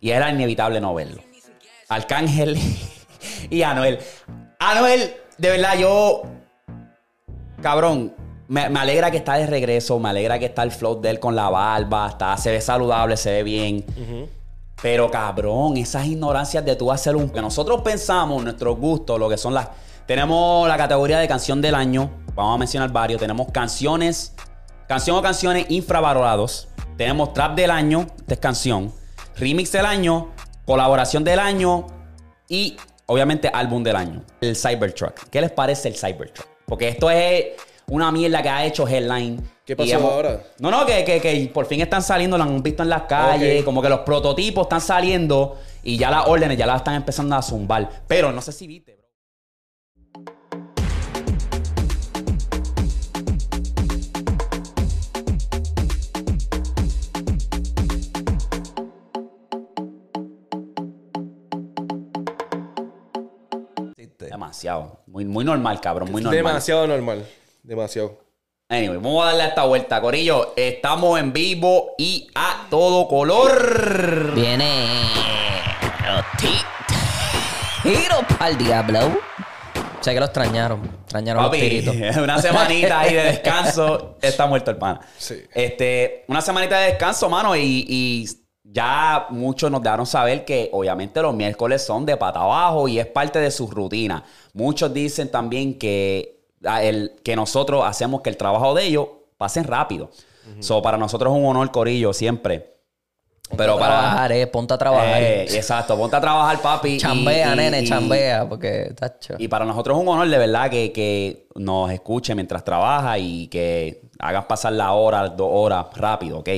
Y era inevitable no verlo. Arcángel y Anuel. Anuel, de verdad, yo. Cabrón, me, me alegra que está de regreso. Me alegra que está el flow de él con la barba. Está, se ve saludable, se ve bien. Pero cabrón, esas ignorancias de tú hacer un. Que nosotros pensamos, nuestros gustos, lo que son las. Tenemos la categoría de canción del año. Vamos a mencionar varios. Tenemos canciones. Canción o canciones infravalorados. Tenemos trap del año. Esta es canción. Remix del año. Colaboración del año. Y obviamente álbum del año. El Cybertruck. ¿Qué les parece el Cybertruck? Porque esto es una mierda que ha hecho Headline. ¿Qué Y pasó hemos- ahora? No, no, que, que- que por fin están saliendo, lo han visto en las calles, Ok. como que los prototipos están saliendo y ya las órdenes ya las están empezando a zumbar. Pero no sé si viste, bro. Demasiado. Muy, muy normal, cabrón. Muy normal. Demasiado normal. Demasiado. Anyway, vamos a darle a esta vuelta, Corillo. Estamos en vivo y a todo color. Viene. los ti- Tiro pa'l diablo. Sé que lo extrañaron. Extrañaron Papi, los tiritos. una semanita ahí de descanso. Está muerto el pana. Sí. Este, una semanita de descanso, mano, y, y ya muchos nos dejaron saber que obviamente los miércoles son de pata abajo y es parte de su rutina. Muchos dicen también que, a el, que nosotros hacemos que el trabajo de ellos pasen rápido. So, para nosotros es un honor, Corillo, siempre. Pero Ponte a para, Trabajar, eh, ponte a trabajar. Eh, exacto, ponte a trabajar, papi. y- chambea, y- nene, y- chambea. Porque, tacho. Y para nosotros es un honor, de verdad, que, que nos escuche mientras trabaja y que hagas pasar la hora, dos horas rápido, ¿ok?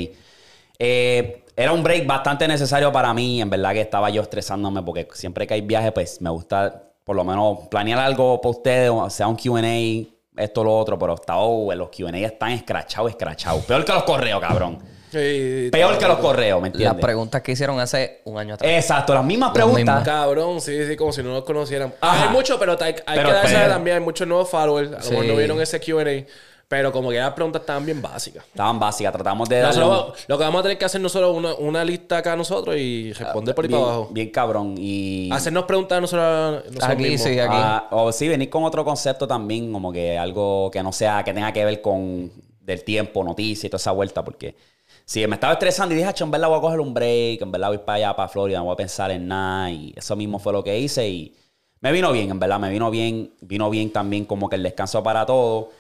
Eh, era un break bastante necesario para mí. En verdad que estaba yo estresándome porque siempre que hay viajes, pues me gusta por lo menos planear algo para ustedes, o sea un QA, esto, lo otro, pero está, oh, los QA están escrachados, escrachados. Peor que los correos, cabrón. Sí, Peor que los correos, ¿me Las entiendes? preguntas que hicieron hace un año atrás. Exacto, las mismas Las mismas. preguntas. Cabrón, sí, sí, como si no nos conocieran. Ah, Ajá. Hay mucho, pero hay, hay Ah. Pero, que darse pero- también. Hay muchos nuevos followers. A lo mejor Sí. no vieron ese QA, pero como que las preguntas estaban bien básicas. Estaban básicas, tratamos de darle Nosotros un- vamos- lo que vamos a tener que hacer nosotros es una, una lista acá nosotros y responder por ahí Ah, bien, para abajo. bien cabrón. Y. Hacernos preguntas nosotros, nosotros Aquí, mismos. sí, aquí. Ah, o sí, venir con otro concepto también, como que algo que no sea, que tenga que ver con del tiempo, noticias y toda esa vuelta, porque sí, me estaba estresando y dije, "Acho, en verdad voy a coger un break, en verdad voy para allá, para Florida, no voy a pensar en nada, y eso mismo fue lo que hice y me vino bien, en verdad, me vino bien, vino bien también como que el descanso para todo.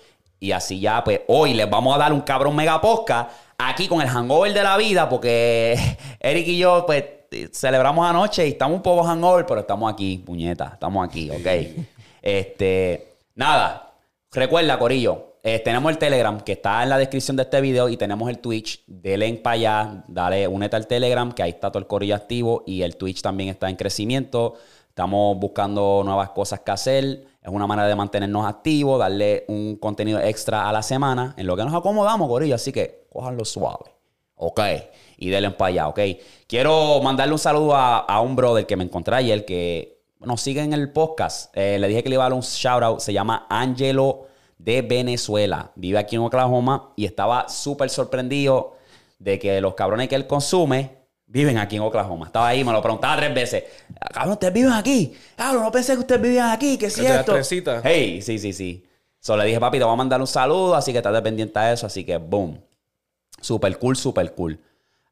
Y así ya, pues hoy les vamos a dar un cabrón mega posca aquí con el hangover de la vida, porque Eric y yo, pues, celebramos anoche y estamos un poco hangover, pero estamos aquí, puñeta, estamos aquí, ok. Este, nada, recuerda, Corillo, eh, tenemos el Telegram que está en la descripción de este video y tenemos el Twitch, denle para allá, dale, únete al Telegram, que ahí está todo el Corillo activo y el Twitch también está en crecimiento. Estamos buscando nuevas cosas que hacer. Es una manera de mantenernos activos, darle un contenido extra a la semana, en lo que nos acomodamos, Corillo. Así que cójanlo suave. Ok. Y denle para allá, ok. Quiero mandarle un saludo a, a un brother que me encontré ayer que nos sigue en el podcast. Eh, le dije que le iba a dar un shout out. Se llama Angelo de Venezuela. Vive aquí en Oklahoma y estaba súper sorprendido de que los cabrones que él consume viven aquí en Oklahoma. Estaba ahí, me lo preguntaba tres veces. Ah, Cabrón, ¿ustedes viven aquí? Cabrón, no pensé que ustedes vivían aquí, que es Que te das cierto. trencita. Hey, sí, sí, sí. Solo le dije, papi, te voy a mandar un saludo, así que estate pendiente a eso. Así que, boom. Super cool, super cool.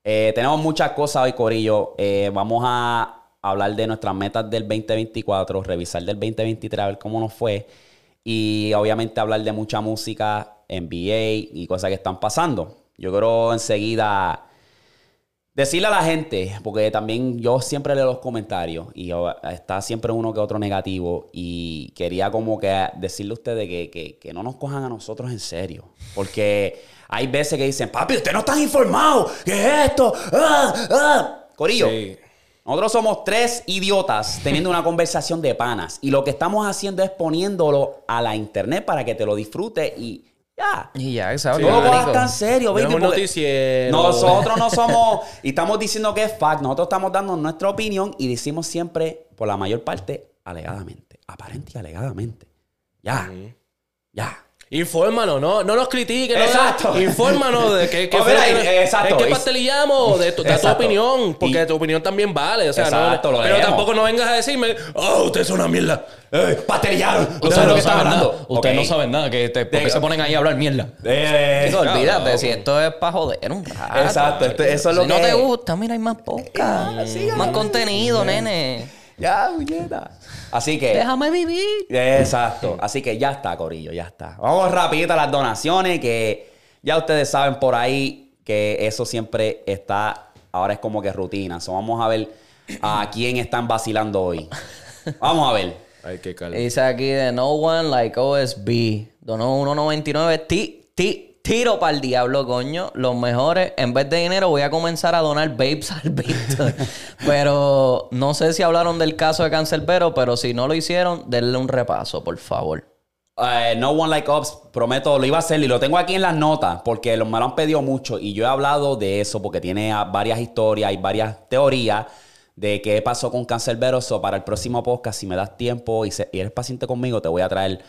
Eh, tenemos muchas cosas hoy, Corillo. Eh, vamos a hablar de nuestras metas del 2024, revisar del 2023, a ver cómo nos fue. Y obviamente hablar de mucha música, NBA y cosas que están pasando. Yo creo enseguida decirle a la gente, porque también yo siempre leo los comentarios y oh, está siempre uno que otro negativo y quería como que decirle a ustedes que, que- que no nos cojan a nosotros en serio, porque hay veces que dicen, papi, ustedes no están informados, ¿qué es esto? Ah, ah". Corillo, Sí. nosotros somos tres idiotas teniendo una conversación de panas y lo que estamos haciendo es poniéndolo a la internet para que te lo disfrutes y ya. Y ya, ¿sabes? Sí, No lo marico. cojas tan serio, No es baby. un porque- noticiero. Nosotros no somos. Y estamos diciendo que es fact. Nosotros estamos dando nuestra opinión y decimos siempre, por la mayor parte, alegadamente. Aparente y alegadamente. Ya. Ya. Infórmanos, no, no nos critiquen. Exacto. No, infórmanos de qué, qué Pues mira, fue lo que- eh, exacto. de qué pastelillamos, de tu, de tu Exacto. opinión, porque Y- tu opinión también vale. O sea, no- Exacto, lo pero leemos. tampoco no vengas a decirme, oh, ustedes son una mierda. ¡Eh, pastelillaron! Ustedes Ustedes no, no, que están saben nada. hablando. Ustedes Ok. no saben nada. Que te, ¿Por qué Diga. se ponen ahí a hablar mierda? Eh, Chico, olvídate, cabrón. si esto es para joder un rato. Exacto, esto- eso es lo si que no te es. gusta, mira, hay más podcast. más contenido, nene. Ya, puñeta. Así que. Déjame vivir. Exacto. Así que ya está, Corillo, ya está. Vamos rapidito a las donaciones, que ya ustedes saben por ahí que eso siempre está, ahora es como que rutina. So, vamos a ver a quién están vacilando hoy. Vamos a ver. Ay, qué calma. Dice aquí de No One Like OSB. Donó 1.99. Ti, ti, tiro para el diablo, coño. Los mejores. En vez de dinero voy a comenzar a donar babes al Víctor. pero no sé si hablaron del caso de Cancelbero, pero si no lo hicieron, denle un repaso, por favor. Eh, no One Like Ops, prometo, lo iba a hacer y lo tengo aquí en las notas porque lo- me lo han pedido mucho y yo he hablado de eso porque tiene ah, varias historias y varias teorías de qué pasó con Cancerbero. So, para el próximo podcast, si me das tiempo y, se- y eres paciente conmigo, te voy a traer.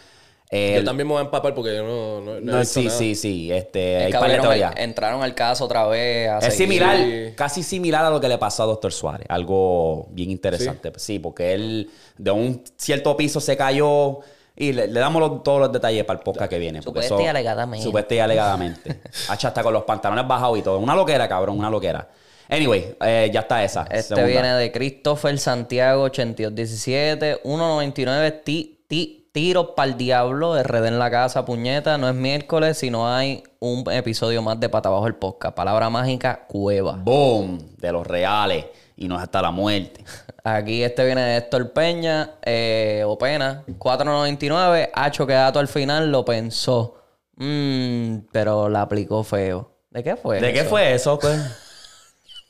eh, Yo también me voy a empapar porque yo no, no, no he no, visto sí, nada. sí, sí, este, Es hay que par de abrieron teorías. al- entraron al caso otra vez. a Es seguir. similar, Sí. casi similar a lo que le pasó a Doctor Suárez. Algo bien interesante. Sí, porque él de un cierto piso se cayó. Y le, le damos los- todos los detalles para el podcast que viene. porque Supuesta eso- y alegadamente. Supuesta y alegadamente. Hacha hasta con los pantalones bajados y todo. Una loquera, cabrón, una loquera. Anyway, eh, ya está esa. Este Segunda. viene de Christopher Santiago 8217 199 ti, ti, tiros para el diablo, RD en la casa, puñeta, no es miércoles, sino hay un episodio más de Pata Abajo el Podcast. Palabra mágica, cueva. Boom, de los reales. Y no es hasta la muerte. Aquí este viene de Héctor Peña, eh, o Pena, 499, Hacho que dato al final lo pensó, Mm, pero la aplicó feo. ¿De qué fue? ¿De qué eso? fue eso, pues?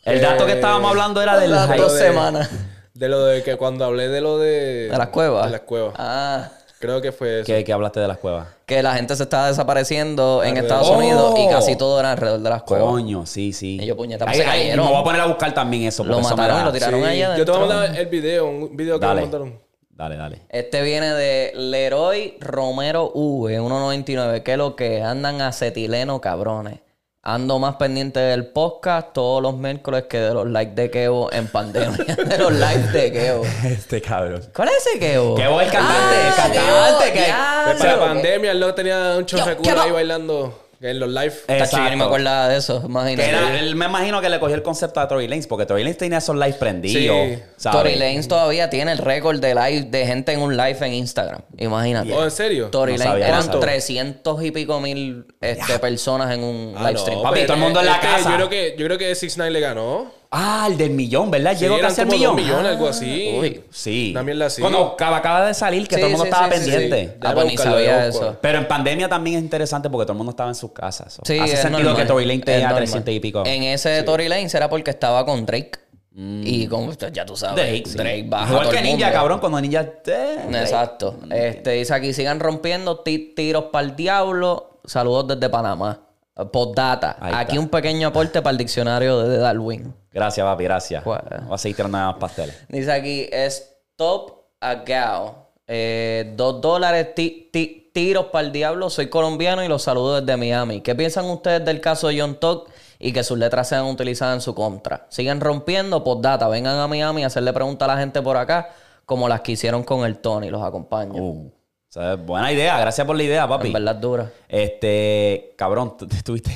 El dato que estábamos hablando era del Las hype. dos Eh, de- semanas. De lo de que cuando hablé de lo de. ¿De las cuevas? De las cuevas. Ah. Creo que fue eso. que, que hablaste de las cuevas. que la gente se estaba desapareciendo en Estados Oh. Unidos y casi todo era alrededor de las cuevas. Coño, sí, sí. Y yo, puñeta, pues, Ahí- se ahí cayeron. Me voy a poner a buscar también eso. Lo porque eso me mataron da- y lo tiraron Sí, allá. Yo te voy a adentro. mandar el video, un video que me Dale. mandaron. Dale, dale. Este viene de Leroy Romero V, 1.99. Que lo que andan acetileno, cabrones. Ando más pendiente del podcast todos los miércoles que de los likes de Kevo en pandemia. de los likes de Kevo. Este cabrón. ¿Cuál es ese Kevo? Kevo es cantante, Ah, el cantante Kevo, que- ya, Para la lo que- pandemia, él no tenía un Ah, ¿qué chorreculo va? ahí bailando en los live. Tacho, yo ni me acordaba de eso, Que imagínate. era- él me imagino que le cogió el concepto a Tory Lanez, porque Tory Lanez tenía esos live prendidos. Sí. ¿sabes? Tory Lanez todavía tiene el récord de live de gente en un live en Instagram. Imagínate. Oh, ¿en serio? Tory No Lanez sabía eran eso. 300 y pico mil este, personas en un Ah, live no, stream. Papi, pero todo el mundo en la este, casa. Yo creo que, yo creo que Six Nine le ganó. Ah, el del millón, ¿verdad? Llegó Sí, casi al eran como millón. dos millones, Ah, algo así. uy, sí. Una mierda así. Cuando acaba, acaba de salir, que Sí, todo el mundo sí, estaba sí, sí, pendiente. sí. Ah, pues ni Déjame buscarlo, sabía déjame eso. buscarlo. Pero en pandemia también es interesante porque todo el mundo estaba en sus casas. so. Sí, Hace es sentido normal, que Tory Lanez es tenía normal. Eh, 300 y pico. Mm. En ese de Tory Lanez era porque estaba con Drake. Y como ya tú sabes, Drake, Drake, sí. baja a Igual todo que el Ninja, mundo. cabrón, cuando Ninja. eh, Exacto. Este, dice aquí, sigan rompiendo ti- tiros para el diablo. Saludos desde Panamá. Postdata. Ahí Aquí está. un pequeño aporte para el diccionario de Darwin. Gracias, papi, gracias. Guau. Voy a seguir tirando más pasteles. Dice aquí, stop a gal. Eh, dos dólares, ti- ti- tiros para el diablo. Soy colombiano y los saludo desde Miami. ¿Qué piensan ustedes del caso de John Todd y que sus letras sean utilizadas en su contra? Siguen rompiendo por data. Vengan a Miami a hacerle preguntas a la gente por acá, como las que hicieron con el Tony. Los acompaño. Uh, o sea, buena idea, gracias por la idea, papi. en verdad es dura. Este, cabrón, tú- tú estuviste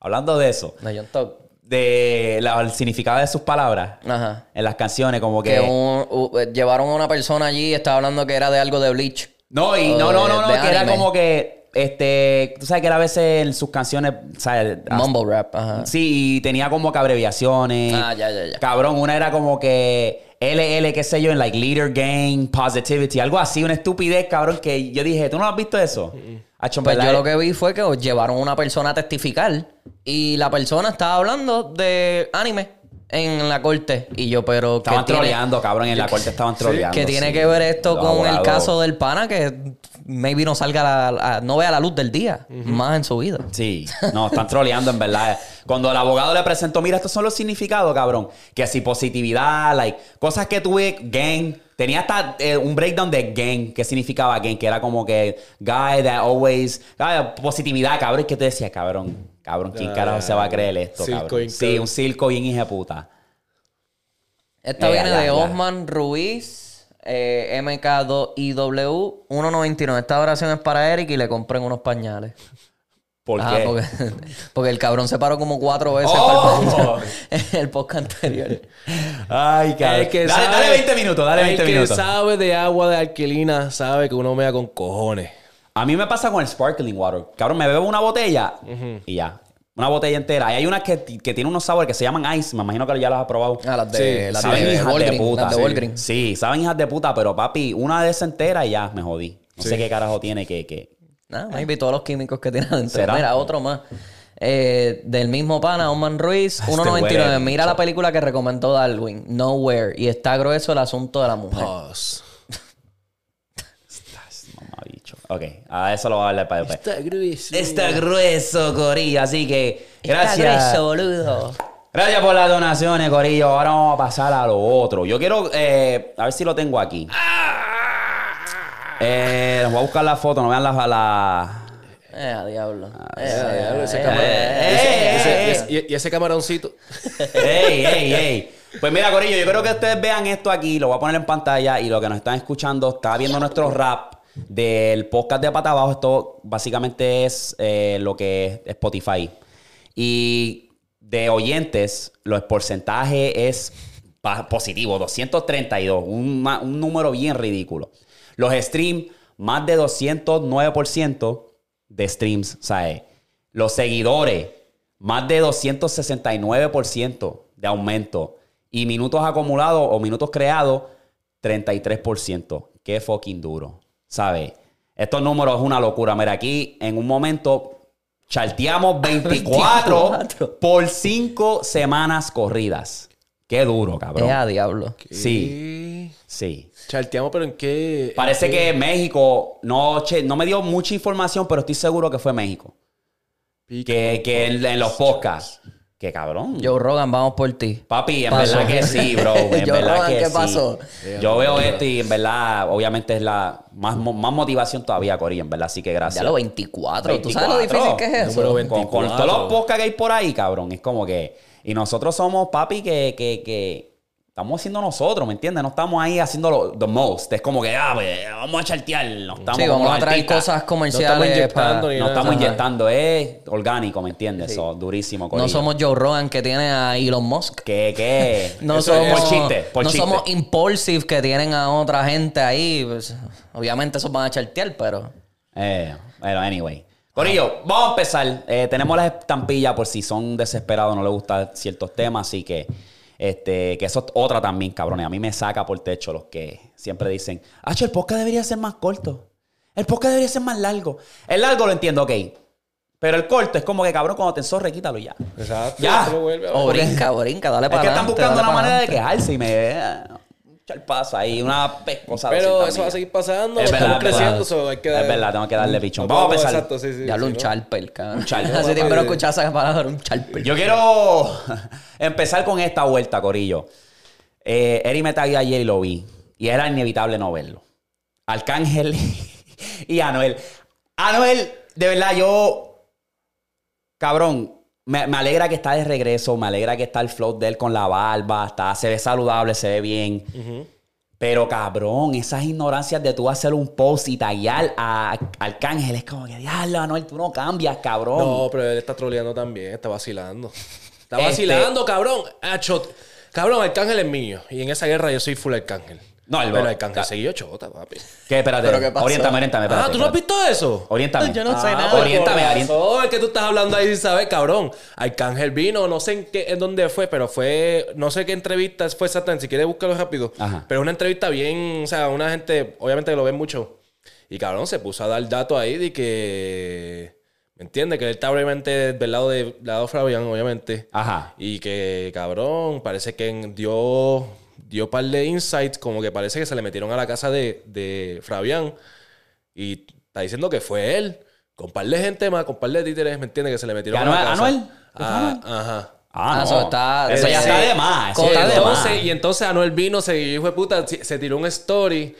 hablando de eso, De John Todd. de la- el significado de sus palabras Ajá. en las canciones, como que. Que un- u- eh, llevaron a una persona allí y estaba hablando que era de algo de Bleach. No, y o no, no, de- no, no, de que era anime. como que. Este, tú sabes que era a veces en sus canciones, ¿sabes? Mumble rap, ajá. Sí, y tenía como que abreviaciones. Ah, ya, ya, ya. Cabrón, una era como que LL, qué sé yo, en like Leader Gang, Positivity, algo así, una estupidez, cabrón, que yo dije, ¿tú no has visto eso? Hacho, en Pues verdad, yo lo que vi fue que os llevaron a una persona a testificar y la persona estaba hablando de anime en la corte. Y yo, pero ¿qué Estaban tiene, troleando, cabrón, en la corte estaban troleando. qué tiene sí. que ver esto Los con el abogados. caso del pana que maybe no salga a la- a- no vea la luz del día más en su vida. Sí, no, están troleando en verdad. Cuando el abogado le presentó, mira, estos son los significados, cabrón. Que si positividad, like, cosas que tuve, gang. Tenía hasta eh, un breakdown de gang, que significaba gang, que era como que guy that always, ah, positividad, cabrón. Y que te decía, cabrón, cabrón, ¿quién carajo se va a creer esto, Ah, Circo cabrón? interno. Sí, un circo bien hija de puta. Esta Ya, viene Eh, ya, de ya. Osman Ruiz, eh, MK2IW, 1.99. Esta oración es para Eric y le compré unos pañales. ¿Por Ah, qué? porque, porque el cabrón se paró como cuatro veces ¡Oh! para el, podcast, el podcast anterior. Ay, cabrón. El que dale, sabe- dale 20 minutos, dale 20 el minutos. que sabe de agua de alquilina sabe que uno mea con cojones. A mí me pasa con el sparkling water. Cabrón, me bebo una botella y ya. Una botella entera. Y hay unas que, que tienen unos sabores que se llaman ice. Me imagino que ya las has probado. Ah, las de, Sí, las saben de hijas de Walgreens, puta. las de sí. Walgreens. Sí, saben hijas de puta, pero papi, una de esa entera y ya me jodí. No sé qué carajo tiene que. que... Nah, Ah, maybe todos los químicos que tiene adentro. ¿Será? Mira, otro más. Eh, del mismo pana, Oman Ruiz, Este 1.99. huele Mira la película que recomendó Darwin, Nowhere. Y está grueso el asunto de la mujer. Pause. Mamá bicho. Ok, a eso lo voy a hablar para después. Está grueso. Está grueso, Corillo. Así que. Está Gracias. grueso, boludo. Gracias por las donaciones, Corillo. Ahora vamos a pasar a lo otro. Yo quiero, eh, a ver si lo tengo aquí. Eh, voy a buscar la foto, no vean la... la... Eh, a diablo. Eh, Ah, a diablo, diablo, ese eh, camarón. eh, Ese- eh, ese- eh, ese- Y y ese camaroncito. ¡Ey, ey, ey! Pues mira, Corillo, yo creo que ustedes vean esto aquí, lo voy a poner en pantalla y lo que nos están escuchando está viendo nuestro rap del podcast de Pata Abajo. Esto básicamente es eh, lo que es Spotify. Y de oyentes, los porcentaje es pa- positivo, 232, un, ma- un número bien ridículo. Los streams, más de 209% de streams, ¿sabes? Los seguidores, más de 269% de aumento. Y minutos acumulados o minutos creados, 33%. Qué fucking duro, ¿sabes? Estos números es una locura. Mira, aquí en un momento charteamos 24, 24. por 5 semanas corridas. Qué duro, eh, a cabrón. diablo. Sí, Y- sí. Charteamos, pero en qué. Parece que México, no, che, no me dio mucha información, pero estoy seguro que fue México. Pica. Que, que en, en los podcasts. Que cabrón. Joe Rogan, vamos por ti. Papi, en Pasó. verdad que sí, bro. En Yo, verdad Rodan, que ¿qué sí. pasó? Yo veo esto y en verdad, obviamente es la más, mo- más motivación todavía, Corín, en verdad. Así que gracias. Ya lo 24. ¿Tú sabes lo 24. difícil que es eso? Número Con, con 24. todos los podcasts que hay por ahí, cabrón. Es como que. Y nosotros somos, papi, que, que, que estamos haciendo nosotros, ¿me entiendes? No estamos ahí haciendo lo the most. Es como que, ah, pues, vamos a chartear. No estamos Sí, como vamos los a traer artistas. cosas comerciales. inyectando para- ni No nada. estamos Ajá. inyectando, es orgánico, ¿me entiendes? Eso, durísimo, Corín. No somos Joe Rogan que tiene a Elon Musk. ¿Qué, qué? No Eso es somos, Por chiste, por no chiste. somos impulsive que tienen a otra gente ahí. pues, obviamente esos van a chartear, pero. Eh, bueno, anyway. Corillo, vamos a empezar. Eh, tenemos las estampillas por si son desesperados, no les gustan ciertos temas, así que este, que eso es otra también, cabrones. A mí me saca por techo los que siempre dicen, ah, el podcast debería ser más corto. El podcast debería ser más largo. El largo lo entiendo, ok. Pero el corto es como que, cabrón, cuando te ensorre, quítalo y ya. Exacto. Ya. eso lo vuelve a- O brinca, o brinca, dale Es para que están adelante. buscando dale una para manera de adelante. quejarse y me... Echar paso ahí, una pescosa. así Pero eso va a también. seguir pasando. Es verdad, estamos es verdad. creciendo, so hay que Es dar- verdad, tengo que darle bicho. No Vamos a podemos- empezar. Exacto, sí, sí. sí, Diablo, un ¿no? charper, cabrón. Un charper, Hace tiempo no papi. escuchaba esa palabra, un charper. Yo quiero empezar con esta vuelta, Corillo. Eh, Eri me tagueó ayer y lo vi. Y era inevitable no verlo. Arcángel y Anuel. Anuel, de verdad, yo. Cabrón, me, me alegra que está de regreso. Me alegra que está el flow de él con la barba. Está, se ve saludable, se ve bien. Pero cabrón, esas ignorancias de tú hacer un post y taguear a Arcángel es como que, diablo, Anuel, tú no cambias, cabrón. No, pero él está troleando también, está vacilando. Está Este- vacilando, cabrón. Ah, chot. Cabrón, Arcángel es mío. Y en esa guerra yo soy full Arcángel. No, el- pero Arcángel seguido chota, papi. ¿Qué? Espérate. ¿Pero qué pasó? Ah, Oriéntame, oriéntame. Ah, espérate, ¿tú no has espérate. visto eso? Oriéntame. Yo no sé nada. por Oriéntame, oriéntame. corazón, Oh, es que tú estás hablando ahí, ¿sabes, cabrón? Arcángel vino, no sé en, qué, en dónde fue, pero fue, no sé qué entrevista fue exactamente, si quieres búscalo rápido. Ajá. Pero una entrevista bien, o sea, una gente, obviamente que lo ven mucho. Y cabrón, se puso a dar datos ahí de que, ¿me entiendes? Que él está obviamente del lado de, del lado de Fabián, obviamente. Ajá. Y que, cabrón, parece que en- dio, dio par de insights, como que parece que se le metieron a la casa de, de Fabián. Y Está diciendo que fue él. Con par de gente más, con par de títeres, ¿me entiendes? Que se le metieron ¿Que a la Anuel- casa. Anuel? Ah, Ah, ajá. Ah, no. eso está- Eso ya Sí. está de más. eso Con- está de más. Eh, Entonces, y entonces Anuel vino, se hijo de puta, se se tiró un story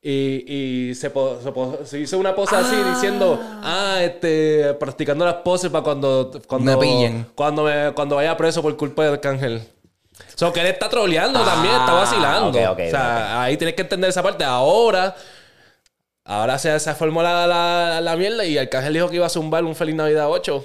y, y se, po- se po- se hizo una pose así diciendo, ah, este, practicando las poses para cuando, cuando Me pillen. Cuando, me- cuando vaya preso por culpa de Arcángel. O sea, que él está troleando también, está vacilando. Ah, ok, ok, o sea, ahí tienes que entender esa parte. Ahora, ahora se, se formó la, la, la mierda y Arcángel dijo que iba a zumbar un Feliz Navidad 8.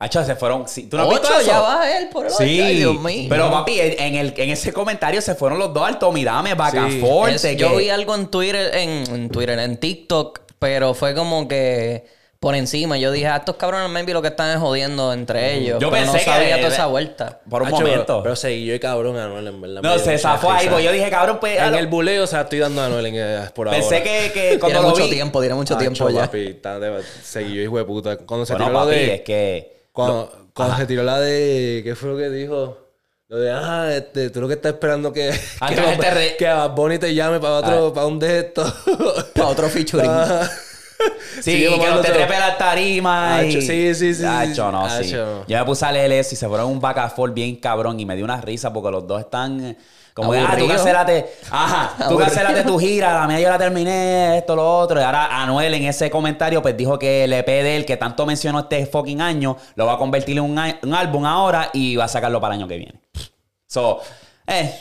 Hacho, Ah, se fueron. sí, ¿Tú no has Ocho, visto eso? ya va él por el Sí, ocho. Ay, Dios mío. pero papi, en, en el, en ese comentario se fueron los dos al Tommy Dame, back and Sí. forth, Es- que- yo vi algo en Twitter, en, en Twitter, en TikTok, pero fue como que por encima. Yo dije, ah, estos cabrones maybe lo que están es jodiendo entre ellos. Yo pero no pensé que- sabía toda esa vuelta. Por un Hacho, momento. Pero seguí yo y cabrón Anuel, en verdad. me no, dio se mucha zafó ahí, risa. pues yo dije, cabrón, pues. En a lo- el buleo, o sea, estoy dando a Anuel en, eh, por pensé ahora. que, que cuando Tiene lo mucho vi. pues, tiempo, tiene mucho tiempo Acho, ya. papi, está de- seguí yo, hijo de puta. Cuando se Bueno, tiró papi, eh, lo de... es que. Cuando, cuando se tiró la de... ¿Qué fue lo que dijo? Lo de, ah, este, tú lo que estás esperando que... Ah, que, que la gente re- Ah. que Bad Bunny te llame para otro... Para un de estos. Para otro featuring. Ah, Sí, sigue que no te mamándose. trepe la tarima. y- Hacho, sí, sí, sí, sí, Hacho, no, sí. sí. Hacho. Yo me puse a leer eso y se fueron un back and forth bien cabrón y me dio una risa porque los dos están. eh, Como que, ah, tú Aburrido. cancelaste, ajá, tú Aburrido. cancelaste tu gira, la mía yo la terminé, esto, lo otro. Y ahora Anuel en ese comentario pues dijo que el EP de él, que tanto mencionó este fucking año, lo va a convertir en un, a- un álbum ahora y va a sacarlo para el año que viene. So, eh,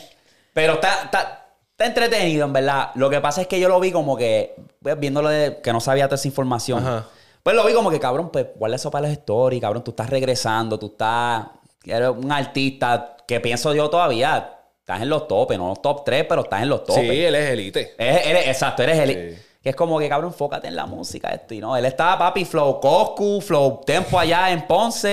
pero está, está, está entretenido, en verdad. Lo que pasa es que yo lo vi como que, pues, viéndolo de que no sabía toda esa información. Ajá. Pues lo vi como que, cabrón, pues guarda eso para las stories, cabrón. Tú estás regresando, tú estás. Eres un artista que pienso yo todavía. Estás en los topes, no los top 3, pero estás en los topes. sí, él es elite. Eres- eres- exacto, eres el. Sí. Que es como que, cabrón, enfócate en la música, esto y no. Él estaba, papi, flow Coscu, flow Tempo allá en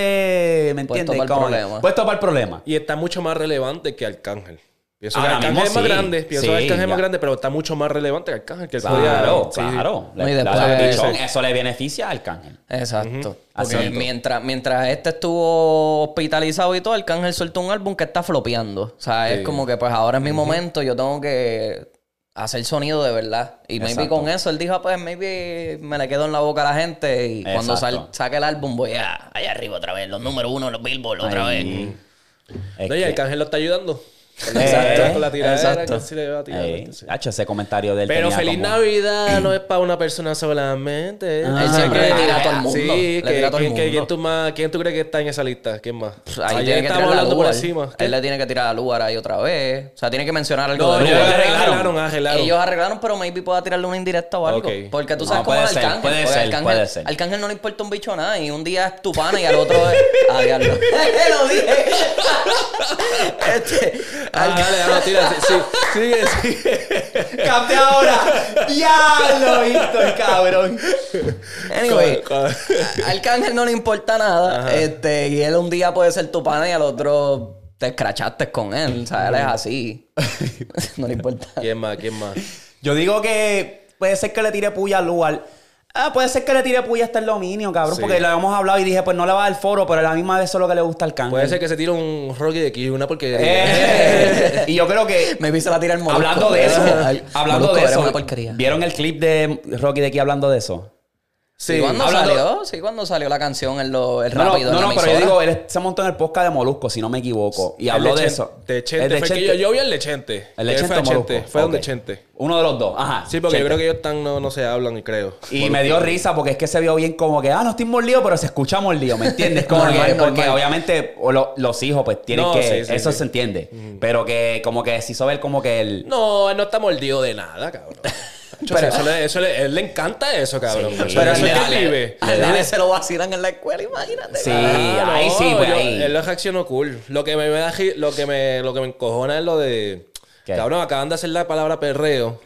Ponce, ¿me entiendes? Puesto pa'l Como que- problema. Puesto para el problema. Y está mucho más relevante que Arcángel. Pienso Ahora que Arcángel mismo es más sí. grande. Pienso Sí, que Arcángel es ya. más grande, pero está mucho más relevante que Arcángel. Que él Claro, podía- sí, sí. claro. No, y Le- la- después- la- eso, eso le beneficia al cángel. Exacto. Porque Exacto. mientras, mientras este estuvo hospitalizado y todo, Arcángel soltó un álbum que está flopeando. O sea, es como que pues ahora es mi momento, yo tengo que hacer sonido de verdad. Y maybe Exacto. con eso él dijo, ah, pues maybe me le quedo en la boca a la gente y cuando sal- Exacto. saque el álbum voy a allá arriba otra vez, los número uno, los billboard otra vez. Ay, es No, y que- Arcángel lo está ayudando. Exacto. Con la tiradera, Exacto. que sí le va a tirar, Ay, entonces. hacho, eh, ese comentario del Pero feliz Navidad no es para una persona solamente. Ah, Él siempre que- le tira a todo el mundo. Sí, Le que- tira a todo el ¿quién, que- mundo. ¿quién, tú más, ¿quién tú crees que está en esa lista? ¿Quién más? Pff, Ahí Ayer tiene que tirar estábamos la hablando por Lugar. encima. Él le tiene que tirar a Lugar ahí otra vez. O sea, tiene que mencionar algo No, de ya Lugar. arreglaron, arreglaron. Ellos arreglaron, pero maybe pueda tirarle una indirecta o algo. Ok. Porque tú No, sabes cómo puede es ser, Arcángel. puede porque ser, Arcángel- puede ser. Arcángel no le importa un bicho nada. Y un día es tu pana y al otro es... Ah, diablo. lo dije. este, Ah, dale, dale, tira. Sí, sí, sigue, sigue. ah. ¡Capte ahora! ¡Ya lo visto, cabrón! anyway. Con- con- a- Arcángel no le importa nada. Este, y él un día puede ser tu pana y al otro... Te escrachaste con él, o sea, él es así. no le importa. ¿Quién más? ¿Quién más? Yo digo que puede ser que le tire puya al lugar. Ah, puede ser que le tire puya hasta el dominio, cabrón. Sí. Porque lo habíamos hablado y dije, pues no le va a dar foro, pero a la misma vez eso es lo que le gusta al cángel. Puede ser que se tire un Rocky de aquí, una porque. Eh, y yo creo que Maybe se la tira el molusco. Hablando de eso, Ay, hablando Molusco, de eres eso, una porquería. ¿vieron el clip de Rocky de aquí hablando de eso? Sí, cuando hablando- salió, sí, cuando salió la canción, el, lo, el No, no, rápido. no, en no, la pero yo digo, emisora. él se montó en el podcast de Molusco, si no me equivoco, y habló El de Chente- eso. De Chente. El de fue el que yo, Chente. yo vi el de Chente. El de Que Chente o Fue, a Molusco. Chente, fue donde Ok. Chente. Uno de los dos, ajá. Sí, porque yo Chente. creo que ellos están, no, no se hablan, creo. Y me dio risa porque es que se vio bien como que, ah, no estoy mordido, pero se escucha mordido, ¿me entiendes? Como Normal, que, porque normal. obviamente o lo- los hijos pues tienen No, que, sí, sí, eso sí. se entiende, pero que como que se hizo ver como que el... No, él no está mordido de nada, cabrón. Yo sé, eso le, eso le- él le encanta eso, cabrón. Sí, pero pero eso le es da- que vive. Al nene se lo vacilan en la escuela, imagínate. Sí, Ah, ahí no, sí, pues yo- ahí. Él lo reaccionó cool. Lo que me, me da gi- lo que me, lo que me encojona es lo de. ¿Qué? Cabrón, acaban de hacer la palabra perreo.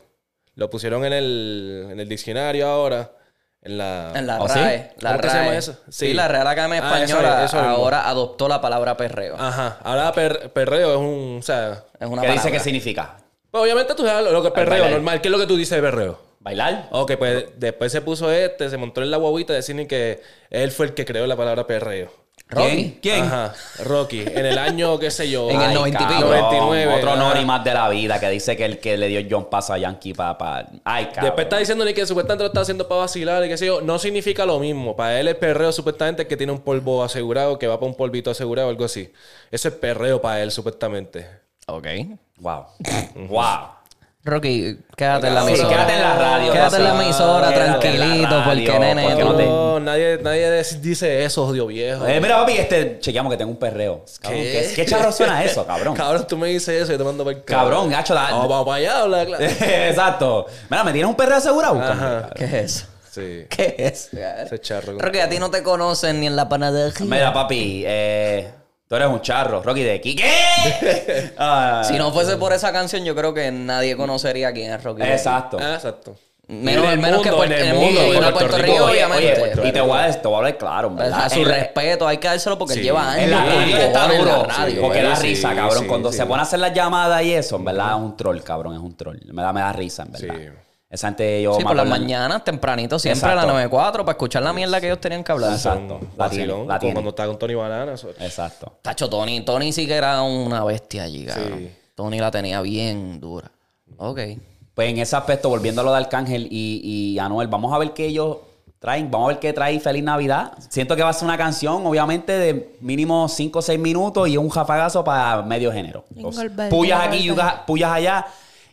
Lo pusieron en el, en el diccionario ahora. En la. En la ¿Oh, sí? RAE. La ¿Cómo que se RAE. llama eso? Sí. Sí. la Real Academia Ah, eso Española es, eso mismo. ahora adoptó la palabra perreo. Ah, Ajá. Ahora per- perreo es un. O sea. Es una ¿Qué palabra. dice que significa? pues obviamente tú sabes lo, lo que es perreo, bailar. normal. ¿Qué es lo que tú dices de perreo? ¿Bailar? Ok, pues después se puso este, se montó en la guaguita diciendo que él fue el que creó la palabra perreo. ¿Quién? ¿Quién? Ajá, Rocky. En el año, qué sé yo. En el Ay, 90 y pico. cabrón, 99, Otro ajá. Nori más de la vida que dice que el que le dio John Pass a Yankee para. Ay, cabrón. Después está diciéndole que supuestamente lo está haciendo para vacilar y qué sé yo. No significa lo mismo. Para él el perreo supuestamente es que tiene un polvo asegurado, que va para un polvito asegurado o algo así. Eso es perreo para él supuestamente. Ok. Wow. wow. Rocky, quédate en la Sí, emisora. quédate en la radio, Quédate en la Ah, Rocky. emisora, Quédate en la tranquilito, radio, porque nene. porque tú- no te- No, nadie, nadie des- dice eso, Dios viejo. Eh, mira, papi, este, chequeamos que tengo un perreo. Cabrón, ¿Qué? ¿qué, qué charro suena eso, cabrón? Cabrón, tú me dices eso y te mando para el Cabrón, Eh. gacho, la- Vamos, vamos para allá, habla, claro. Exacto. Mira, ¿me tienes un perreo asegurado? Ajá. ¿Qué es eso? Sí. ¿Qué es? Ese charro. Rocky, a ti no te conocen ni en la panadería. Mira, papi, eh, tú eres un charro. Rocky de aquí. ¿Qué? Ah, Si no fuese por esa canción, yo creo que nadie conocería quién es Rocky. exacto. Ah, exacto. Menos, En el menos que mundo, Puerto- en el en el mundo, mundo, en en Puerto, Puerto Rico, Rico. Oye, obviamente. oye, y te voy a, te voy a hablar claro, en ¿verdad? a su En- respeto, hay que dárselo porque él Sí. lleva años. En la cabrón, radio está en la duro. radio. Porque eh, Sí, da sí, risa, cabrón. sí, Cuando sí. se pone a hacer las llamadas y eso, en verdad es un troll, cabrón. Es un troll. Me da, me da risa, en verdad. Sí. Esa gente yo. Sí, me por las acuerdo- mañanas, tempranito, siempre Exacto. a las 9.4, para escuchar la mierda que ellos tenían que hablar. Exacto. La tiene. Vacilón, La como tiene. cuando está con Tony Banana. eso- Exacto. Tacho, Tony, Tony sí que era una bestia allí, cabrón. Sí. Tony la tenía bien dura. Ok. Pues en ese aspecto, volviendo a lo de Arcángel y, y Anuel, vamos a ver qué ellos traen. Vamos a ver qué trae Feliz Navidad. Siento que va a ser una canción, obviamente, de mínimo 5 o 6 minutos y un jafagazo para medio género. Jingle Entonces, bell, Pullas jingle aquí, bell. yuga- pullas allá.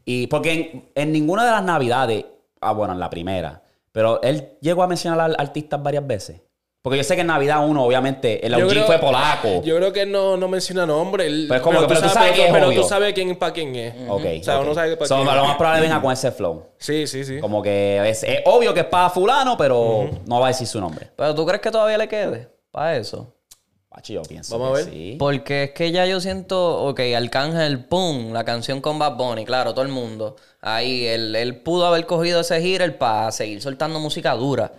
Y porque en, en ninguna de las Navidades, ah, bueno, en la primera, pero él llegó a mencionar a artistas varias veces. Porque yo sé que en Navidad uno, obviamente, el Yo OG creo- fue polaco. Yo creo que no, no menciona nombre. él- Pero es como que- pero tú sabes que es pero obvio. tú sabes quién para quién es. Ok. O sea, ok. uno sabe que para So, quién Lo es. más probable venga con ese flow. Sí, sí, sí. Como que es, es obvio que es para fulano, pero no va a decir su nombre. Pero ¿tú crees que todavía le quede para eso? Pachi, yo pienso Vamos que a ver. sí. Porque es que ya yo siento, ok, Arcángel, pum, la canción con Bad Bunny, claro, todo el mundo. Ahí, él, él pudo haber cogido ese giro para seguir soltando música dura.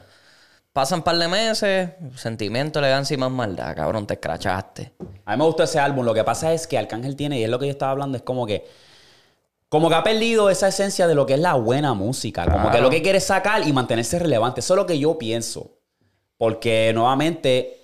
Pasan par de meses, sentimiento, elegancia y más maldad, cabrón, te escrachaste. A mí me gustó ese álbum. Lo que pasa es que Arcángel tiene, y es lo que yo estaba hablando, es como que. Como que ha perdido esa esencia de lo que es la buena música. Como que lo que quiere es sacar y mantenerse relevante. Eso es lo que yo pienso. Porque nuevamente.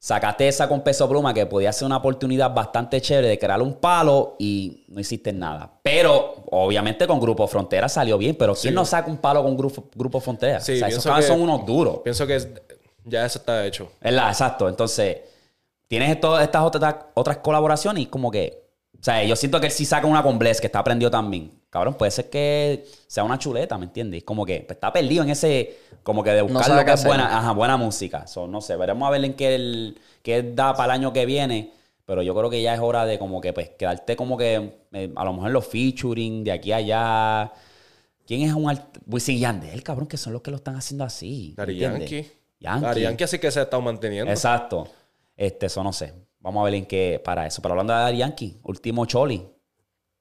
Sacaste esa con peso pluma que podía ser una oportunidad bastante chévere de crear un palo y no hiciste nada. Pero obviamente con Grupo Frontera salió bien, pero ¿quién no saca un palo con Grupo, Grupo Frontera? Sí, o sea, esos pienso cabrones que- son unos duros. Pienso que es- ya eso está hecho. ¿Verdad? Exacto. Entonces, tienes esto- estas otras, otras colaboraciones y como que. O sea, yo siento que él sí saca una con Bless, que está aprendido también. Cabrón, puede ser que sea una chuleta, ¿me entiendes? Como que pues, está perdido en ese. Como que de buscar sabe lo que qué es hacer. buena, ajá, buena música. So, no sé, veremos a ver en qué, él- qué él da para el año que viene. Pero yo creo que ya es hora de como que, pues, quedarte como que. eh, a lo mejor los featuring de aquí a allá. ¿Quién es un artista? Wisin y Yandel, cabrón, que son los que lo están haciendo así. Dari ¿entiendes? Yankee. Yankee. Dari Yankee así que se ha estado manteniendo. Exacto. Este, eso no sé. Vamos a ver en qué para eso. Pero hablando de Daddy Yankee, último Choli,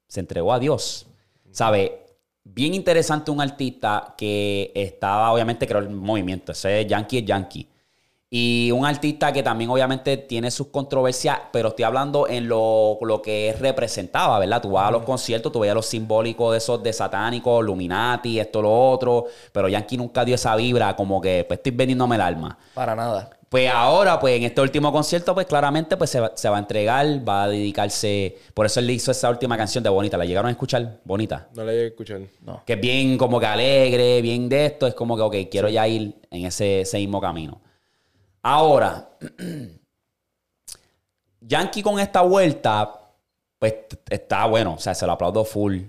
se entregó a Dios. ¿Sabe? Bien interesante un artista que estaba, obviamente, creo, el movimiento. Ese Yankee es Yankee. Y un artista que también, obviamente, tiene sus controversias, pero estoy hablando en lo, lo que él representaba, ¿verdad? Tú vas a los conciertos, tú veías los simbólicos de esos de satánicos, Illuminati, esto, lo otro. Pero Yankee nunca dio esa vibra, como que pues, estoy vendiéndome el alma. Para nada. Pues ahora, pues en este último concierto, pues claramente pues se va, se va a entregar, va a dedicarse. Por eso él le hizo esa última canción de Bonita. La llegaron a escuchar, Bonita. No le llegué a escuchar. Que es bien como que alegre, bien de esto. Es como que, ok, quiero ya ir en ese, ese mismo camino. Ahora, Yankee con esta vuelta, pues t- está bueno. O sea, se lo aplaudo full.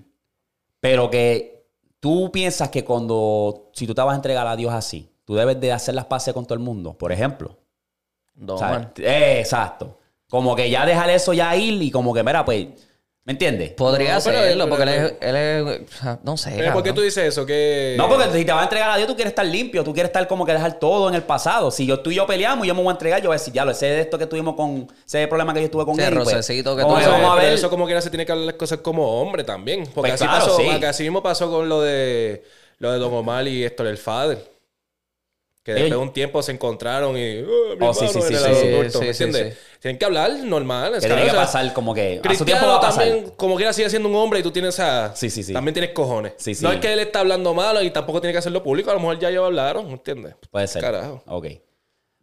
Pero que tú piensas que cuando, si tú te vas a entregar a Dios así, tú debes de hacer las paces con todo el mundo. Por ejemplo. No, ¿sabes? man. Eh, exacto. Como que ya dejar eso ya ir y como que, mira, pues, ¿me entiendes? Pues, Podría No, pero- hacerlo, porque pero- él, es, él es- o sea, No sé. Pero Eh, ¿por qué cabrón. tú dices eso? Que... No, porque si te vas a entregar a Dios, tú quieres estar limpio, tú quieres estar como que dejar todo en el pasado. Si yo tú y yo peleamos, yo me voy a entregar, yo voy a decir, ya lo sé de esto que tuvimos con, ese problema que yo tuve con Sí, él. pues, rocecito que como tú- que Pero vamos a ver. eso como quiera se tiene que hablar las cosas como hombre también. Porque Pues así claro, pasó, sí. porque así mismo pasó con lo de lo de Don Omar y Héctor el Fader. Que después de un tiempo se encontraron y. "Oh, mi Oh, sí, hermano sí, sí, era sí, el sí, adulto", sí, ¿me sí, entiendes? Tienen que hablar normal. es que claro, tiene que o sea, pasar como que a su tiempo va Cristiano a pasar. también, como quiera, sigue siendo un hombre y tú tienes a. Sí, sí, sí. También tienes cojones. Sí, sí. No es que él está hablando malo y tampoco tiene que hacerlo público. A lo mejor ya ellos hablaron, ¿me ¿entiendes? Puede ser. Carajo. Ok.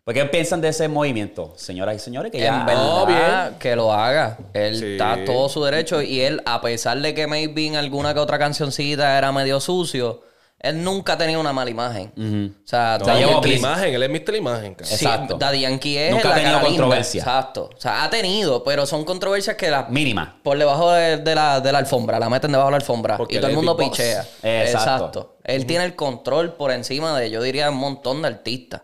¿Por qué piensan de ese movimiento, señoras y señores? Que ya en No, verdad Ah, bien. que lo haga. Él Sí. está todo su derecho y él, a pesar de que maybe en alguna que otra cancioncita era medio sucio, él nunca tenía una mala imagen. O sea, Mm. No, sea, él es llevo Mr. aquí- Imagen, él es Mr. Imagen, cabrón. Sí, Exacto. Daddy Yankee es Nunca ha la tenido cara linda. controversia. Exacto. O sea, ha tenido, pero son controversias que las mínima. por debajo de, de la, de la alfombra, la meten debajo de la alfombra Porque y todo el él es mundo Big Boss. pichea. Exacto. Él tiene el control por encima de, yo diría, un montón de artistas.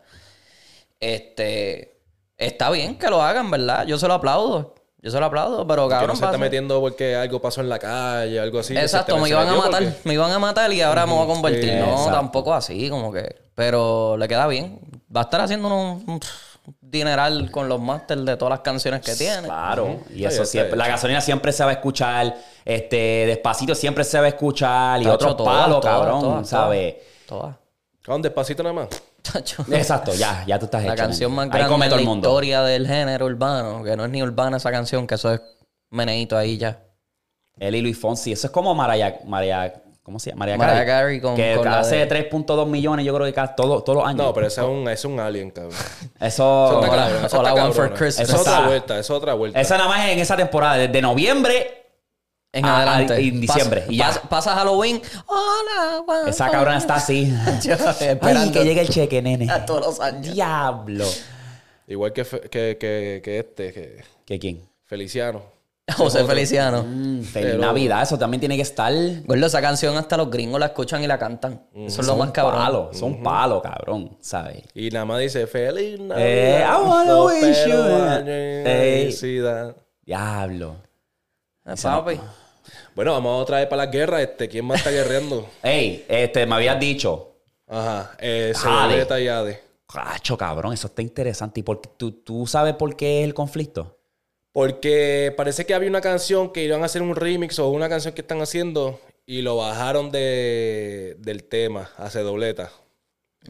Este, está bien que lo hagan, ¿verdad? Yo se lo aplaudo. Yo se lo aplaudo, pero Que cabrón, no se está pasa. metiendo porque algo pasó en la calle, algo así. que se Exacto, te me iban a metió matar, porque- me iban a matar y ahora me voy a convertir. Sí, no, exacto. tampoco así, como que. Pero le queda bien. Va a estar haciendo unos- un dineral con los masters de todas las canciones que tiene. Claro, y Está eso bien, siempre. La está gasolina siempre se va a escuchar, este, despacito siempre se va a escuchar, y Tacho, otros todas, palos, todas, cabrón, todas, ¿sabes? Todas. Cabrón, despacito nada más. Tacho. Exacto, ya, ya tú estás La hecho, canción nene. más Ahí come grande todo el en la mundo. historia del género urbano, que no es ni urbana esa canción, que eso es meneíto ahí ya. Él y Luis Fonsi. Eso es como Mariah... Mariah ¿Cómo se llama? Mariah, Mariah Carey con- Que con la hace de- 3.2 millones, yo creo que cada, todo- todos los años. No, pero ese es un, es un alien, cabrón. Eso... Eso está Hola, cabrón, eso hola, está One for cabrón. Christmas. Eso es otra Esa- vuelta, eso es otra vuelta. Esa nada más es en esa temporada, desde noviembre... En Ah, adelante. ah, en Pas- diciembre, y ya. pas- pasa Halloween. Hola, guau. Esa cabrona está así. Yo, Ay, esperando que llegue el cheque, nene. a todos los años. Diablo. Igual que, fe- que, que, que este, que ¿Qué quién? Feliciano. José Feliciano. Mm, feliz Pero- Navidad. Eso también tiene que estar... Gordo, esa canción hasta los gringos la escuchan y la cantan. Eso es lo más cabrón. Mm, Palo, son palo, cabrón, ¿sabes? Y nada más dice, feliz Navidad. Eh, I wanna wish you a- Ey. felicidad. Diablo. Eh, papi. Bueno, vamos otra vez para la guerra. Este, ¿Quién más está guerreando? Ey, este, me habías dicho. Ajá. Eh, Jade. Celeta y Ade. Cacho, cabrón, eso está interesante. ¿Y por qué- tú, tú sabes por qué es el conflicto? Porque parece que había una canción que iban a hacer un remix o una canción que están haciendo y lo bajaron de, del tema hace dobleta. Mm.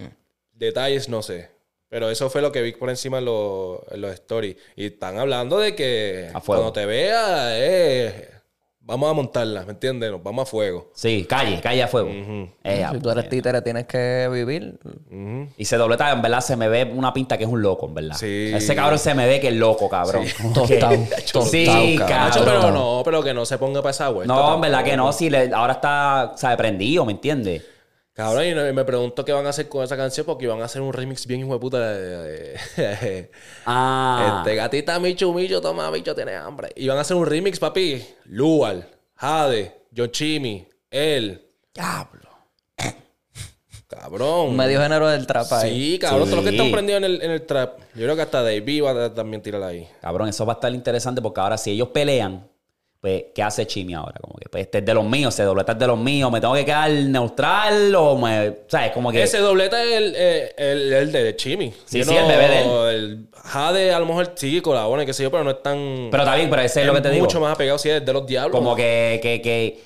Detalles no sé. Pero eso fue lo que vi por encima en, los- en los stories. Y están hablando de que A fuego. cuando te vea, eh, vamos a montarla, ¿me entiendes? Nos vamos a fuego. Sí, calle, calle a fuego. Ey, Si tú eres títere, tienes que vivir. Y se dobleta, en verdad, se me ve una pinta que es un loco, en verdad. Sí. Ese cabrón se me ve que es loco, cabrón. Como que- Tostado, tostado, sí, cabrón. Nacho, cabrón. pero no, pero que no se ponga para esa vuelta. No, en tampoco. verdad que no. Si le- ahora está, sabe, prendido, ¿me entiendes? Cabrón, y no- y me pregunto qué van a hacer con esa canción porque iban a hacer un remix bien hijo de puta de- de- Ah. Este, gatita Michu Micho, toma bicho, tiene hambre. Y van a hacer un remix, papi. Lual, Jade, Yochimi, él. Diablo. Cabrón. Un medio género del trap ahí. Sí, cabrón, todos los que Sí. están prendidos en el, en el trap. Yo creo que hasta David va a también tirar ahí. Cabrón, eso va a estar interesante porque ahora si ellos pelean, pues, ¿qué hace Chimi ahora? Como que, pues, este es de los míos, se dobleta es de los míos, me tengo que quedar neutral o me. ¿Sabes? Como que. Ese dobleta es el, eh, el, el de Chimi. Sí, sí, el bebé de él. el Jade, a lo mejor sí, colabora, qué sé yo, pero no es tan. Pero está bien, pero ese es lo que te digo. Mucho más apegado si es de los diablos. Como que, que, que.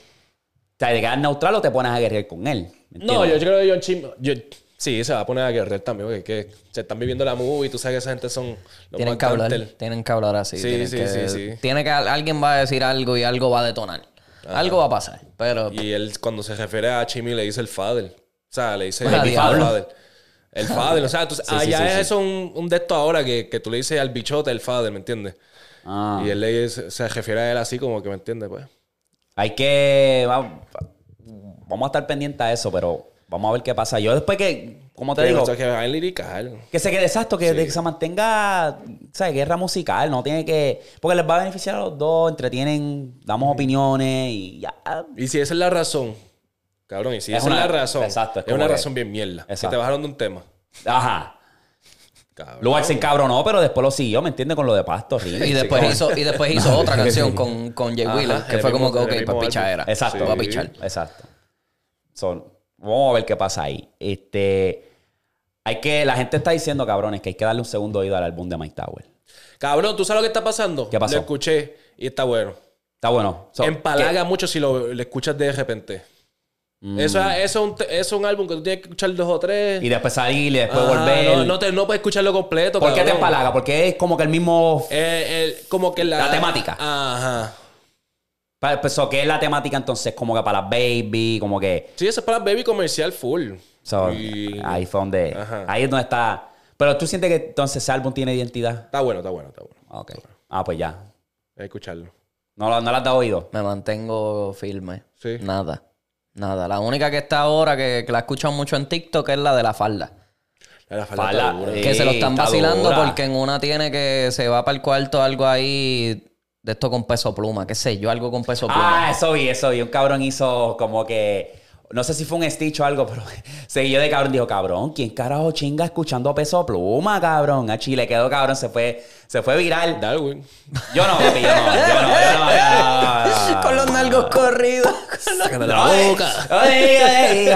¿Te quedas neutral o te pones a guerrear con él? ¿Me No, entiendes? yo creo que John Chim. yo- sí, se va a poner a guerrear también, porque que se están viviendo la movie, tú sabes que esa gente son los Tienen más que hablar. cartel. Tienen que hablar así. Sí, tienen sí, que- sí, sí. Tiene que, alguien va a decir algo y algo va a detonar. Algo va a pasar. Pero Y él, cuando se refiere a Chimi, le dice el father. O sea, le dice el Ah, diablo. father. El father. O sea, entonces, sí, allá sí, es sí. eso un, un de esto ahora que, que tú le dices al bichote el father, ¿me entiendes? Ah. Y él le dice- se refiere a él así como que, ¿me entiendes? Pues. Hay que. va- vamos a estar pendientes a eso, pero vamos a ver qué pasa. Yo después que. Como te Pero digo. esto es que va a lirical. Que se quede exacto, que, que se mantenga, ¿sabes? Guerra musical, no tiene que. Porque les va a beneficiar a los dos, entretienen, damos opiniones y ya. Y si esa es la razón, cabrón, y si Es esa una- es la razón, exacto, es es, una como que- razón bien mierda. Si Exacto. te bajaron de un tema, Ajá. cabrón. Lugar se encabronó, pero después lo siguió, ¿me entiendes? Con lo de Pasto, Rini. Y después hizo, y después hizo otra canción con, con Jay Ajá, Wheeler, que el fue mismo- como que, el ok, mismo para pichar álbum. era. Exacto. Para pichar. Exacto. So, vamos a ver qué pasa ahí. Este. Hay que. La gente está diciendo, cabrones, que hay que darle un segundo oído al álbum de Mike Tower. Cabrón, ¿tú sabes lo que está pasando? ¿Qué pasó? Lo escuché y está bueno. Está bueno. So, Empalaga mucho si lo, lo escuchas de repente. Eso, es- eso, es un, te- eso es un álbum que tú tienes que escuchar dos o tres. Mm. Y después salir, y después Ajá, volver. Ah, No, no, te, no puedes escucharlo completo. ¿Por qué te cabrón. empalaga? Porque es como que el mismo. Eh, el- como que la, La temática. Ajá. Pa- Pues, so, ¿qué es la temática entonces? Como que para las baby, como que. Sí, eso es para Baby comercial full. so, Y- Ahí fue donde. Ajá. Ahí es donde está. Pero tú sientes que entonces ese álbum tiene identidad. Está bueno, está bueno, está bueno. Ah, Ok. Ah, pues ya. Hay que escucharlo. No, lo- no la has dado oído. Me mantengo firme. Sí. Nada. Nada. La única que está ahora, que, que la escuchan mucho en TikTok, es la de la falda. La, la falda Falda, está dura. eh. Que se lo Sí, están está vacilando dura. porque en una tiene que se va para el cuarto algo ahí de esto con peso pluma, qué sé yo, algo con peso pluma. Ah, eso vi, eso vi. Un cabrón hizo como que. No sé si fue un Stitch o algo, pero seguido de cabrón. Dijo, cabrón, ¿quién carajo chinga escuchando a peso pluma, cabrón? A Chile quedó cabrón, se fue, se fue viral. Darwin. Yo no, papi, yo no, yo no, yo no, yo no. con los nalgos corridos, con los, No, eh. Oye, oye, oye.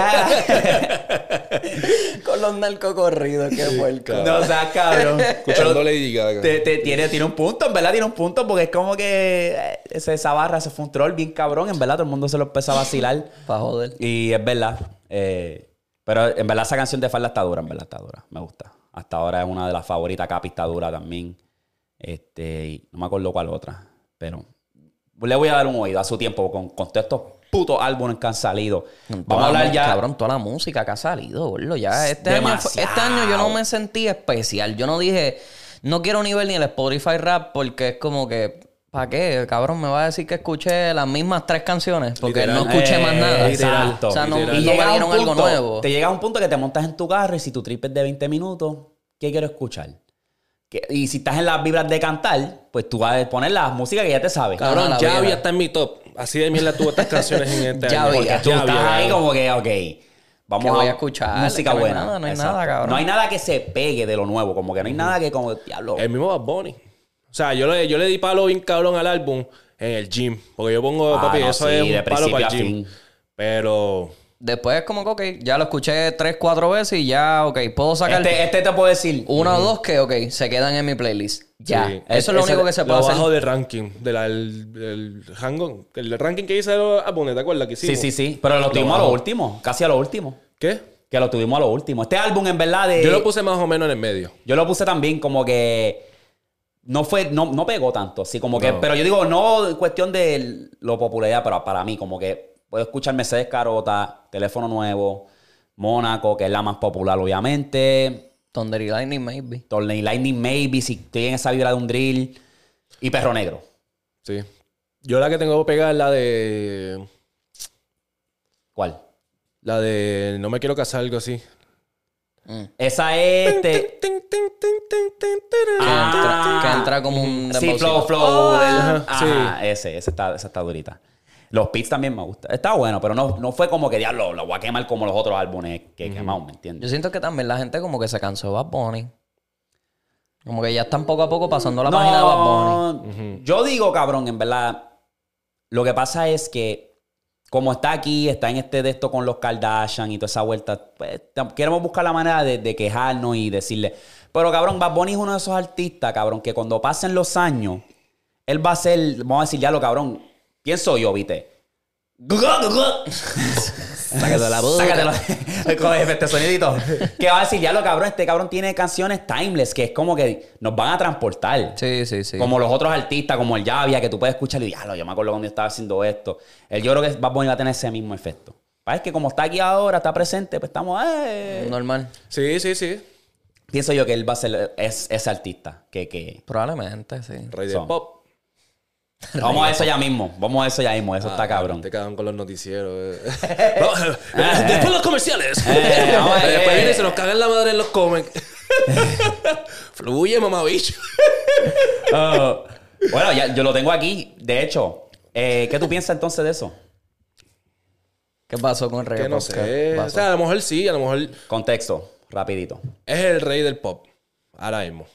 con los nalgos corridos, qué puerco. No seas cabrón. Escuchando Lady Gaga. Te- te- tiene, tiene un punto, en verdad tiene un punto, porque es como que eh, ese- esa barra, ese fue un troll bien cabrón, en verdad todo el mundo se lo empezó a vacilar. Pa' joder. Y es verdad. eh, pero en verdad esa canción de Falda está dura, en verdad está dura. Me gusta. Hasta ahora es una de las favoritas. Capi está dura también. Este, y no me acuerdo cuál otra. Pero le voy a dar un oído a su tiempo con, con todos estos putos álbumes que han salido. Vamos Toda a la hablar mu- ya. Cabrón, toda la música que ha salido, boludo. Ya este año, fue- Demasiado. este año yo no me sentí especial. Yo no dije, no quiero ni ver ni el Spotify rap porque es como que, ¿para qué? Cabrón, me va a decir que escuché las mismas tres canciones porque Literal. no escuché más Eh, nada. exacto. O sea, no, Literal. no Y me llega un dieron algo punto- nuevo. Te llega un punto que te montas en tu carro y si tu trip es de 20 minutos, ¿qué quiero escuchar? Que- Y si estás en las vibras de cantar, pues tú vas a poner la música que ya te sabes. Claro, Cabrón, la ya vida. había está en mi top. Así de mierda tuvo estas canciones en este Ya año. había. Tú estás había, ahí cabrón. como que, ok, vamos ¿Qué voy a escuchar? Música Es que no hay buena. nada, no hay Exacto. nada, cabrón. No hay nada que se pegue de lo nuevo, como que no hay nada que como, diablo. Eh, El mismo Bad Bunny. O sea, yo le, yo le di palo bien cabrón al álbum en el gym. Porque yo pongo, Ah, papi, no, eso sí, es un de palo principio para el a gym. fin. Pero Después es como que, ok, ya lo escuché tres, cuatro veces y ya, ok, puedo sacar Este, este te puedo decir. una o dos que, ok, se quedan en mi playlist. Ya. Sí. Eso es lo Ese- único que se lo puede hacer. bajo del ranking. De la- el, el hang-on, el ranking que hice de los álbumes, ¿te acuerdas? Que Sí, hicimos? sí, sí. Pero lo tuvimos a lo último, casi a lo último. ¿Qué? Que lo tuvimos a lo último. Este álbum, en verdad, de. Eh, Yo lo puse más o menos en el medio. Yo lo puse también como que no fue, no, no pegó tanto, así como que, pero yo digo, no en cuestión de lo popularidad, pero para mí, como que puedo escuchar Mercedes Carota, Teléfono Nuevo, Mónaco, que es la más popular, obviamente, Thunder y Lightning, maybe. Torney Lightning Maybe, si estoy en esa vibra de un drill, y Perro Negro. Sí. Yo la que tengo pegada es la de. ¿Cuál? La de. No me quiero casar, algo así. Esa es este. Tin, tin, tin, tin, tin, tin. Que, Ah. entra, que entra como un Sí, depósito. Flow, Flow. del- Ajá, ajá, Ah, ese, ese está, esa está durita. Los Pits también me gusta. Está bueno, pero no, no fue como que diablo, lo voy a quemar como los otros álbumes que quemamos, ¿me entiendes? Yo siento que también la gente como que se cansó de Bad Bunny. Como que ya están poco a poco pasando la página de Bad Bunny. Yo digo, cabrón, en verdad, lo que pasa es que como está aquí, está en este de esto con los Kardashian y toda esa vuelta, pues, tam- queremos buscar la manera de, de quejarnos y decirle, pero cabrón, Bad Bunny es uno de esos artistas, cabrón, que cuando pasen los años, él va a ser, vamos a decir, ya lo cabrón, pienso yo, viste. Sácatelo la boca. Con este sonidito. Que va a decir, ya lo cabrón, este cabrón tiene canciones timeless, que es como que nos van a transportar. Sí, sí, sí. Como los otros artistas, como el Yavia, que tú puedes escuchar y diablo, yo me acuerdo cuando yo estaba haciendo esto. El yo creo que Bad Bunny va a tener ese mismo efecto. Pues Es que como está aquí ahora, está presente, pues estamos. eh. Normal. Sí, sí, sí. Pienso yo que él va a ser es, ese artista. Que, que... Probablemente, sí. Rey del Son. pop. Vamos a eso ya mismo. Vamos a eso ya mismo. Eso Pues está cabrón. Ah, Te cagan con los noticieros. eh. No, Después los comerciales. Eh, vamos a ver. Después viene y se nos cagan la madre en los comen. Fluye, mamabicho. Oh. bueno, ya, yo lo tengo aquí. De hecho, eh, ¿qué tú piensas entonces de eso? ¿Qué pasó con Rey Que no Podcast? sé. O Pasó. sea, a lo mejor sí, a lo mejor Contexto, rapidito. es el rey del pop. Ahora mismo.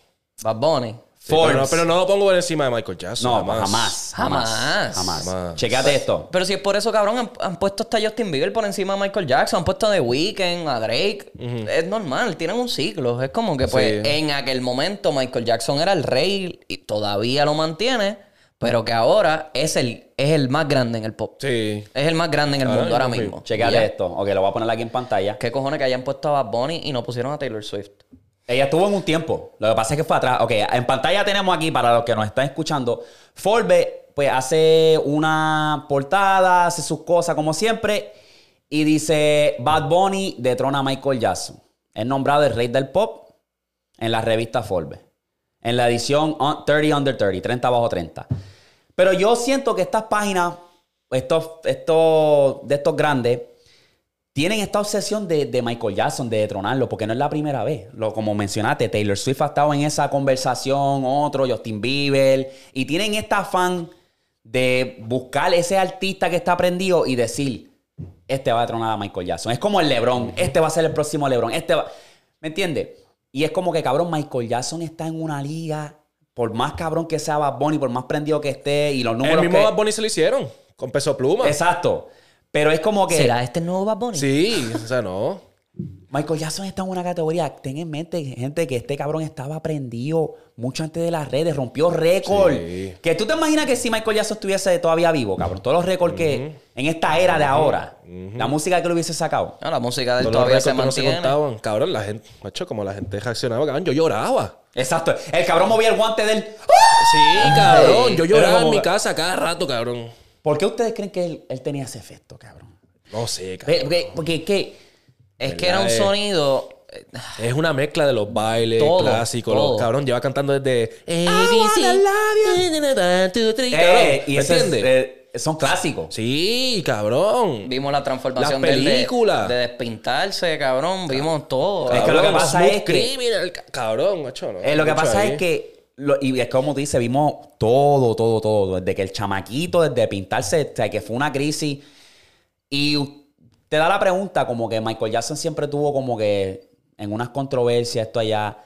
Bad Bunny. Sí, pero, no, Forbes. pero no lo pongo por encima de Michael Jackson. No, jamás. Jamás. Jamás. Jamás. Jamás. Chequéate esto. Pero si es por eso, cabrón, han, han puesto hasta Justin Bieber por encima de Michael Jackson, han puesto a The Weeknd, a Drake. Es normal, tienen un ciclo. Es como que, Sí. pues, en aquel momento Michael Jackson era el rey y todavía lo mantiene, pero que ahora es el, es el más grande en el pop. Sí. Es el más grande en el Ahora mundo ahora mismo, mismo. Chequéate Ya. esto. Ok, lo voy a este. poner aquí en pantalla. ¿Qué cojones que hayan puesto a Bad Bunny y no pusieron a Taylor Swift? Ella estuvo en un tiempo. Lo que pasa es que fue atrás. Ok, en pantalla tenemos aquí, para los que nos están escuchando, Forbes pues hace una portada, hace sus cosas como siempre y dice Bad Bunny detrona a Michael Jackson. Es nombrado el rey del pop en la revista Forbes, en la edición on- 30 Under 30, 30 bajo 30. Pero yo siento que estas páginas, estos, estos, de estos grandes, tienen esta obsesión de, de Michael Jackson, de tronarlo, porque no es la primera vez. Lo, como mencionaste, Taylor Swift ha estado en esa conversación, otro, Justin Bieber, y tienen este afán de buscar ese artista que está prendido y decir, este va a tronar a Michael Jackson. Es como el Lebron, este va a ser el próximo Lebron, este va... ¿Me entiendes? Y es como que, cabrón, Michael Jackson está en una liga, por más cabrón que sea Bad Bunny, por más prendido que esté, y los números El mismo que- Bad Bunny se lo hicieron. Con peso pluma. Exacto. Pero es como que... ¿Será este el nuevo Bad Bunny? Sí, o sea, no. Michael Jackson está en una categoría. Ten en mente, gente, que este cabrón estaba prendido mucho antes de las redes, rompió récord. Sí. Que tú te imaginas que si Michael Jackson estuviese todavía vivo, cabrón. Todos los récords que en esta era de ahora, la música que lo hubiese sacado. No, Ah, la música de él Todos los todavía se récords que no mantiene. contaban. Cabrón, la gente, macho, como la gente reaccionaba, cabrón, yo lloraba. Exacto. El cabrón movía el guante del. Sí, cabrón, yo Era lloraba en como- mi casa cada rato, cabrón. ¿Por qué ustedes creen que él, él tenía ese efecto, cabrón? No sé, Ve- cabrón. Porque, porque es que. Es que era un ¿Verdad, eh? sonido. eh, Es una mezcla de los bailes Todo, clásicos. los- todo. cabrón, lleva cantando desde. wanna Eh, y ¿Me ese es- entiendes? eh, son clásicos. Sí, cabrón. Vimos la transformación Las de él de- películas. De, despintarse, cabrón. Vimos todo. Es que lo que Cabrón, pasa Smooth es que- Criminal, ca- Cabrón, macho, no. Eh, lo que Mucho pasa ahí. es que, lo- y es como tú dices, vimos todo, todo, todo. Desde que el chamaquito, desde pintarse, o sea, que fue una crisis. Y u- te da la pregunta, como que Michael Jackson siempre tuvo como que en unas controversias, esto allá.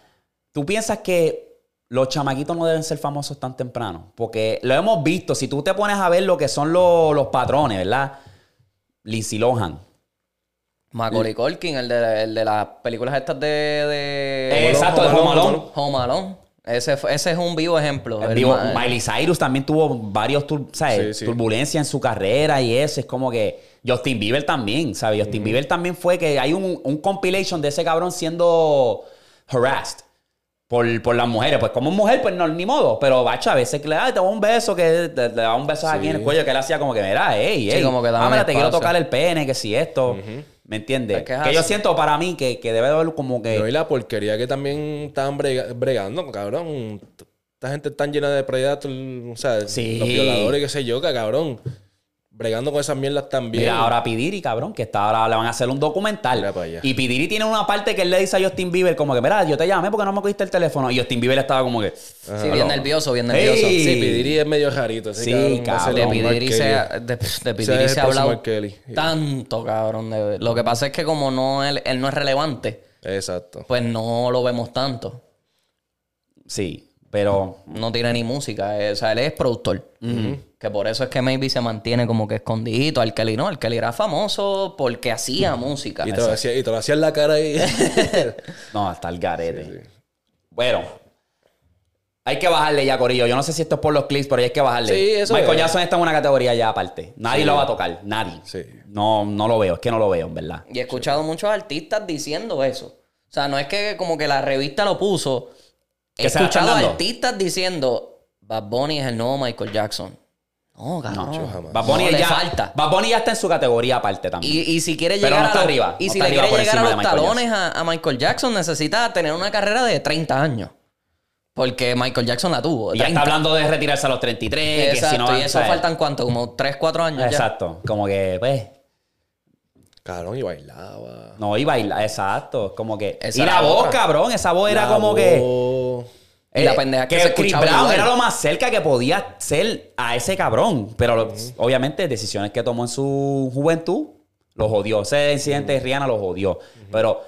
¿Tú piensas que los chamaquitos no deben ser famosos tan temprano? Porque lo hemos visto, si tú te pones a ver lo que son lo- los patrones, ¿verdad? Lindsay Lohan. Macaulay Culkin, el de, el de las películas estas de... de- Eh, exacto, de Home Home Alone, Alone. Home Alone. Ese, fue- ese es un vivo ejemplo. El Digo, ma- Miley Cyrus también tuvo varios tur- ¿sabes? Sí, sí. turbulencia en su carrera y eso. Es como que Justin Bieber también, ¿sabes? Justin Bieber también fue que hay un, un compilation de ese cabrón siendo harassed por, por las mujeres. Pues como mujer, pues no, ni modo. Pero, bacho, a veces que le da, te da un beso, que te, te da un beso aquí en el cuello, que él hacía como que, mira, ey, Sí, ey, como que dame ámela, te quiero espacio". tocar el pene, que si esto, ¿me entiendes? Es que Que, es yo así. siento para mí que, que debe de haber como que... No, y la porquería que también estaban brega- bregando, cabrón. Esta gente tan llena de predator, o sea, Sí. los violadores, qué sé yo, que, cabrón. Bregando con esas mierdas también. Mira, ahora Pidiri, cabrón, que está ahora le van a hacer un documental. Mira para allá. Y Pidiri tiene una parte que él le dice a Justin Bieber, como que, mira, yo te llamé porque no me cogiste el teléfono. Y Justin Bieber estaba como que. Sí, bien nervioso, bien Ey, nervioso. Sí, Pidiri es medio jarito. ese Sí, va a ser cabrón. De un Pidiri se porquería. ha, de, de Pidiri Ese es el se ha hablado próximo R. Kelly. tanto, cabrón. de- lo que pasa es que como no él, él no es relevante, Exacto. pues no lo vemos tanto. Sí, pero. No tiene ni música. eh, o sea, él es productor. Que por eso es que Maybe se mantiene como que escondidito. Al Kelly no, al Kelly era famoso porque hacía música. Y te, lo hacía, y te lo hacía en la cara ahí. No, hasta el garete. Bueno. Hay que bajarle ya, Corillo. Yo no sé si esto es por los clips, pero hay que bajarle. Sí, eso Michael es. Jackson está en una categoría ya aparte. Nadie lo va a tocar. Nadie. Sí. No, no lo veo. Es que no lo veo, en verdad. Y he escuchado muchos artistas diciendo eso. O sea, no es que como que la revista lo puso. He Que se la están escuchado dando. artistas diciendo, Bad Bunny es el nuevo Michael Jackson. No, cabrón. yo jamás. Bad Bunny No, le ya, falta. Bad Bunny ya está en su categoría aparte también. Y, y si quiere Pero llegar no está a los- arriba, y no si está le arriba quiere por llegar a encima de los Michael talones a, a Michael Jackson, necesita tener una carrera de 30 años. Porque Michael Jackson la tuvo. de Y ya 30. está hablando de retirarse a los 33. Pues Exacto. que si no, y eso ¿sabes? faltan cuánto, como 3, 4 años. ya. Exacto. Como que, pues, cabrón, y bailaba. no, y baila, exacto. es Como que. Esa y era la voz, otra. cabrón. Esa voz era La como que. voz. Y la pendeja que se Eh, Chris escuchaba en el Brown lugar. era lo más cerca que podía ser a ese cabrón. Pero lo- obviamente, decisiones que tomó en su juventud lo jodió. Ese incidente de Rihanna lo jodió. Pero.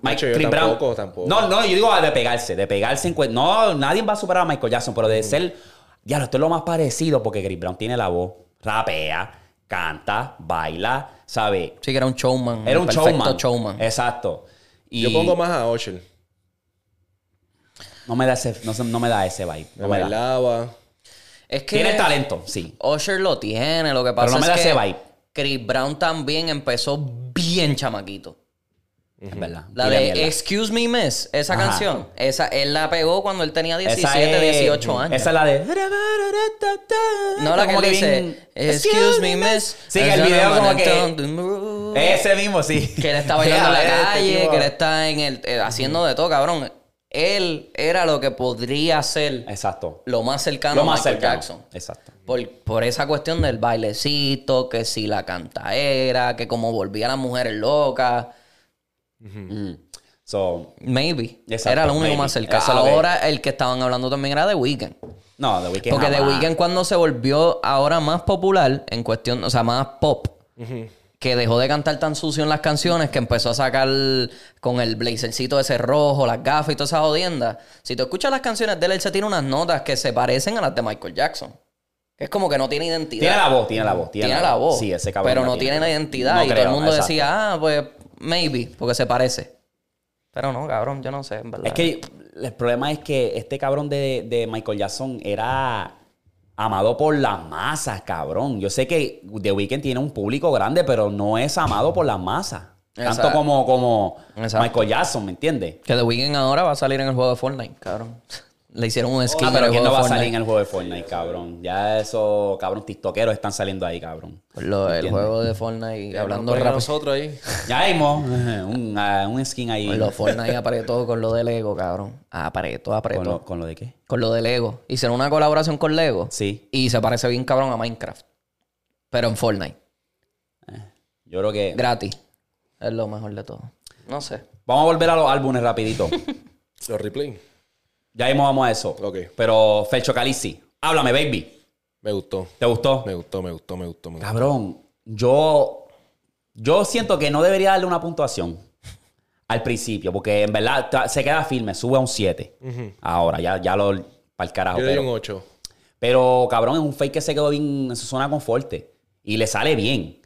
Macho, yo tampoco, tampoco. No, no, yo digo ah, de pegarse, de pegarse en cuen- No, nadie va a superar a Michael Jackson, pero de ser. Diablo, esto es lo más parecido porque Chris Brown tiene la voz, rapea, canta, baila, ¿sabe? Sí, que era un showman. Era un perfecto showman. Eh, showman. Exacto. Y Yo pongo más a Osher. no me da ese, no, se- no me da ese vibe. Me no me da. bailaba. Es que Tiene talento, sí. Usher lo tiene, lo que pasa no me da es ese que vibe. Chris Brown también empezó bien chamaquito. Es verdad. La Tira de mierda. Excuse Me Miss, esa Ajá. canción, esa él la pegó cuando él tenía 17, es- 18 años. Esa es la de. No, la que Como él dice, bien- Excuse me, miss. Sí, que el video como que. que... Ese mismo, sí. él está bailando en la Este, calle, tipo- que él está en el, eh, haciendo de todo, cabrón. él era lo que podría ser Exacto. lo más cercano Lo más a Michael cercano. Jackson. Exacto. Por, por esa cuestión del bailecito, que si la cantaera, que como volvía las mujeres locas. Mm. So, Maybe. Exacto, era lo único maybe. Ah, más cercano. Eso es lo que- Ahora el que estaban hablando también era de Weeknd. no, The Weeknd Porque The jamás. Weeknd cuando se volvió ahora más popular en cuestión, o sea, más pop, que dejó de cantar tan sucio en las canciones, que empezó a sacar con el blazercito ese rojo, las gafas y todas esas jodiendas. Si tú escuchas las canciones de él, él se tiene unas notas que se parecen a las de Michael Jackson. Que es como que no tiene identidad. Tiene la voz, tiene la voz. Tiene, Tiene la voz. Sí, ese cabrón. Pero la no tiene la identidad. No y todo creo, el mundo exacto. decía, ah, pues, maybe, porque se parece. Pero no, cabrón, yo no sé, en verdad. Es que el problema es que este cabrón de, de Michael Jackson era amado por las masas, cabrón. Yo sé que The Weeknd tiene un público grande, pero no es amado por las masas. Tanto Exacto. como, como Exacto. Michael Jackson, ¿me entiendes? Que The Weeknd ahora va a salir en el juego de Fortnite, cabrón. Le hicieron un skin Ah, en pero el ¿quién juego no va de a salir en Fortnite. el juego de Fortnite, cabrón? Ya esos, cabrón, tiktokeros están saliendo ahí, cabrón. Por lo del juego de Fortnite, hablando Nos pues, pega a rápido. nosotros ahí. Ya mismo, un, ah, un skin ahí. Por lo de Fortnite apretó con lo de Lego, cabrón. Apretó, apretó. ¿Con Con lo, lo, con lo de qué? de Lego. Hicieron una colaboración con Lego. Sí. Y se parece bien cabrón a Minecraft. Pero en Fortnite. Yo creo que... Gratis. Es lo mejor de todo. No sé. Vamos a volver a los álbumes rapidito. Los replay. ya mismo vamos a eso. Ok. Pero Felcho Calici, háblame, baby. Me gustó. ¿Te gustó? Me gustó, me gustó, me gustó. Me gustó. Cabrón, yo, yo siento que no debería darle una puntuación al principio, porque en verdad ta- se queda firme, sube a un 7. Ahora, ya, ya lo para el carajo. Yo le Ah, doy pero, un 8. pero, cabrón, es un fake que se quedó bien en su zona de confort y le sale bien.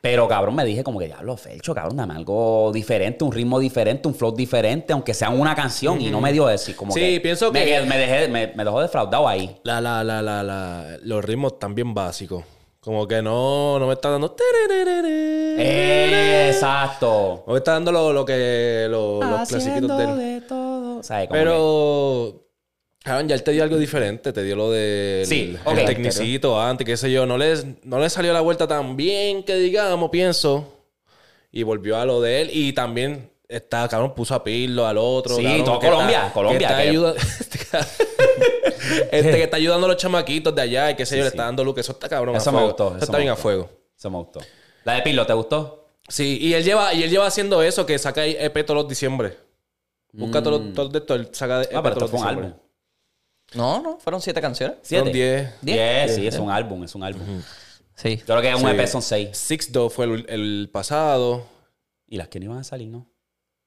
Pero cabrón, me dije como que diablo, Felcho, cabrón, dame algo diferente, un ritmo diferente, un flow diferente, aunque sea una canción, y no me dio eso. y como Sí, que pienso me, que- qued- me dejé, me, me dejó defraudado ahí. La, la, la, la, la. Los ritmos también básicos. Como que no, no me está dando. Eh. Exacto. No me está dando lo, lo que. lo- los clasiquitos del. todo. ¿Sabes? Como Pero. Cabrón, ya él te dio algo diferente. Te dio lo del Sí, el ok. tecnicito antes, qué sé yo. No le no les salió la vuelta tan bien que digamos, pienso. Y volvió a lo de él. Y también está, cabrón, puso a Pirlo al otro. Sí, cabrón, todo que Colombia, está- que Colombia, está que- ayuda- este que está ayudando a los chamaquitos de allá y qué sé yo, le está dando look. Eso está cabrón. a Eso me fuego. gustó, Eso eso está me bien a gustó. fuego. que Eso me gustó. La de Pirlo, ¿te gustó? Sí, y él lleva, y él lleva haciendo eso, que saca EP todos los diciembre. Busca todos los todos de esto, él saca EP Mm. Ah, pero todos esto los fue un diciembre. álbum. No, no. Fueron siete canciones. ¿Siete? Son 10. Diez. Diez, sí, es un álbum, es un álbum. Sí. Yo creo que un Sí. EP son seis. Six Dog fue el, el pasado. Y las que no iban a salir, ¿no?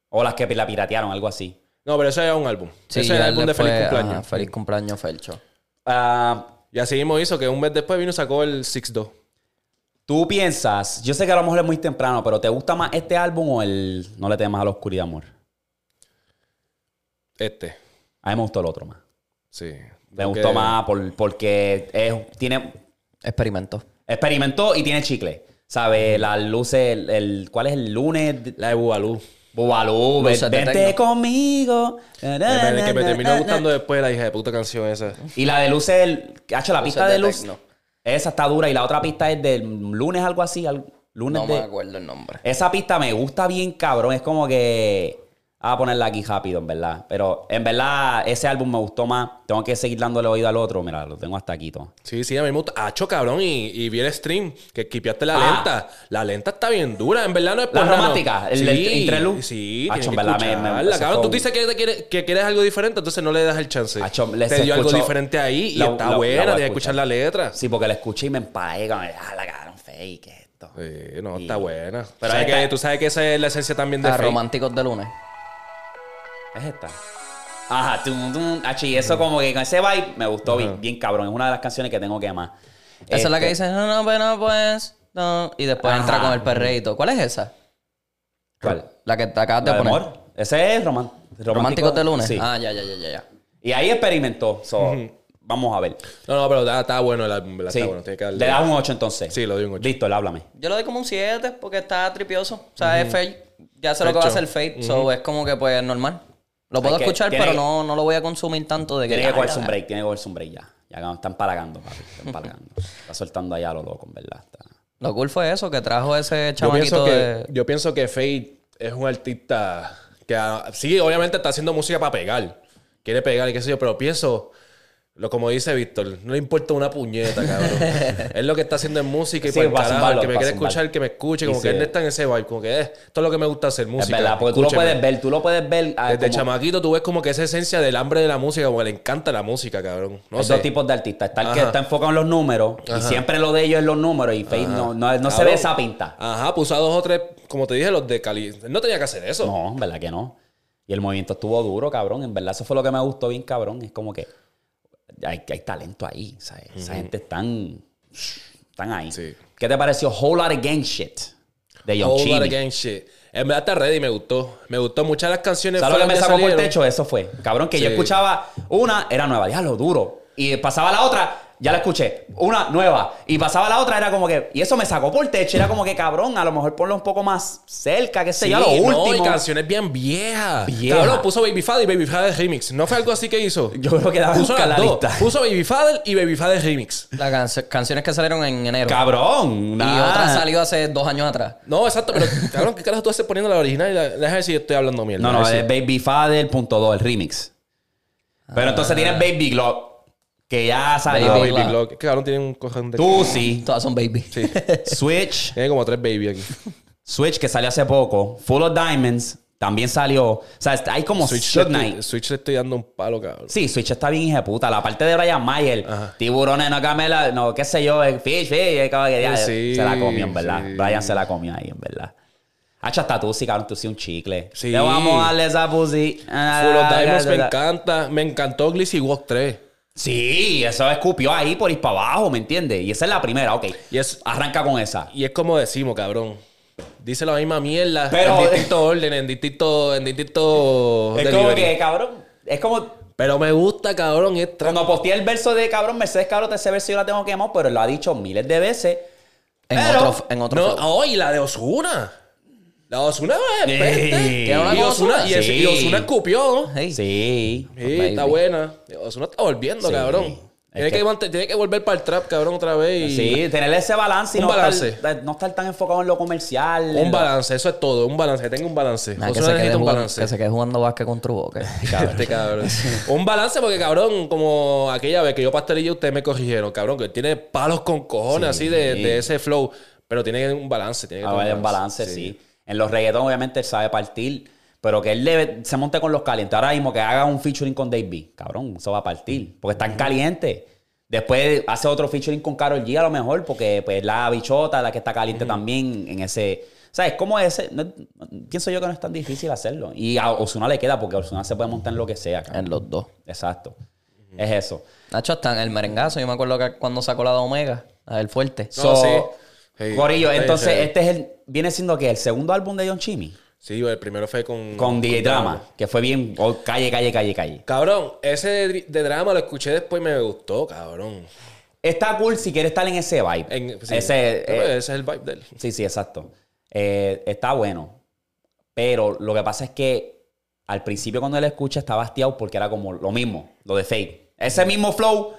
O las que la piratearon, algo así. No, pero eso era un álbum. Sí, Ese era ya el álbum de le Feliz fue- Cumpleaños. ajá, feliz cumpleaños, Felcho. Ah, Y así mismo hizo que un mes después vino y sacó el Six Dog. Tú piensas, yo sé que a lo mejor es muy temprano, pero ¿te gusta más este álbum o el No le temas a la oscuridad, amor? Este. A mí me gustó el otro más. Sí. Me Porque- gustó más por- porque es- tiene, Experimento. experimentó y tiene chicle. ¿Sabes? Las luces, el, el- ¿cuál es el lunes? La de Bubalú. Bubalú, Luces de vente tecno. conmigo. Que me, que me terminó gustando después la hija de puta canción esa. Y la de luces, el, hecho, la pista de de, luz. tecno. Esa está dura. Y la otra pista es del lunes, algo así. al- lunes No de- me acuerdo el nombre. Esa pista me gusta bien, cabrón. Es como que. ah, Voy a ponerla aquí rápido, en verdad. Pero en verdad, ese álbum me gustó más. Tengo que seguir dándole oído al otro. Mira, lo tengo hasta aquí todo. Sí, sí, a mí me gusta. Acho, cabrón, y, y vi el stream que quipiaste la Ah. lenta. La lenta está bien dura, en verdad no es La porra, no. romántica, el del interlude. Sí, Acho, tienes en que verdad, me- me- escucharla. ese Cabrón, fue tú un- dices que, te quieres- que quieres algo diferente, entonces no le das el chance. Acho, le- Te se dio algo escuchó- diferente ahí y la- está la- la voy a buena, tienes que escuchar escuchar. la letra. Sí, porque la escuché y me empaé. como, Ah, la cagaron fake esto. Sí, no, Y- está buena. Pero Pero sabes esta- que, tú sabes que esa es la esencia también de Ah, Fake. Románticos de lunes. Es esta. Ajá, tum, tum. Acho, y eso como que con ese vibe me gustó bien, bien cabrón. Es una de las canciones que Este, tengo que más. Esa es la que dice, no, no, bueno, pues, no. Y después Ajá. entra con el perreíto. ¿Cuál es esa? ¿Cuál? La que te acabas ¿La de de poner. amor? Ese es roman- romántico. Románticos de lunes. Sí. Ah, ya, ya, ya, ya, ya. Y ahí experimentó. So, Vamos a ver. No, no, pero está, está bueno el álbum, ¿verdad? Sí. Está bueno, tiene que darle. Le das un 8 entonces. Sí, le doy un ocho. Listo, le háblame. Yo le doy como un 7 porque está tripioso. O sea, es fake. Ya sé lo que va a Fecho. ser fake. So, es como que, pues, normal. Lo puedo Hay que- escuchar, tiene pero que- no, no lo voy a consumir tanto de que... Tiene que "Ay, cogerse la un break, tiene que cogerse un break ya. Ya no, están palagando, papi. Están palagando. Está soltando allá a lo loco, en verdad. Está- Lo cool fue eso, que trajo ese yo, pienso chamaquito que, de... yo pienso que Fate es un artista Que ah, sí, obviamente está haciendo música para pegar. Quiere pegar y qué sé yo, pero pienso, lo como dice Víctor, no le importa una puñeta, cabrón. es lo que está haciendo en música y Sí, para el para carajo, zumbarlo, el que me para quiere zumbar. escuchar, que me escuche, Y como que sí. él está en ese vibe, como que eh, es todo lo que me gusta hacer música. es verdad, porque tú lo escúcheme. puedes ver, tú lo puedes ver. ah, Desde como- chamaquito tú ves como que esa esencia del hambre de la música, como que le encanta la música, cabrón. No hay sé. dos tipos de artistas. Está el que Ajá. está enfocado en los números y siempre lo de ellos es los números y Faith no, no, no se Cabrón. ve esa pinta. Ajá, puso a dos o tres, como te dije, los de Cali. Él No tenía que hacer eso. No, en verdad que no. Y el movimiento estuvo duro, cabrón. En verdad, eso fue lo que me gustó bien, cabrón. Es como que hay, hay talento ahí. ¿sabes? Esa gente están, están ahí. Sí. ¿Qué te pareció Whole Lotta Gang Shit de Young Whole Lotta Chimmy? Gang Shit. En verdad está ready, me gustó. Me gustó muchas de las canciones. ¿Sabes lo que me fueron que sacó por el salieron. techo? Eso fue. Cabrón, que yo Sí. escuchaba una, era nueva, diablo, duro. Y pasaba la otra, ya la escuché, una nueva. Y pasaba la otra, era como que. Y eso me sacó por el techo. Era como que, cabrón, a lo mejor ponlo un poco más cerca, qué sé yo, a lo Sí, no, último. y canciones bien viejas. Vieja. Cabrón, puso Baby Father y Baby Father Remix. ¿No fue algo así que hizo? Yo creo que daba puso buscar las la dos. lista. Puso Baby Father y Baby Father Remix. Las cancio- canciones que salieron en enero. Cabrón, y nah. otra salió hace dos años atrás. No, exacto, pero cabrón, ¿qué carajo tú haces poniendo la original? Y la- Deja ver si yo estoy hablando mierda. No, A no, ver si- es Baby Father punto dos, el remix. Pero entonces tienes Baby Glock, que ya Ah, salió. Baby Baby Glock. Glock. Es que cabrón tiene un cojón de. Tú sí. Todas son baby. Sí. Switch, Tiene como tres baby aquí. Switch que salió hace poco. Full of Diamonds también salió. O sea, está- hay como Switch, Suge le Knight. estoy, Switch le estoy dando un palo, cabrón. Sí, Switch está bien puta. La parte de Brian Mayer, tiburones, no camela, no, qué sé yo, el fish, fish, eh, como que ya, Pues Sí, se la comió, en verdad. sí. Brian se la comió ahí, en verdad. Hacha hasta tú, sí, cabrón, tú sí un chicle. Sí. Le vamos a darle esa pussy. Ah, Full of Diamonds me encanta. Me encantó Glissy Walk 3. Sí, eso escupió ahí por ir para abajo, ¿me entiendes? Y esa es la primera, ok. Y es, Arranca con esa. y es como decimos, cabrón. Dice la misma mierda Pero- en distintos órdenes, en distintos en distintos Es como delivery. que, cabrón, es como Pero me gusta, cabrón, y es tra- cuando posteé el verso de cabrón, Mercedes, cabrón, ese verso yo la tengo quemado, pero lo ha dicho miles de veces. En Pero- otro, en otro No, flow. oh, y la de Osuna. La de Osuna Sí. es peste. ¿Tiene una Y con Osuna y, Ozuna? es- y Sí. Ozuna escupió. ¿no? Hey. Sí. Sí, está buena. Osuna está volviendo, Sí. cabrón. Es Tiene que... que- mant- tiene que volver para el trap, cabrón, otra vez. y- Sí, tener ese balance y Un no, balance. Estar, eh, no estar tan enfocado en lo comercial. en lo- Un balance, eso es todo. Un balance, que tenga un balance. Nah, que, Ozuna se quede necesita un jugando- balance. que se quede jugando básquet con Truboque. Este cabrón. un balance porque, cabrón, como aquella vez que yo pastelilla, ustedes me corrigieron, cabrón, que tiene palos con cojones así de, de ese flow. Pero tiene un balance. Tiene que A tener ver, en Ah, balance, sí. En los reggaetón, obviamente, él sabe partir. Pero que él le- se monte con los calientes. Ahora mismo que haga un featuring con Dave B. Cabrón, eso va a partir. Porque están calientes. Después hace otro featuring con Carol G a lo mejor. Porque pues la bichota, la que está caliente también en ese... ¿Sabes? Como ese... no- pienso yo que no es tan difícil hacerlo. Y a Osuna le queda porque Osuna se puede montar en lo que sea. cabrón. en los dos. Exacto. Es eso. Nacho, hasta en el merengazo. Yo me acuerdo que cuando sacó la de Omega, la del fuerte. So, No, sí. Sí. Corillo, Sí, entonces sí. este es el... Viene siendo que el segundo álbum de John Chimmy. Sí, el primero fue con. Con DJ Drama, que fue bien. oh, calle, calle, calle, calle. Cabrón, ese de, de drama lo escuché después y me gustó, cabrón. Está cool si quieres estar en ese vibe. En- sí. Ese, Pues, eh, ese es el vibe de él. sí, sí, exacto. Eh, está bueno. Pero lo que pasa es que al principio cuando él escucha estaba hastiado porque era como lo mismo, lo de fake. Ese mismo flow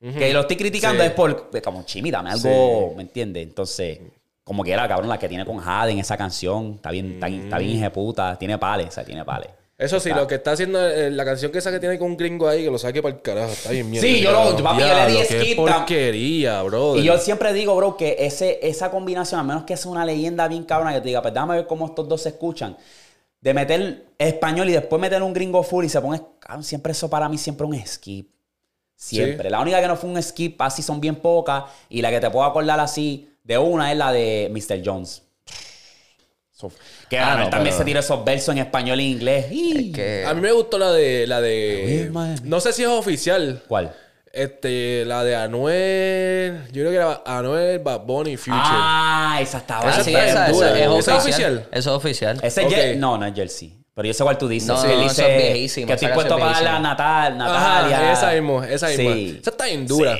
que lo estoy criticando Sí. es por. es Como chimi, dame algo, ¿me entiendes? Entonces, como que era, cabrón, la que tiene con Jaden esa canción. Está bien, está, bien- está bien ejeputa, tiene pales, o sea, tiene pales. Eso Ah. sí, lo que está haciendo eh, la canción que esa que tiene con un gringo ahí, que lo saque para el carajo. Está bien, mierda. Sí, yo lo- cabrón. papi, yo le di Diablo, qué skip tam- porquería, bro. Y yo siempre digo, bro, que ese, esa combinación, a menos que sea una leyenda bien cabrona, que te diga, pues déjame ver cómo estos dos se escuchan. De meter español y después meter un gringo full y se pone, cabrón, siempre eso para mí siempre un skip. Siempre. La única que no fue un skip, así son bien pocas. Y la que te puedo acordar así de una es la de Mr. Jones. So- que Ah, a no, ver, también pero- se tira esos versos en español e inglés. Y- Que... A mí me gustó la de. La Ay, de madre. no sé si es oficial. ¿Cuál? Este, la de Anuel. Yo creo que era Anuel, Bad Bunny, Future. Ah, esa estaba. Ah, Esa sí, está esa, bien esa dura. es ¿Esa es oficial. oficial? Eso es oficial. Ese es Ok. Jer- No, no es Jersey. Pero yo sé cuál tú dices. No, Sí, no, no, dice esa es viejísima, Que estoy esa puesto canción para es la Natal, Ajá, Natalia. esa misma, esa misma. Sí. Esa está bien dura.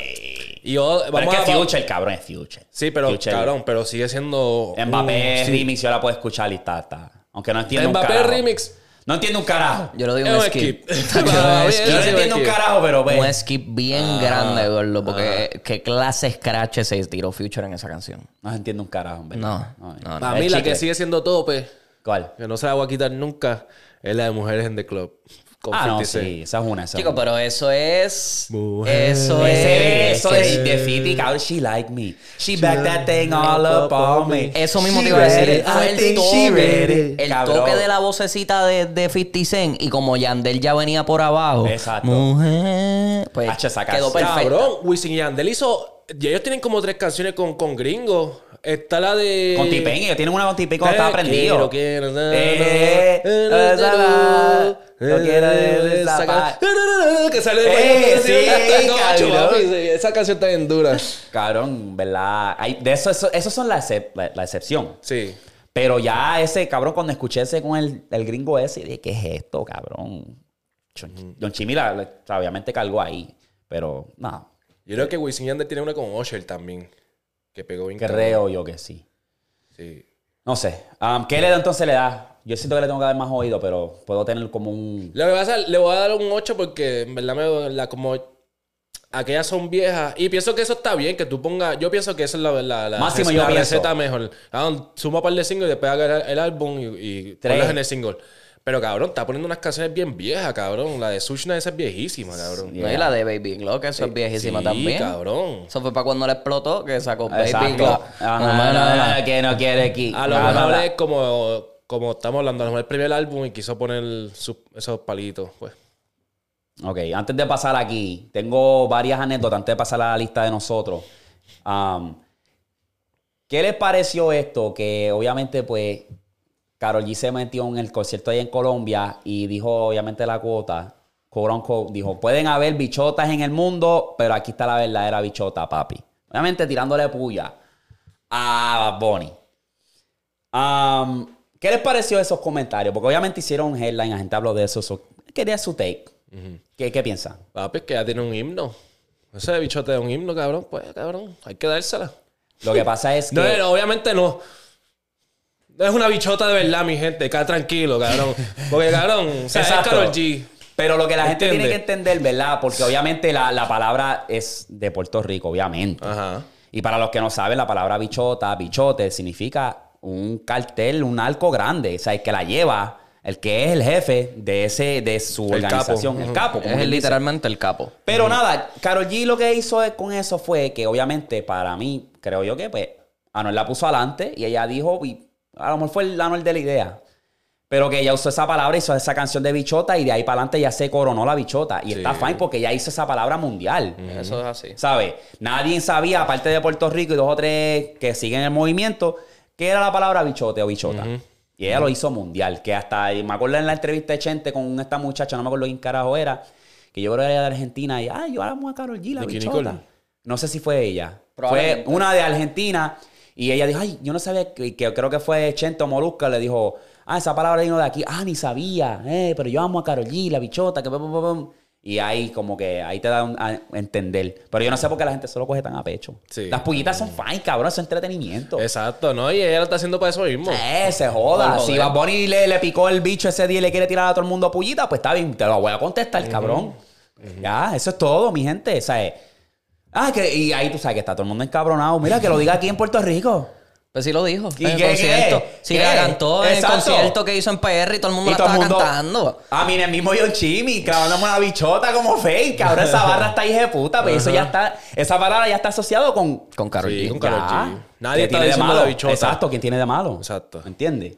Y yo, Pero es vamos que a- Future, cabrón, es Future. Sí, pero Future. cabrón, pero sigue siendo. Mbappé un- sí. Remix, yo la puedo escuchar y está, está. Aunque no entiendo Mbappé un carajo. Remix. No entiendo un carajo. Yo le doy Es un un skip. skip. Yo le doy un skip. Yo no sí, entiendo un Mikey. carajo, pero ve. Un skip bien grande, gordo. Porque qué clase scratch se tiró Future en esa canción. No entiendo un carajo, en verdad. No, no, no. Para mí, la que sí sigue siendo tope ¿Cuál? Que no se la voy a quitar nunca. Es la de Mujeres en the Club. Con Ah, no, 50 Cent. sí, esa es una. Esa es Chicos, una. pero eso es. Mujer. Eso Ese es. beso de The Fitty, cabrón, she like me. She back that thing all up on me. Eso mismo She te iba a decir. ready, Eso I es el think she ready. toque, el Cabrón. toque de la vocecita de, de 50 Cent. Y como Yandel ya venía por abajo. Exacto. Mujer. Pues Hacha, saca- quedó perfecto. Cabrón, Wisin y Yandel hizo... Y ellos tienen como tres canciones con, con gringos. Está la de... Eh, Con Tipen, ellos tienen una con Tipen cuando estaba prendido. Quiero, quiero, na, na, Eh, na, eh, na, Eh, na, no quiero desaparecer. Que sale Eh, sí, No, macho, cabrón. papi, sí, Esa canción está bien dura. Cabrón, ¿verdad? Hay- de eso, eso, esos son la, excep- la- la excepción. Sí. Pero ya ese cabrón, cuando escuché ese con el, el gringo ese, dije, ¿qué es esto, cabrón? Chon- Don Chimi, la- la- obviamente cargó ahí, pero nada, Yo creo que Wisin y Yandel tiene una con Usher también. Que pegó bien. cabrón. creo yo que sí. Sí. No sé. Um, ¿Qué le da entonces le da? Yo siento que le tengo que dar más oído, pero puedo tener como un. Lo que pasa, le voy a dar un 8 porque en verdad me la como. Aquellas son viejas. Y pienso que eso está bien, que tú pongas. Yo pienso que esa es la, la, la, Máximo la yo pienso. receta mejor. Ah, suma un par de singles y después haga el, el álbum y, y Tres. ponlas en el single. Pero cabrón, está poniendo unas canciones bien viejas, cabrón. La de Sushna esa es viejísima, cabrón. Sí, No, y la de Baby Glock, eso es viejísima Sí, también. cabrón. Eso fue para cuando le explotó que sacó Baby Exacto. Glock. Ah, No, no, no, no, no. que no quiere aquí. A lo Bla, bla, mejor bla. es como, como estamos hablando, a lo mejor el primer álbum y quiso poner sus- esos palitos, pues. Ok, antes de pasar aquí, tengo varias anécdotas antes de pasar a la lista de nosotros. Um, ¿Qué les pareció esto? Que obviamente, pues, Carol G se metió en el concierto ahí en Colombia y dijo, obviamente, la cuota. Cobrón dijo, pueden haber bichotas en el mundo, pero aquí está la verdadera bichota, papi. Obviamente tirándole puya a Bad Bunny. Um, ¿Qué les pareció esos comentarios? Porque obviamente hicieron headline, la gente habló de eso. so- quería su take. ¿Qué, qué piensa? Papi, es que ya tiene un himno. Ese bichote es un himno, cabrón. Pues, cabrón, hay que dársela. Lo que pasa es que. No, no, obviamente no. No es una bichota de verdad, mi gente. Acá tranquilo, cabrón. Porque, cabrón, o sea, Exacto. es Karol G. Pero lo que la gente tiene Entiende. que entender, ¿verdad? Porque obviamente la, la palabra es de Puerto Rico, obviamente. Ajá. Y para los que no saben, la palabra bichota, bichote, significa un cartel, un arco grande. O sea, el que la lleva, el que es el jefe de ese, de su El capo. organización, el Ujú. capo, como Es él dice. literalmente el capo. Pero nada, Carol G lo que hizo es- con eso fue que obviamente para mí, creo yo que pues Anuel la puso adelante y ella dijo, y a lo mejor fue el Anuel de la idea, pero que ella usó esa palabra, hizo esa canción de bichota y de ahí para adelante ya se coronó la bichota. Y está fine porque ya hizo esa palabra mundial. Eso es así. ¿Sabes? Nadie sabía, aparte de Puerto Rico y dos o tres que siguen el movimiento, qué era la palabra bichote o bichota. Y ella lo hizo mundial, que hasta, y me acuerdo en la entrevista de Chente con esta muchacha, no me acuerdo quién carajo era, que yo creo que era de Argentina, y, ay, yo amo a Carol G, la Nicki bichota. Nicole. No sé si fue ella. Fue Probablemente. una de Argentina, y ella dijo, ay, yo no sabía, que, que creo que fue Chente o Molusca, le dijo, ah, esa palabra vino de aquí, ah, ni sabía, eh, pero yo amo a Carol G, la bichota, que... pum, pum, pum, pum". Y ahí como que ahí te da un- a entender. Pero yo no sé por qué la gente se lo coge tan a pecho. Sí. Las pullitas son fine, cabrón, eso es entretenimiento. Exacto, ¿no? Y ella lo está haciendo para eso mismo. Eh, se joda. Por Si joder. Bad Bunny le, le picó el bicho ese día y le quiere tirar a todo el mundo pullita, pues está bien, te lo voy a contestar, cabrón. Ya, eso es todo, mi gente. O sea, eh, ah, que, y ahí tú sabes que está todo el mundo encabronado. Mira, que lo diga aquí en Puerto Rico. Pues sí lo dijo. ¿Y en el qué, concierto. qué? Sí ¿Qué? la cantó en el Exacto. concierto que hizo en PR y todo el mundo la estaba cantando. Ah, mira, el mismo John Chimmy, clavándome una bichota como fake. Cabrón, esa barra está hija de puta. Pero eso ya está, esa palabra ya está asociado con Con Karol Sí, G. con Karol Ya. G. Nadie ¿Qué está tiene de diciendo malo? la bichota. Exacto, ¿quién tiene de malo? Exacto. ¿Entiendes?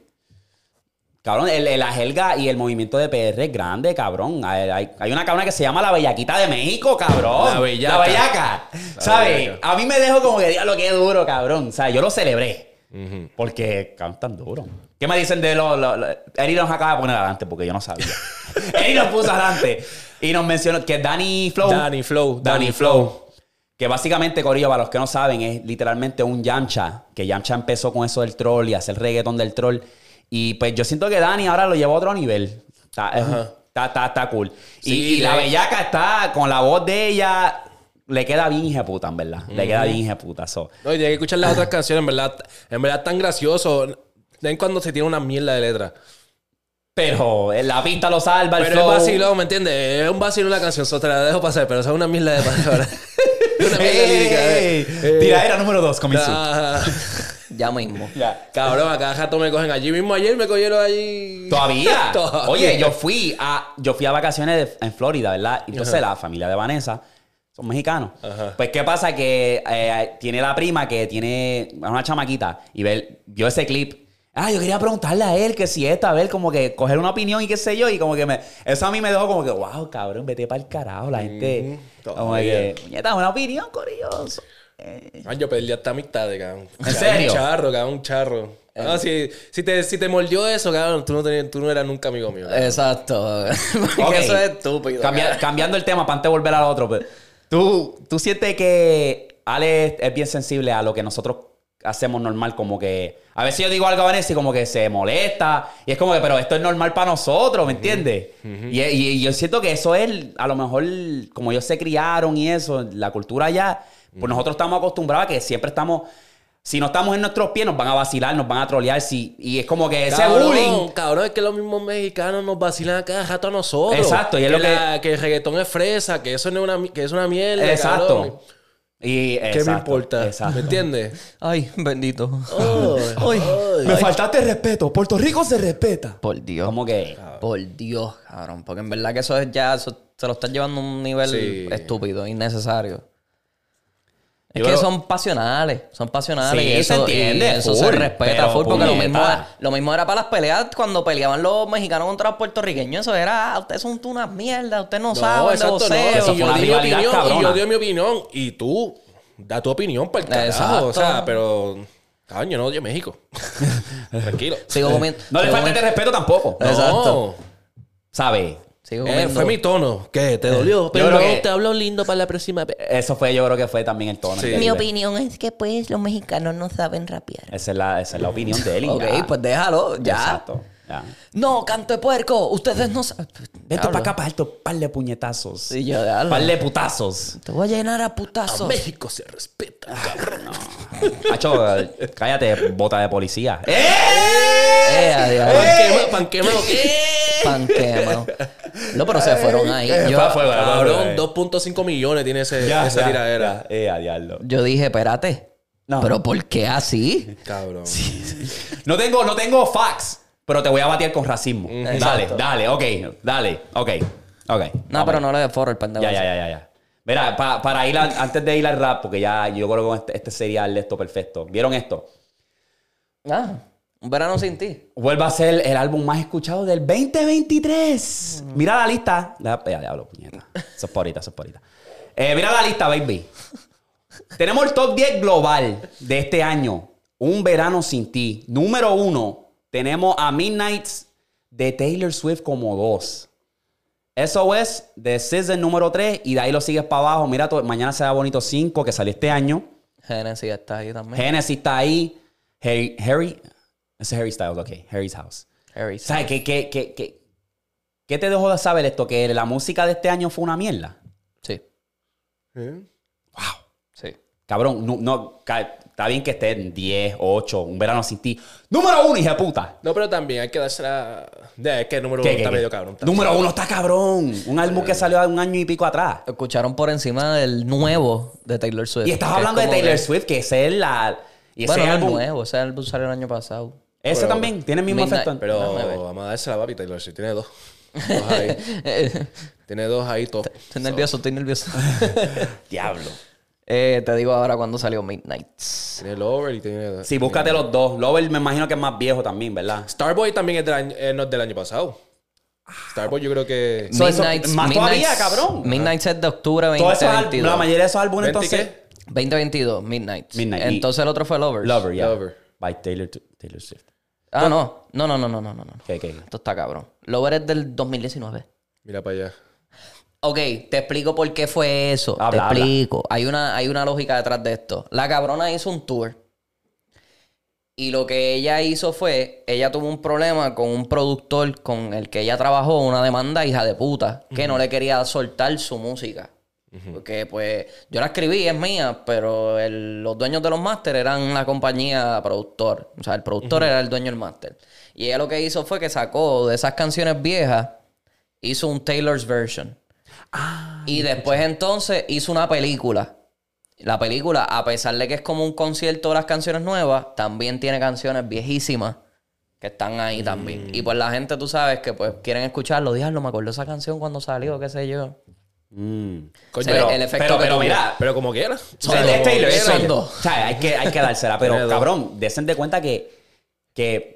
Cabrón, el- el- la jerga y el movimiento de PR es grande, cabrón. Hay, hay- hay una cabrona que se llama la Bellaquita de México, cabrón. La bellaca. La Bellaca. ¿Sabes? bellaca. A mí me dejo como que, diablo, qué duro, cabrón. O sea, yo lo celebré. Porque cantan duro. ¿Qué me dicen de los... Lo, lo- Eri nos acaba de poner adelante porque yo no sabía. Eri nos puso adelante. Y nos mencionó que Danny Flow... Danny Flow, Danny Danny Flow. Que básicamente, Corillo, para los que no saben, es literalmente un Yamcha. Que Yamcha empezó con eso del troll y hacer reggaetón del troll. Y pues yo siento que Dani ahora lo lleva a otro nivel. Está, es- está, está- está cool. Y- Sí, eh. y, la de- bellaca está con la voz de ella. Le queda bien hijeputa, en verdad. Le queda bien hijeputa. So. No, y tiene que escuchar las otras canciones, en verdad. En verdad, tan gracioso. De vez en cuando se tiene una mierda de letra. Pero eh, la pinta lo salva, el Pero es flow. vacilón, ¿me entiendes? Es un vacilón la canción, so te la dejo pasar, pero esa es una mierda de palabras. una mierda lírica. Ey, eh. Eh. Tiradera número dos, con mi suit. Ah. Ya mismo. Ya. Cabrón, acá jato me cogen allí mismo. Ayer me cogieron allí. Todavía. Todavía. Oye, yo fui a, yo fui a vacaciones de- en Florida, ¿verdad? Entonces la familia de Vanessa son mexicanos. Ajá. Pues qué pasa que eh, tiene la prima que tiene una chamaquita y ve, vio ese clip. Ah, yo quería preguntarle a él que si esta, a ver, como que coger una opinión y qué sé yo. Y como que me. Eso a mí me dejó como que, wow, cabrón, vete para el carajo. La gente. Ujú, como todavía. que, puñeta, una opinión, curioso. Ay, Ah, yo perdí hasta amistades, cabrón. Cabrón, serio? Eh. Un charro, cabrón, un charro. Ah, si, si, te, si te mordió eso, cabrón, tú no, tenías- tú no eras nunca amigo mío. Eh, cabrón. Exacto. Porque Ok. eso es estúpido. Cambia- cara. cambiando el tema, para antes de volver al otro, pero, ¿tú, tú sientes que Ale es, es bien sensible a lo que nosotros hacemos normal, como que a veces yo digo algo a Vanessa y como que se molesta, y es como que, pero esto es normal para nosotros, ¿me entiendes? y, y- y yo siento que eso es, a lo mejor, como ellos se criaron y eso, la cultura allá, pues nosotros estamos acostumbrados a que siempre estamos... Si no estamos en nuestros pies, nos van a vacilar, nos van a trolear. Si, y es como que ese Cabrón, bullying. Cabrón, es que los mismos mexicanos nos vacilan a cada rato a nosotros. Exacto, y es lo que- la- el reggaetón es fresa, que eso no es una, mi- que es una mierda. cabrón. Exacto. Y, ¿Qué me exacto, importa? exacto. ¿Me entiendes? Ay, bendito. Ay. Me faltaste respeto. Puerto Rico se respeta. Por Dios. Como que. Por Dios, cabrón. Porque en verdad que eso es ya. eso se lo están llevando a un nivel Sí. estúpido, innecesario. Es Yo que creo- son pasionales, son pasionales. Sí, y eso, se entiende, y eso full, se respeta pero full, porque lo mismo, puñeta. era, lo mismo era para las peleas cuando peleaban los mexicanos contra los puertorriqueños. Eso era, ah, ustedes son unas mierdas, ustedes no, saben de exacto, no. boxeo. Eso Y fue yo una di mi rivalidad opinión, y cabrona. yo doy mi opinión. Y tú, da tu opinión para el carajo. Exacto. O sea, pero... Cabrón, yo no odio México. Tranquilo. Sigo comiendo. eh, No le sigo falta comiendo- de respeto tampoco. No. Exacto. ¿Sabe? sigo Eh, comiendo. fue mi tono. ¿Qué? ¿Te dolió? Pero creo que- te hablo lindo para la próxima vez. Eso fue, yo creo que fue también el tono. Sí. que Mi él- opinión es que pues los mexicanos no saben rapear. Esa es la, esa es la opinión de él. y Ok, ya. pues déjalo, ya. Exacto. Ya. No, canto de puerco, ustedes no saben. Vete para acá, para esto, par de puñetazos. Sí, yo, déjalo. Par de putazos. Te voy a llenar a putazos. México se respeta. Macho, cállate, bota de policía. ¡Eh! Eh, adiós. Panquema, panquema, Eh. Pan quemado. No, pero se fueron ahí. Yo, fue, fue, Cabrón, fue. 2.5 millones tiene ese, Ya, esa ya, tiradera. ya. Eh, a diablo. yo dije, espérate. No. ¿Pero por qué así? Cabrón. No tengo, no tengo facts, pero te voy a batear con racismo. Dale, Exacto. dale, ok, dale, ok, ok. No, pero no le de foro el pendejo. Ya, ya, ya, ya, ya. Mira, pa- para ir al- antes de ir al rap, porque ya yo creo que este, este sería el de esto perfecto. ¿Vieron esto? Ah, un verano sin ti. Vuelve a ser el álbum más escuchado del 2023. Mira la lista. Ya, ya, diablo, puñeta. Eso es por ahorita, eso es por ahorita. Eh, mira la lista, baby. Tenemos el top 10 global de este año. Un verano sin ti. Número uno, tenemos a Midnights de Taylor Swift como dos. Eso es de Season número 3 y de ahí lo sigues para abajo. Mira, tu- mañana será bonito 5 que salió este año. Genesis está ahí también. Genesis está ahí. Harry, Harry, ese es Harry Styles, ok. Harry's House. Harry. ¿Sabes qué, qué, qué, qué, qué te dejó de saber esto? Que la música de este año fue una mierda. Sí, ¿Eh? sí. Cabrón, no, no, ca- está bien que esté en 10, 8, un verano sin ti. Número uno, hija de puta. No, pero también hay que dársela. Ya, es que el número ¿Qué, uno qué, está qué? medio cabrón. también. Número uno está cabrón. Un álbum que salió un año y pico atrás. Escucharon por encima del nuevo de Taylor Swift. Y estás que es hablando de como Taylor que- Swift, que ese es la. Y ese Bueno, no es álbum. nuevo. Ese álbum salió el año pasado. Ese Pero- también tiene el mismo Midnight, efecto. Pero Dame a ver. vamos a dársela, papi. Taylor Swift tiene dos. Dos ahí. estoy tiene dos ahí top. nervioso, Eh, estoy nervioso. Diablo. Eh, te digo ahora cuando salió Midnights. Tiene el over y tiene. Sí, búscate los dos. Lover me imagino que es más viejo también, ¿verdad? Starboy también es del año, eh, no es del año pasado. Starboy yo creo que. So, eso- más todavía, Midnights- cabrón. Midnights es de octubre Todos esos al- 2022. la mayoría de esos álbumes, 20 entonces. qué? 2022, Midnight. Midnight, y- Entonces el otro fue Lovers. Lover, ya. Lover. By Taylor, Taylor Swift. Ah, no. No, no, no, no, no, no. no. ¿Qué, qué? Esto está cabrón. Lover es del 2019. Mira para allá. Ok, te explico por qué fue eso. Habla, te habla. explico. Hay, una, hay una lógica detrás de esto. La cabrona hizo un tour. Y lo que ella hizo fue, ella tuvo un problema con un productor con el que ella trabajó, una demanda hija de puta, que no le quería soltar su música. Porque pues yo la escribí, es mía, pero el- los dueños de los máster eran la compañía productor. O sea, el productor era el dueño del máster. Y ella lo que hizo fue que sacó de esas canciones viejas, hizo un Taylor's version. y después entonces hizo una película. La película, a pesar de que es como un concierto de las canciones nuevas, también tiene canciones viejísimas que están Mm. ahí también. Y pues la gente, tú sabes, que pues quieren escucharlo. Diablo, me acuerdo esa canción cuando salió, qué sé yo. Mm. O sea, pero, el efecto pero, que pero tuvo. mira, Pero como quiera. o sea, es Taylor, ¿eh? es son Taylor. dos. O sea, hay que, hay que dársela, pero cabrón, desen de cuenta que, que,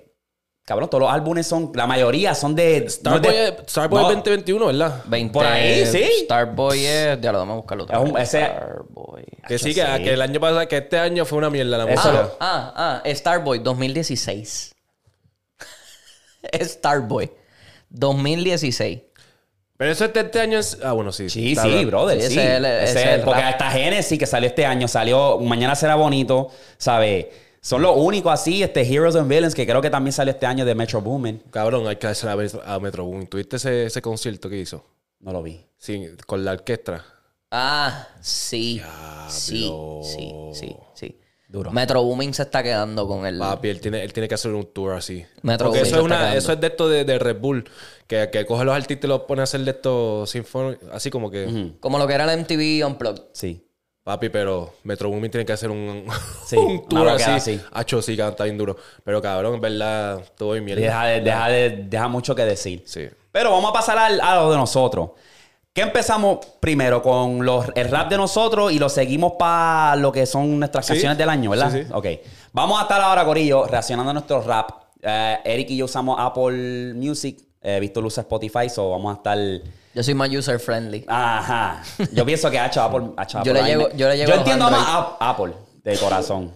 cabrón, todos los álbumes son, la mayoría son de... no es Starboy, de- es- Starboy no, 2021, ¿verdad? 20, Por ahí, sí. Starboy es... Ya lo vamos a buscarlo otra Es un- vez. ese- Starboy. Que sí, Yo que, sé. que el año pasado, que este año fue una mierda la Eso música. lo- Ah, ah, Starboy 2016. Starboy 2016. Pero eso este, este año es. Ah, bueno, sí. Sí, Está sí, bien. brother, Sí, sí. ese es el- Ese ese es es el porque rap. hasta Genesis que salió este año, salió Mañana será bonito, ¿sabes? Son los únicos así, este Heroes and Villains, que creo que también salió este año de Metro Boomin. Cabrón, hay que hacer a, Metro- a Metro Boom. ¿Tuviste ese, ese concierto que hizo? No lo vi. Sí, con la orquesta. Ah, sí. Sí, Diablo. sí, sí, sí. Duro. Metro Booming se está quedando con el. Papi, él tiene, él tiene que hacer un tour así. Metro Porque eso Boom se es, está una, cagando. eso es de esto de, de Red Bull. Que, que coge los artistas y los pone a hacer de estos sinfónicos. Así como que. Como lo que era la MTV Unplugged. Sí. Papi, pero Metro Booming tiene que hacer un, Sí, un tour una bloqueada, así. sí. Hacho, sí, canta bien duro. Pero cabrón, en verdad, todo bien mierda. Deja, de- deja, de- deja mucho que decir. Sí. Pero vamos a pasar al- a lo de nosotros. ¿Qué empezamos primero? Con los, el rap de nosotros y lo seguimos para lo que son nuestras Sí. canciones del año, ¿verdad? Sí, sí. Ok. Vamos a estar ahora, Corillo, reaccionando a nuestro rap. Eh, Eric y yo usamos Apple Music. Eh, Víctor usa Spotify, so vamos a estar. Yo soy más user friendly. Ajá. Yo pienso que ha hecho Apple. ha hecho Apple. Yo le Ahí llego- me- yo le llego a los entiendo Android. más a- Apple de corazón.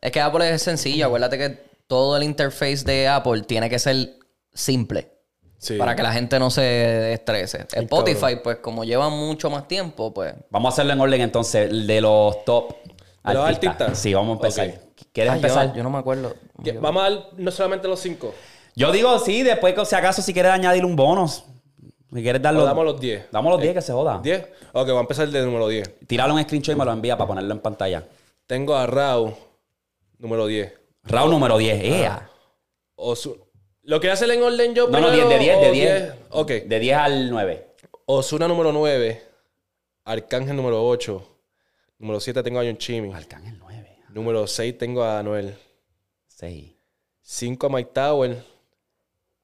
Es que Apple es sencillo. Acuérdate que todo el interface de Apple tiene que ser simple. Sí. Para que la gente no se estrese. Spotify, pues como lleva mucho más tiempo, pues. Vamos a hacerlo en orden entonces, el de los top. ¿De los artistas? Sí, vamos a empezar. Ok. ¿Quieres Ah, yo- empezar? Yo, no me acuerdo. Que Vamos a dar no solamente los cinco. Yo digo sí, después que si acaso si quieres añadir un bonus. Si quieres darlo. O damos los 10. Damos los 10 que se joda. ¿Diez? Ok, va a empezar de número 10. Tíralo un screenshot y me lo envía para ponerlo en pantalla. Tengo a Rao, número 10. Oh. Round número 10. Ah. ¡Ea! Osu- ¿Lo que hacer en orden yo No, no, 10, primero de 10, o de 10. Oh, Ok. De 10 al 9. Osuna número 9. Arcángel número 8. Número 7 tengo a John Chimmy. Arcángel 9. Número 6 tengo a Anuel. 6. 5 a Mike Tower.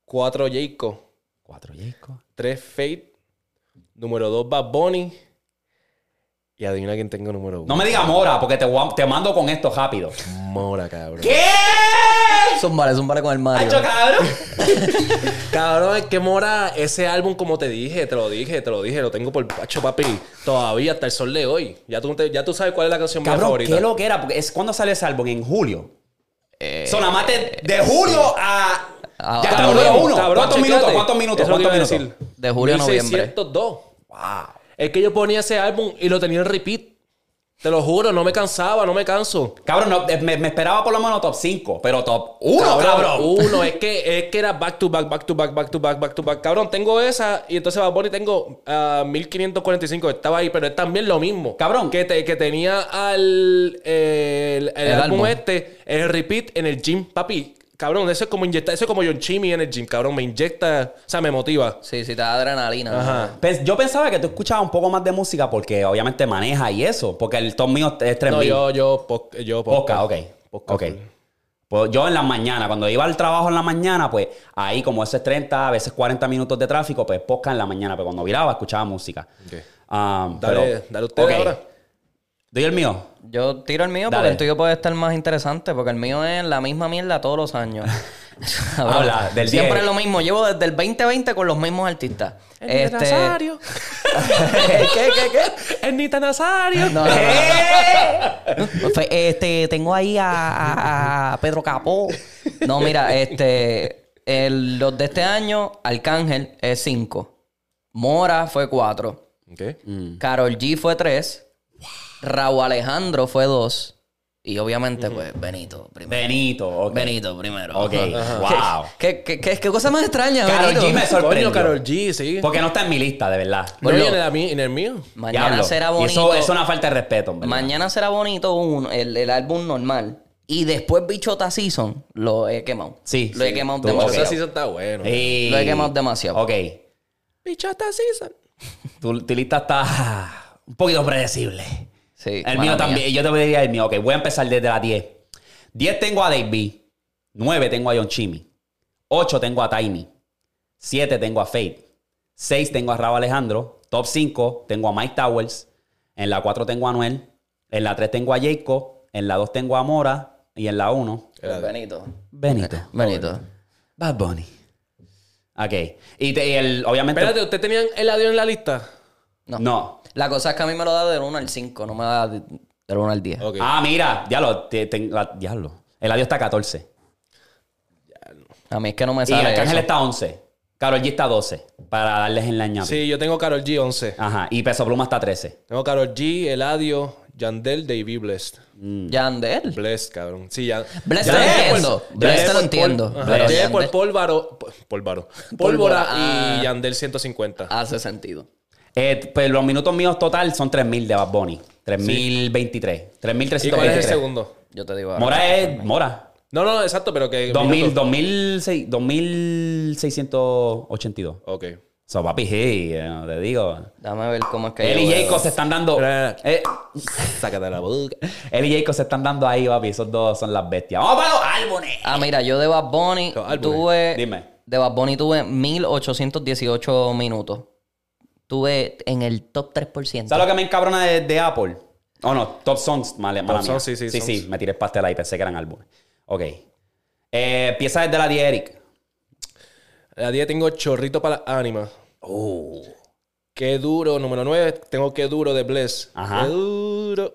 4 Jacob. 4 discos. 3 Fate. Número 2 Bad Bunny. Y adivina quién tengo número 1. No me digas mora, porque te, voy a- te mando con esto rápido. Mora, cabrón. ¿Qué? Zumbale, zumbale con el Mario. ¿Hacho cabrón? Cabrón, es que Mora, ese álbum, como te dije, te lo dije, te lo dije, lo tengo por pacho, papi. Todavía hasta el sol de hoy. Ya tú, te- ya tú sabes cuál es la canción más Cabrón, favorita. ¿qué lo que era? Porque es cuando salió ese álbum, en julio. Eh, Son nada más de, de julio a. Ah, ya está, cabrón, número uno. Cabrón, ¿Cuántos chécate. minutos? ¿Cuántos minutos? Eso es lo ¿Cuántos que minutos? iba a decir. De julio a noviembre. 1602. Wow. Es que yo ponía ese álbum y lo tenía en repeat. Te lo juro, no me cansaba, no me canso. Cabrón, no, eh, me, me esperaba por lo menos top 5, pero top 1, cabrón. Uno, es que, es que era back to back, back to back, back to back, back to back. Cabrón, tengo esa y entonces Bad Bunny tengo ah, 1545. Estaba ahí, pero es también lo mismo. Cabrón. Que, te- que tenía al. eh, el, el El álbum, álbum. este, el repeat en el gym, papi. Cabrón, eso es como inyectar, eso es como John Chimmy en el gym, cabrón. Me inyecta, o sea, me motiva. Sí, sí, te da adrenalina. Ajá. Pens- Yo pensaba que tú escuchabas un poco más de música porque obviamente maneja y eso, porque el top mío es 3000. No, yo, yo, pod- yo Podcast, ok. Podcast. ok. Pues yo en la mañana, cuando iba al trabajo en la mañana, pues ahí como ese es 30, a veces 40 minutos de tráfico, pues podcast en la mañana, pero cuando viraba escuchaba música. Ok. Ah, Dale, pero- dale usted ok. ahora. Doy el mío. Yo tiro el mío porque Dale. el tuyo puede estar más interesante, porque el mío es la misma mierda todos los años. Cabrón, Habla del Siempre 10. es lo mismo. Llevo desde el 2020 con los mismos artistas. Este- ¿Qué, qué, qué? Ernita Nazario. Este, No, no, no, no. Fue- Este, tengo ahí a, a- a Pedro Capó. No, mira, este. el- los de este año, Arcángel es 5. Mora fue 4. Ok. Carol G fue 3. Raúl Alejandro fue 2. Y obviamente, pues, Benito primero. Benito. ok. Benito primero. Ok. Wow. ¿Qué, qué, qué, qué cosa más extraña, Karol Benito? G me sorprendió. Coño, Karol G, sí. Porque no está en mi lista, de verdad. No, Bueno. y en el, ami- en el mío. Mañana Diablo. será Y bonito. Eso eso es una falta de respeto, en ¿verdad? Mañana será bonito un- el, el álbum normal. Y después Bichota Season lo he quemado. Sí, Lo he sí. quemado Tú- Bichota ok. demasiado. Season está bueno. Sí. Lo he quemado demasiado. Ok. Bichota Season. Tu, tu lista está un poquito predecible. Sí, El mala mío mía. también. Yo te diría el mío. Ok, voy a empezar desde la 10. 10 tengo a David. 9 tengo a John Chimmy. 8 tengo a Tiny. 7 tengo a Fate. 6 tengo a Rabo Alejandro. Top 5 tengo a Mike Towers. En la 4 tengo a Noel. En la 3 tengo a Jacob. En la 2 tengo a Mora. Y en la 1, Pues Benito. Benito. Benito. Bad Bunny. Ok. Y, te- y el, obviamente. Espérate, ¿usted tenían el adiós en la lista? No. No. La cosa es que a mí me lo da del 1 al 5, no me da de- del 1 al 10. Ok. Ah, mira. Diablo. te- te- la- diablo. El adiós está 14. A mí es que no me Y sale. Arcángel eso. está 11. Carol G está 12. Para darles en la ñapa. Sí, yo tengo Carol G, 11. Ajá. Y Peso Pluma está 13. Tengo Carol G, Eladio, Yandel, David Blessed. Yandel. Blessed, cabrón. Sí, ya. Mm. Ya Blessed lo es por- entiendo. ya Blessed es lo por- entiendo. Ajá, pero Yandel por Yandel Pólvaro. po- Pólvaro. Pólvora ah. y Yandel 150. hace sentido. Eh, pues los minutos míos total son 3.000 de Bad Bunny. 3.023. ¿Y cuál es el 3.323. segundo? Yo te digo. ahora. Mora es... Mora. No, no, exacto, pero que. 2000, minutos. 2006, 2.682. Ok. So, papi, hey, eh, te digo. Dame ver cómo es que. Él y yo- Jacob se están dando... Espera, Eh, Sácate la boca. él y Jacob se están dando ahí, papi. Esos dos son las bestias. ¡Vamos para los álbumes! Ah, mira, yo de Bad Bunny Los álbumes. tuve. Dime. De Bad Bunny tuve 1818 minutos. Tuve en el top 3%. ¿Sabes lo que me encabrona de, de Apple? Oh, no, Top Songs, mala, mala Top mía. Songs, sí, sí, sí, songs. sí, me tiré el pastel ahí, pensé que eran álbumes. Ok. Eh, pieza desde la 10, Eric. La 10 tengo Chorrito para la Ánima. Uh. Oh. Qué duro. Número 9, tengo Qué duro de Bless. Ajá. Qué duro.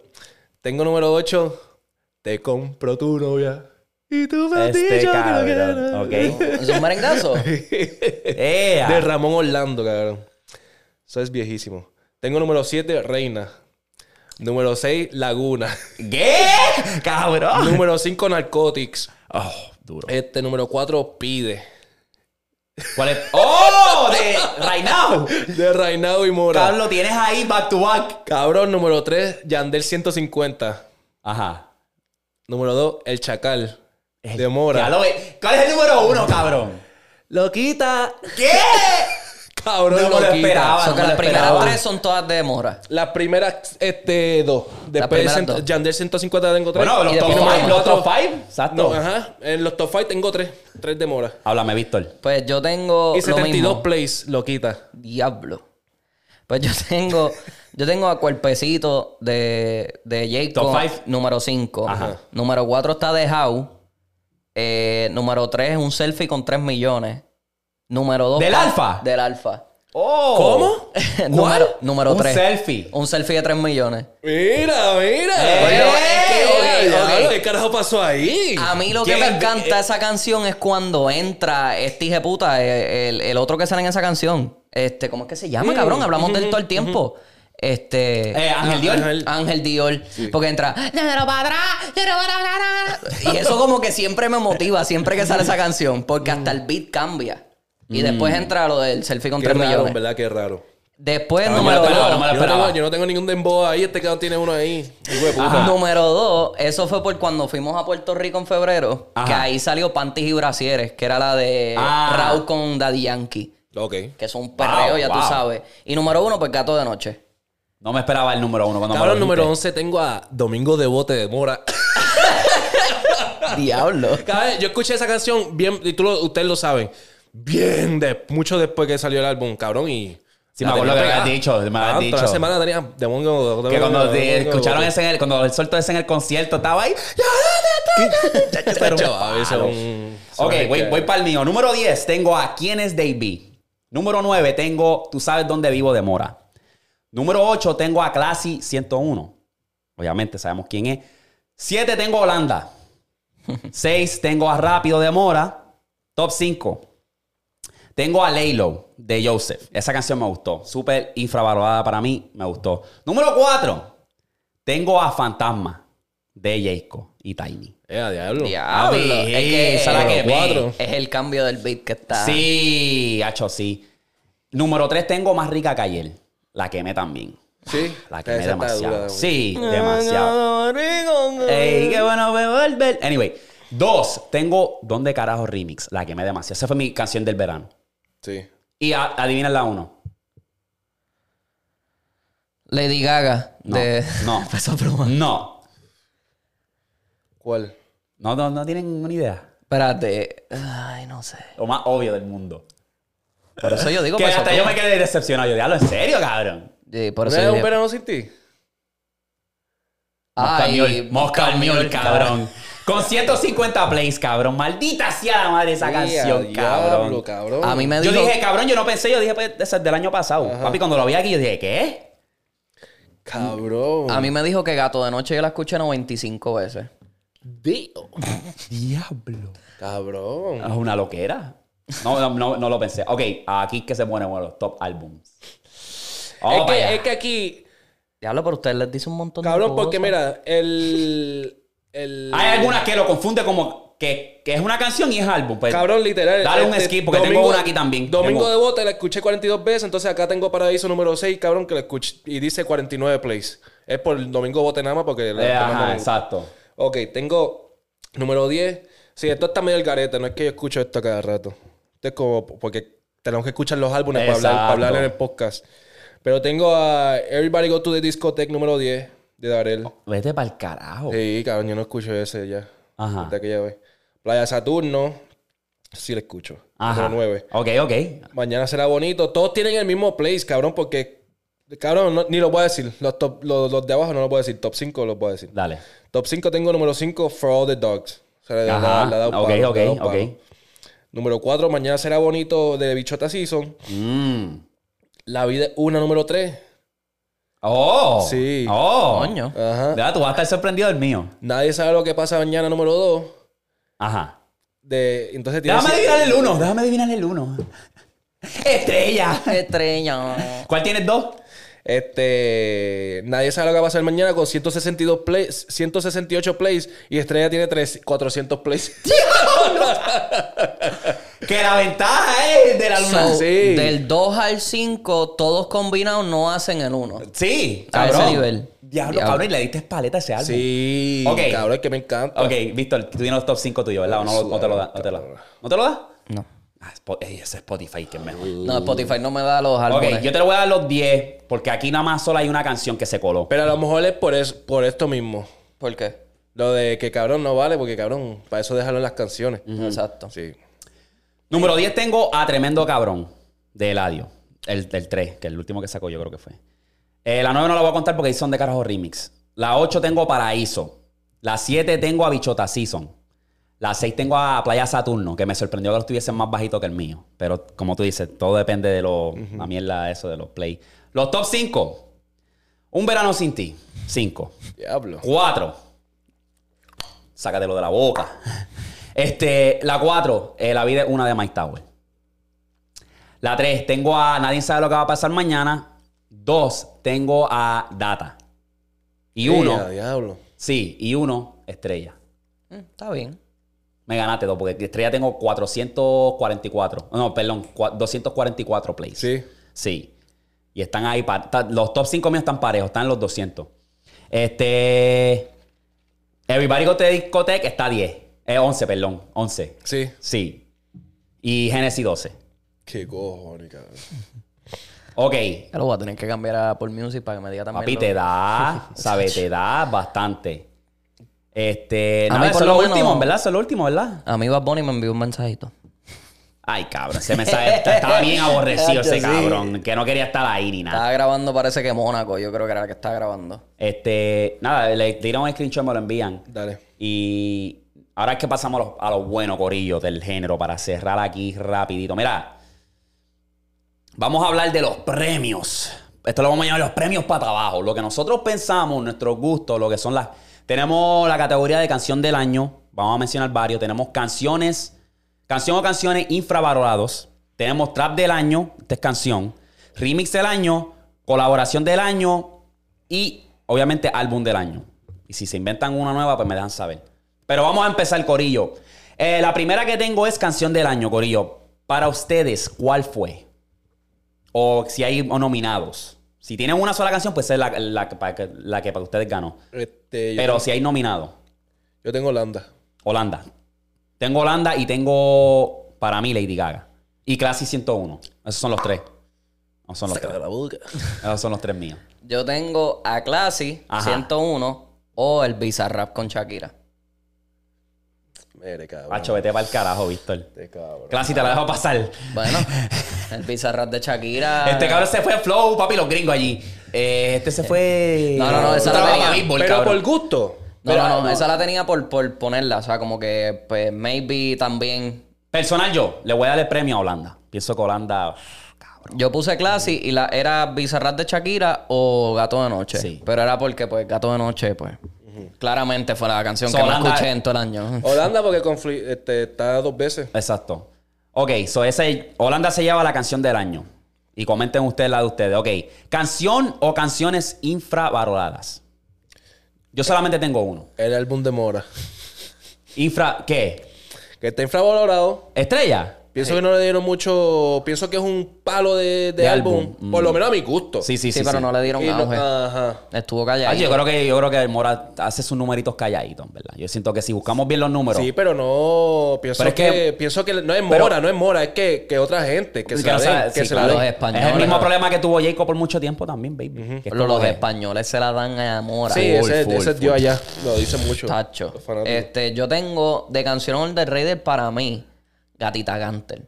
Tengo número 8, Te compro tu novia. Y tú me has Este dicho que lo cabrón. quieres. Ok. ¿Es un merengazo? Ea. De Ramón Orlando, cabrón. Eso es viejísimo. Tengo número 7, Reina. Número 6, Laguna. ¿Qué? Cabrón. número 5, Narcotics. Oh, duro. Este número 4, Pide. ¿Cuál es? ¡Oh! De Right Now. De Reinado y Mora. Carlos, tienes ahí back to back. Cabrón, número 3, Yandel 150. Ajá. Número 2, El Chacal. De Mora. Ya lo ve. ¿Cuál es el número uno, cabrón? Loquita. ¿Qué? Cabrón, No me lo loquita. esperaba. So no que me las lo primeras esperaba. tres son todas de Mora. Las primeras este, dos. Después primeras cent- dos. Yandel 150 tengo tres. Bueno, Y los de top Pino five. Mano. Los top five. Exacto. No, ajá. En los top 5 tengo tres. Tres de Mora. Háblame, Víctor. Pues yo tengo. Y lo 72 mismo. plays, loquita. Diablo. Pues yo tengo. Yo tengo a Cuerpecito de, de Jacob. Top five. Número 5. Ajá. Número 4 está de How. Eh, número 3 un selfie con 3 millones. Número 2. ¿Del Alfa? Del alfa. Oh. ¿Cómo? número, número Un 3. selfie. Un selfie de 3 millones. Mira, mira. Eh, Ah, Pero es que, Ey, ok, diablo, ok. ¿Qué carajo pasó ahí? A mí lo que ¿Quién me es- encanta esa canción es cuando entra este hijo puta, el, el otro que sale en esa canción. Este, ¿cómo es que se llama, cabrón? Hablamos de él todo el tiempo. Este. Mm. Mm-hmm. Eh, Ángel Dior. Ángel. Ángel Dior. Porque entra. Y eso como que siempre me motiva, siempre que sale esa canción. Porque hasta el beat cambia. Y Mm. después entra lo del selfie con Qué 3 raro, en millones. ¿verdad? Qué raro. Después, No me número lo esperaba, dos. no me lo Yo no, esperaba. Ah. tengo, yo no tengo ningún dembow ahí. Este cabrón tiene uno ahí. Hijo de puta. Ajá. Número dos, eso fue por cuando fuimos a Puerto Rico en febrero, Ajá. que ahí salió Panties y Brasieres, que era la de Ah. Raúl con Daddy Yankee, Ok. que son un perreo, Wow, ya wow. tú sabes. Y número uno, pues Gato de Noche. No me esperaba el número uno. Cuando me Cabrón, lo dijiste. número 11 tengo a Domingo de Bote de Mora. Diablo. Cada vez- yo escuché esa canción bien, y tú lo- ustedes lo saben, bien, de, mucho después que salió el álbum, cabrón, y... Sí, la me acuerdo tenía que me habías pegada. dicho, me habías Cabrón, Toda la dicho. semana ah, tenía demonio... Que cuando te demonio- escucharon demonio- ese en el, cuando el solto ese en el concierto estaba ahí. Pero un Chaval, eso es palo. un- Ok, eso es voy, que- voy para el mío. Número 10 tengo a ¿Quién es Davey? Número 9 tengo Tú sabes dónde vivo de Mora. Número 8 tengo a Classy 101. Obviamente sabemos quién es. 7 tengo a Holanda. 6 tengo a Rápido de Mora. Top 5. Tengo a Laylo de Joseph. Esa canción me gustó. Súper infravalorada para mí. Me gustó. Número 4. Tengo a Fantasma de Jayco y Tiny. Eh, a diablo. Diablo. Papi, es que esa es la que es- cuatro. es el cambio del beat que está. Sí, hacho, sí. Número 3 tengo más rica que ayer. La quemé también. Sí. La quemé Esa está demasiado. dura, sí, demasiado. Ey, qué bueno me vuelve. Anyway, dos, tengo ¿Dónde carajo remix? La quemé demasiado. Esa fue mi canción del verano. Sí. Y a- adivina la uno. Lady Gaga. No, de... no. Peso Pluma. No. ¿Cuál? No, no, no tienen ninguna idea. Espérate. Ay, no sé. Lo más obvio del mundo. Por eso yo digo que Peso hasta yo Pluma. me quedé decepcionado. Yo diablo, ¿en serio, cabrón? Sí, por ¿No eso es yo un dije- verano sin ti? Mosca Ay, Miol, Mosca Miol, Miol, cabrón. Con 150 plays, cabrón. Maldita sea la madre esa canción, cabrón. Diablo, cabrón. A mí me Yo dijo... dije, cabrón, yo no pensé, yo dije, pues, ese es del año pasado. Papi, cuando lo vi aquí, yo dije, ¿qué? Cabrón. A mí me dijo que Gato de Noche yo la escuché 95 veces. Diablo. Cabrón. Es una loquera. No, no, no, no lo pensé. Ok, aquí es que se pone bueno los top albums. Vamos es, para que, allá. es que aquí, Diablo, pero ustedes les dice un montón de cabrón, cosas. porque mira, el. el Hay algunas que lo confunde como que, que es una canción y es álbum. Pues, Cabrón, literal. este, Dale un skip, porque tengo una aquí también. Domingo Tengo- de Bote la escuché 42 veces, entonces acá tengo Paraíso número 6, cabrón, que la escuché y dice 49 plays. Es por el Domingo de Bote nada más porque... la- Eh, la- ajá, la- exacto. Ok, tengo número 10. Sí, esto está medio el garete, no es que yo escucho esto cada rato. Esto es como porque tenemos que escuchar los álbumes para hablar, para hablar en el podcast. Pero tengo a Everybody Go to the Discotheque número 10 de Darel. Vete para el carajo. Sí, cabrón, yo no escucho ese ya. Ajá. Desde aquella vez. Playa Saturno, sí lo escucho. Ajá. Número 9. Ok, ok. Mañana será bonito. Todos tienen el mismo place, cabrón, porque... Cabrón, no- ni lo voy a decir. Los, top- los, los de abajo no los voy a decir. Top 5 los voy a decir. Dale. Top 5 tengo número 5, For All the Dogs. O sea, le- le- Ajá. le ha dado ok, palo, ok, le ha dado ok. palo. Número 4, Mañana será bonito de Bichota Season. Mm. La vida es una, número 3. Oh. Sí. Oh. Coño. Ajá. Ya, tú vas a estar sorprendido del mío. Nadie sabe lo que pasa mañana, número 2. Ajá. De, entonces tiene Déjame si- adivinar el uno. Déjame adivinar el uno. Estrella. Ah, Estrella. ¿Cuál tienes dos? Este, nadie sabe lo que va a pasar mañana con 162 plays, 168 plays y Estrella tiene tres- 400 plays. Que la ventaja es de la luna. So, sí. Del 2 al 5, todos combinados no hacen el 1. Sí, A ese cabrón. nivel. Diablo, Diablo. cabrón, y le diste paleta a ese álbum. Sí, Ok. cabrón, es que me encanta. Ok, Víctor, tú tienes los top 5 tuyos, ¿verdad? ¿O no, no te lo da? ¿No te lo da? ¿No te lo da? No. Ah, Spo- ey, ese Spotify que es mejor. No, Spotify no me da los álbumes. Ok, yo te lo voy a dar los 10, porque aquí nada más solo hay una canción que se coló. Pero a lo mejor es por, eso, por esto mismo. ¿Por qué? Lo de que cabrón no vale, porque cabrón, para eso dejarlo en las canciones. Exacto. Sí. Número 10 tengo a Tremendo Cabrón, de Eladio. El del 3, que es el último que sacó, yo creo que fue. Eh, la 9 no la voy a contar porque ahí son de carajo remix. La 8 tengo Paraíso. La 7 tengo a Bichota Season. La 6 tengo a Playa Saturno, que me sorprendió que los tuviesen más bajito que el mío. Pero como tú dices, todo depende de lo, la mierda eso, de los play. Los top 5. Un verano sin ti. 5. Diablo. Cuatro. Sácatelo de la boca. Este, la cuatro, eh, la vida es una de Mike Tower. La tres, tengo a Nadie sabe lo que va a pasar mañana. Dos, tengo a Data. Y uno, Ea, diablo. sí, y uno, Estrella. Mm, Está bien. Me ganaste dos, porque Estrella tengo 444. No, perdón, cua- 244 plays. Sí. Sí. Y están ahí. pa- ta- los top 5 míos están parejos, están en los 200. Este. Everybody Got the Discotheque está 10. Eh, 11, perdón. 11. Sí. Sí. Y Genesis 12. Qué cojones, cabrón. Ok. Ya lo voy a tener que cambiar a por Music para que me diga también. Papi, lo- te da. Sabe, te da bastante. Este. A Nada, mí por eso es lo lo menos- último, ¿verdad? Eso es lo último, ¿verdad? A mí Bad Bunny me envió un mensajito. Ah. Ay, cabrón. Ese mensaje está- estaba bien aborrecido ese Sí. cabrón. Que no quería estar ahí ni nada. Estaba grabando, parece que Mónaco, yo creo que era la que estaba grabando. Este. Nada, le dieron un screenshot, me lo envían. Dale. Y ahora es que pasamos a los, a los buenos corillos del género para cerrar aquí rapidito. Mira, vamos a hablar de los premios. Esto lo vamos a llamar los premios para abajo. Lo que nosotros pensamos, nuestros gustos, lo que son las... Tenemos la categoría de canción del año. Vamos a mencionar varios. Tenemos canciones, canción o canciones infravalorados. Tenemos trap del año, esta es canción. Remix del año, colaboración del año y obviamente álbum del año. Y si se inventan una nueva, pues me dejan saber. Pero vamos a empezar, Corillo. Eh, la primera que tengo es canción del año, Corillo. Para ustedes, ¿cuál fue? O si hay nominados. Si tienen una sola canción, pues es la, la que- para que- la que para ustedes ganó. Este, yo, Pero si hay nominados. yo tengo Holanda. Holanda. Tengo Holanda y tengo para mí Lady Gaga. Y Classy 101. Esos son los tres. No son los tres. la boca. Esos son los tres míos. Yo tengo a Classy, Ajá. 101, o el Bizarrap con Shakira. Mire, cabrón. Pacho, vete para el carajo, Víctor. Este cabrón. Clasi, te la dejo pasar. Bueno, el Bizarrap de Shakira. Este cabrón se fue a Flow, papi, los gringos allí. Eh, este se fue. No, no, no, esa la Estaba tenía. pa' béisbol, Pero cabrón. por gusto. No, no, no, esa la tenía por, por ponerla. O sea, como que, pues, maybe también. Personal, yo le voy a dar el premio a Holanda. Pienso que Holanda. Yo puse Classy y la era Bizarrap de Shakira o Gato de Noche. Sí. Pero era porque, pues, Gato de Noche, pues, claramente fue la canción So, que más Holanda- Oh, escuché en todo el año. Holanda porque confli- este, está dos veces. Exacto. Ok, so ese, Holanda se lleva la canción del año. Y comenten ustedes la de ustedes. Ok, canción o canciones infravaloradas. Yo solamente tengo uno. El álbum de Mora. Infra, ¿qué? Que está infravalorado. ¿Estrella? Pienso que no le dieron mucho. Pienso que es un palo de, de De álbum. álbum. Por Mm. lo menos a mi gusto. Sí, sí, sí. Sí, pero sí. no le dieron Y no- auge. ajá. Estuvo Ah, calladito. yo creo que yo creo que Mora hace sus numeritos calladitos, en ¿verdad? Yo siento que si buscamos bien los números, Sí, pero no. Pienso Pero es que, que- Pienso que no es pero- Mora, no es Mora, es que, que otra gente. Que, Que se la no den, sabe- que sí, se claro. la Los den. es el españoles. mismo problema que tuvo Jacob por mucho tiempo también, baby. Que es como Los, los que- españoles se la dan a Mora. Sí, Full, ese, full, ese full. dio allá. Lo dice mucho. Tacho. Los fanáticos. eh, Este, yo tengo de canción del Rey del para mí, Gatita Gantel.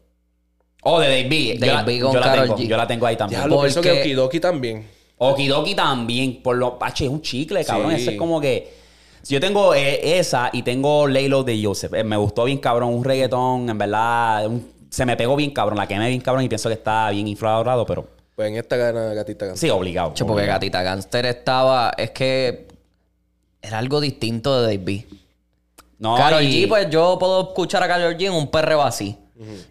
Oh, de David. Dave B con yo, la Karol tengo, G. yo la tengo ahí también. Diablo, pienso que porque- Okidoki también. Okidoki también, por lo. Pache, es un chicle, cabrón. Sí. Eso es como que. si Yo tengo eh, esa y tengo Laylo de Joseph. Eh, me gustó bien, cabrón. Un reggaetón, en verdad. un- se me pegó bien, cabrón. La quemé bien, cabrón. Y pienso que está bien infravalorado, pero Pues en esta gana gatita gana. sí, obligado. Che, porque Gatita Gangster estaba. Es que. Era algo distinto de Dave B. No, Karol y- G, pues yo puedo escuchar a Karol G en un perreo así.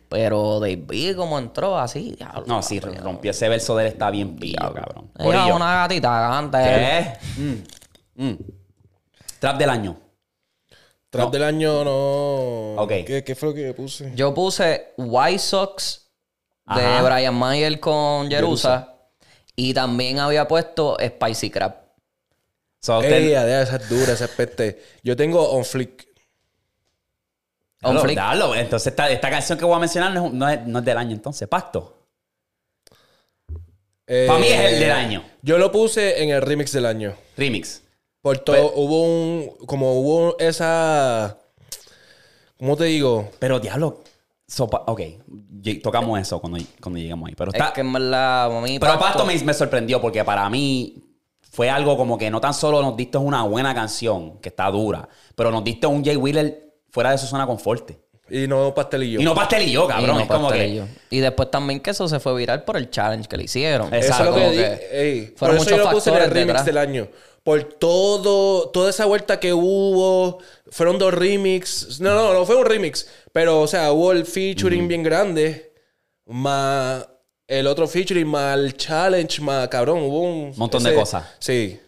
Pero Dave B, como entró así, diablo. No, sí, rompió ese verso de él. Está bien pillo, cabrón. Era Corillo. una gatita Gantel. ¿Qué? Mm, mm. Trap del año. Trap No. del año no. Ok. ¿Qué, qué fue lo que puse? Yo puse White Sox de Ajá. Brian Mayer con Jerusa. Y también había puesto Spicy Crab. So, usted- Ey, adea, esa es dura, esa es peste. Yo tengo On Flick. Dalo, Conflict. dalo. Entonces, esta, esta canción que voy a mencionar no es, no es- no es del año, entonces. Pacto. Eh, Para mí es el del año. Yo lo puse en el remix del año. Remix. Por todo, Pues- hubo un. Como hubo esa. ¿Cómo te digo? Pero, diablo. so, pa- ok, lleg- tocamos eso cuando, cuando llegamos ahí. Pero, está, Es que en verdad, a mí pero Pacto, Pacto- me, me sorprendió porque para mí fue algo como que no tan solo nos diste una buena canción, que está dura, pero nos diste un Jay Wheeler fuera de su zona confort. Y no pastelillo. Y no pastelillo, Y cabrón. no es como que. pastelillo. Y después también que eso se fue viral por el challenge que le hicieron. Exacto. Eso es lo que Como dije. que Ey, Por fueron eso yo muchos lo puse en el factores remix detrás. del año. Por todo, toda esa vuelta que hubo, fueron dos remix. No, no, no fue un remix. Pero, o sea, hubo el featuring bien grande, más el otro featuring, más el challenge, más cabrón. Hubo un Montón de cosas. Sí.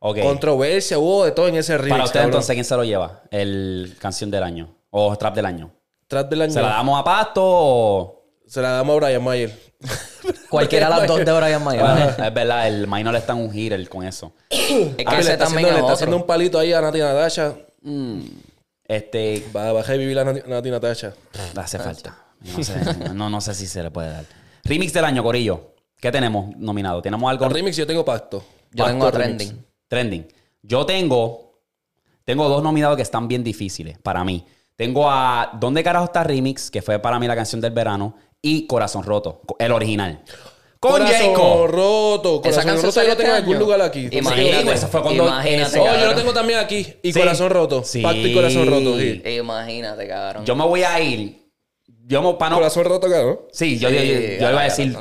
Ok. Controversia, hubo de todo en ese remix. Para usted, cabrón. entonces, ¿quién se lo lleva? El canción del año. O trap del año. Tras del año. ¿Se la damos a Pasto o.? damos a Brian Mayer. Cualquiera de las dos de Brian Mayer. Bueno, es verdad, el May no le está en un hit él con eso. Es Ah, que le ese está también haciendo, le es está haciendo otro. un palito ahí a Nati Natasha. Este, Va, va a revivir a Nati, Nati Natasha. hace falta. No sé, no, no sé si se le puede dar. Remix del año, Corillo. ¿Qué tenemos nominado? ¿Tenemos algo Con remix yo tengo pacto. Yo Pacto tengo a remix. Trending. trending? Yo tengo. Tengo dos nominados que están bien difíciles para mí. Tengo a ¿Dónde carajo está Remix? Que fue para mí la canción del verano. Y Corazón Roto, el original. Con corazón Jacob. roto. Corazón Esa canción roto yo salió lo tengo en este algún año. lugar aquí. Imagínate. Sí, esa fue cuando- Imagínate, esa- Oh, cabrón. yo lo tengo también aquí. Y Sí. corazón roto. Sí. Pacto y corazón roto. Sí. Imagínate, cabrón. Yo me voy a ir. Yo me, para no- Corazón roto, claro. Sí, yo, yo- yo- yo iba a decir,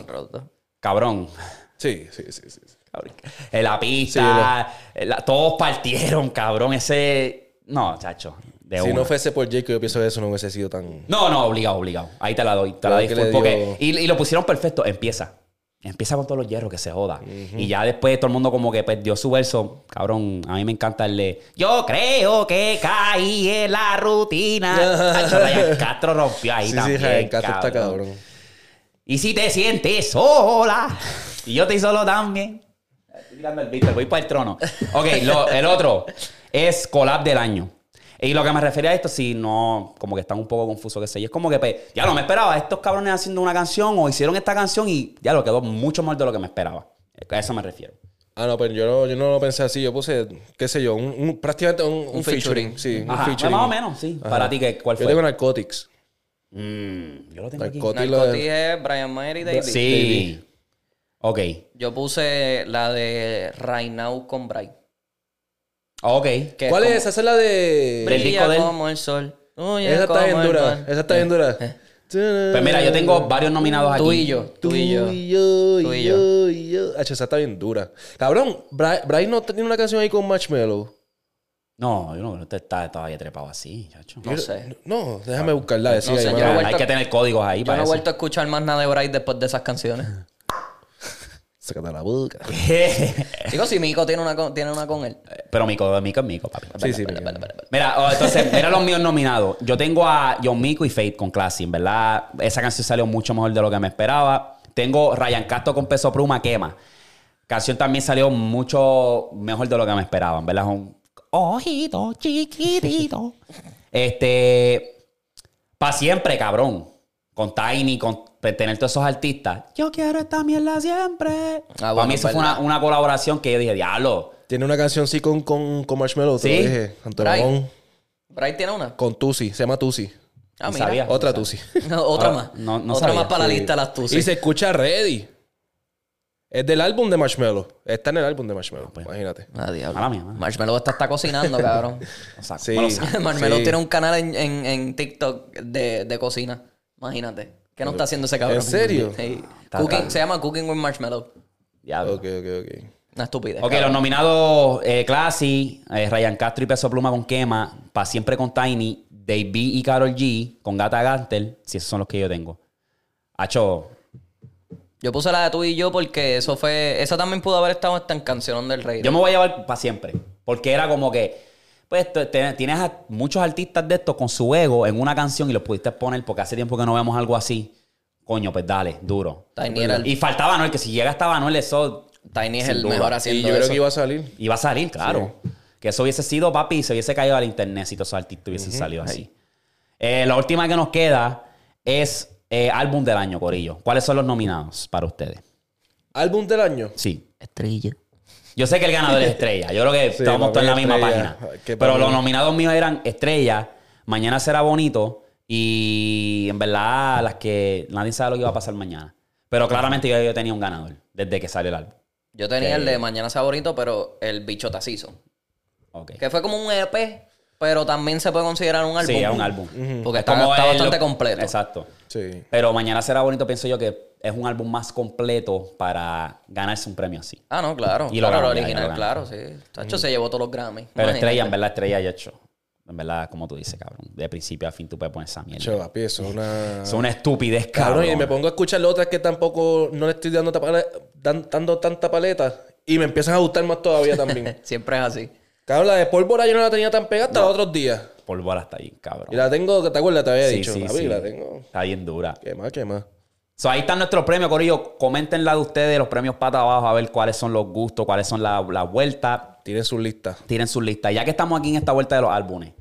cabrón. Sí, sí, sí, sí. sí. cabrón. En la Sí, pista, era. en la- todos partieron, cabrón. Ese. No, chacho. De Si una. no fuese por Jacob, yo pienso que eso no hubiese sido tan. no, no, obligado, obligado. Ahí te la doy. Te la Claro doy que full, le porque- dio- y, y lo pusieron perfecto. Empieza. Empieza con todos los hierros que se joda. Y ya después todo el mundo como que perdió su verso. Cabrón, a mí me encanta el de, Yo creo que caí en la rutina. Chacho, Ryan Castro rompió ahí Sí, sí, también. Jaén Castro está cabrón. cabrón. Y si te sientes sola, y yo estoy solo también. Estoy tirando el beat, voy para el trono. Ok, lo- el otro es collab del año. Y lo que me refería a esto, si no, como que están un poco confusos, qué sé yo. Es como que, pues, ya no me esperaba. Estos cabrones haciendo una canción o hicieron esta canción y ya lo quedó mucho más de lo que me esperaba. A eso me refiero. Ah, no, pero yo no, yo no lo pensé así. Yo puse, qué sé yo, un, un- prácticamente un, un featuring. Sí, un Ajá, pues, featuring. Más o menos, sí. Para ti, ¿qué- ¿cuál Yo fue? tengo Narcotics. Mm, yo lo tengo aquí. Narcotics. lo Narcotics de- es Brian Mayer y David. Sí. Ok. Yo puse la de Right Now con Bright. Ok. que ¿Cuál como- es esa? Esa es la de... Del Brilla disco de él. como el sol. Huye Esa está como bien el dura. mar. Esa está bien dura. Pues mira, yo tengo varios nominados aquí. Tú y yo, tú y yo. yo, Tú y yo, y yo. Hacho, esa está bien dura. Cabrón, Bri- Bryce no tiene una canción ahí con Marshmello. No, yo no, no te está todavía trepado así, chacho. No sé. No, déjame buscarla. Decir No sé, ahí, yo mano. no he vuelto hay que tener códigos ahí Yo para no he eso. vuelto a escuchar más nada de Bright después de esas canciones. Sácate la boca. Digo, si Mico tiene una con, tiene una con él. Pero Mico, Mico es Mico, papi. Sí, sí. mira. Mira, oh, entonces, mira los míos nominados. Yo tengo a John Mico y Fate con Classy, en verdad. Esa canción salió mucho mejor de lo que me esperaba. Tengo Ryan Castro con Peso Pluma, Quema. Canción también salió mucho mejor de lo que me esperaba, en verdad. Es un ojito chiquitito. Este. Pa' siempre, cabrón. Con Tiny, con pues, tener todos esos artistas. Yo quiero esta mierda siempre. Ah, Para bueno, mí eso fue una, verdad. una colaboración que yo dije, diablo. Tiene una canción sí con, con, con Marshmello, te Sí. lo dije. Antonio Bright tiene una. con Tusi, se llama Tusi. Ah, No mira. sabía. Otra Tusi. No, otra Ah, más. no- no otra sabía. más para la Sí. lista de las tuyas. Y se escucha Ready. Es del álbum de Marshmello. Está en el álbum de Marshmello, imagínate. Ah, diablo. Mala mía, mala. Marshmallow está, está cocinando, cabrón. O Ah, sea, Sí. me lo saco. Marshmallow Sí. tiene un canal en, en, en TikTok de, de cocina. Imagínate. ¿Qué no está haciendo ese cabrón? ¿En serio? Sí. Está Cooking- raro. se llama Cooking with Marshmallow. Diablo. Ok, ok, ok. Una estupidez. Ok, los nominados eh, Classy, eh, Ryan Castro y Peso Pluma con Quema, Pa' Siempre con Tiny, Dave B y Carol G con Gata Gantel, si esos son los que yo tengo. Hacho, Yo puse la de tú y yo porque eso fue. Esa también pudo haber estado hasta en Canción del Rey. yo me voy a llevar Pa' Siempre, porque era como que, pues t- te- tienes a muchos artistas de estos con su ego en una canción y los pudiste poner porque hace tiempo que no vemos algo así. Coño, pues dale, duro. Tiny, era el- Y faltaba Anuel, que si llega hasta Anuel, eso Tiny es Sin el duda. mejor Y haciendo yo creo eso. que iba a salir. iba a salir, claro. Que eso hubiese sido, papi, y se hubiese caído al internet si todos esos artistas hubiesen salido así. Eh, la última que nos queda es eh, álbum del año, Corillo. ¿Cuáles son los nominados para ustedes? Álbum del año. Sí. Estrella. Yo sé que el ganador es Estrella. Yo creo que Sí, estamos todos en la para mí misma Estrella. página. Que para Pero mí- los nominados míos eran Estrella, Mañana será bonito y en verdad las que nadie sabe lo que iba a pasar mañana. Pero claramente yo, yo tenía un ganador desde que salió el álbum. Yo tenía el de Mañana Saborito, pero el bicho tacizo. Ok. Que fue como un EP, pero también se puede considerar un álbum. Sí, es un álbum. Porque Es está, como está el- bastante completo. Exacto. Sí. Pero mañana será bonito, pienso yo que es un álbum más completo para ganarse un premio así. Ah, no, claro. Y lo claro, ganó, ya, lo original, ya lo claro, sí. Tacho se llevó todos los Grammy. Pero Imagínate. estrella, en verdad, estrella ya hecho. En verdad, como tú dices, cabrón. De principio a fin tú puedes poner esa mierda. Che, papi, eso es una... Es una estupidez, cabrón. Cabrón, y me pongo a escuchar otras que tampoco no le estoy dando, tapale- dan- dando tanta paleta y me empiezan a gustar más todavía también. Siempre es así. cabrón, la de pólvora yo no la tenía tan pegada hasta los otros días. Pólvora está bien, cabrón. Y la tengo, que ¿te acuerdas? Te había Sí, dicho. sí, papi, sí. la tengo. Está bien dura. ¿Qué más, qué más? So, ahí están nuestros premios, Corillo. Comenten la de ustedes, los premios pata abajo, a ver cuáles son los gustos, cuáles son la- las vueltas. Tienen sus listas. Tienen sus listas. Ya que estamos aquí en esta vuelta de los álbumes,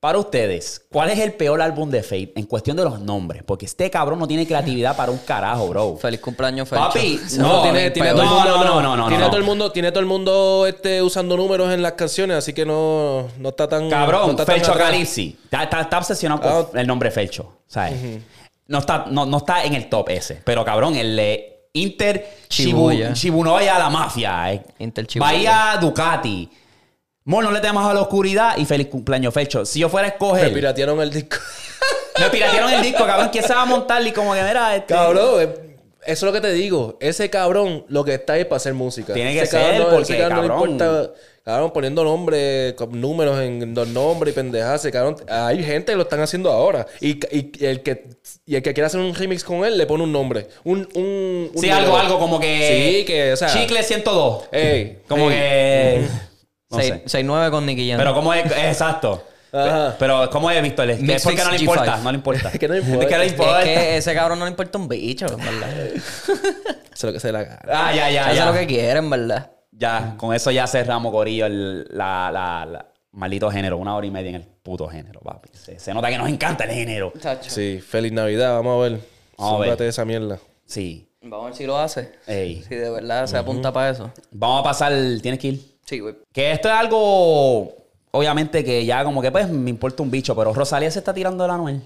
para ustedes, ¿cuál es el peor álbum de Fate en cuestión de los nombres? Porque este cabrón no tiene creatividad para un carajo, bro. Feliz cumpleaños, Felcho. Papi, Eso no, es tiene- el tiene peor. todo el mundo- no, no, no, tiene no. todo el mundo, tiene todo el mundo este, usando números en las canciones, así que no, no está tan no Cabrón, está tan Felcho atrás. Ah, Apocalipsis. Está, está- está obsesionado con el nombre Felcho, ¿sabes? no, está, no, no está en el top ese. Pero cabrón, el eh, Inter Shibuya. Shibuya. Shibunoya la mafia. eh. Inter Shibuya. Bahía Ducati. Mono, no le temas a la oscuridad y feliz cumpleaños, Felcho. Si yo fuera a Me escoger, piratearon el disco. me piratearon el disco, cabrón. ¿Quién se va a montar? Y como que, mira, este... Cabrón, eh, eso es lo que te digo. Ese cabrón lo que está ahí es para hacer música. Tiene Ese que ser, cabrón no- ese porque, no le cabrón. importa. Cabrón, poniendo nombres, con números en los nombres y pendejadas. ese Cabrón, hay gente que lo están haciendo ahora. Y, y- y el que, y el que quiera hacer un remix con él le pone un nombre. Un, un, un Sí, número. algo, algo como que. Sí, que, o sea. eh, Chicle 102. Ey, Como ey. que. No Seis- sé. 6-9 con Nicky Jam. Pero como es. es Exacto. Ajá. Pero como es, Víctor. Es es Mix porque no le Fix importa. G5. No le importa. Es que no le importa. Es que no le Es importa. es que ese cabrón no le importa un bicho, en ¿verdad? Se lo que se la gana. Ah, ya, ya, Hace ya. lo que quiere, en verdad. Ya, con eso ya cerramos, Corillo, el- la, la, la- Maldito género, una hora y media en el puto género, papi. Se, se nota que nos encanta el género. Chacho. Sí, feliz Navidad, vamos a ver. Vamos a ver. Súmbrate esa mierda. Sí. Vamos a ver si lo hace. Ey. Si de verdad se apunta para eso. Vamos a pasar, tienes que ir. Sí, güey. Que esto es algo, obviamente, que ya como que pues me importa un bicho, pero Rosalía se está tirando de la Noel.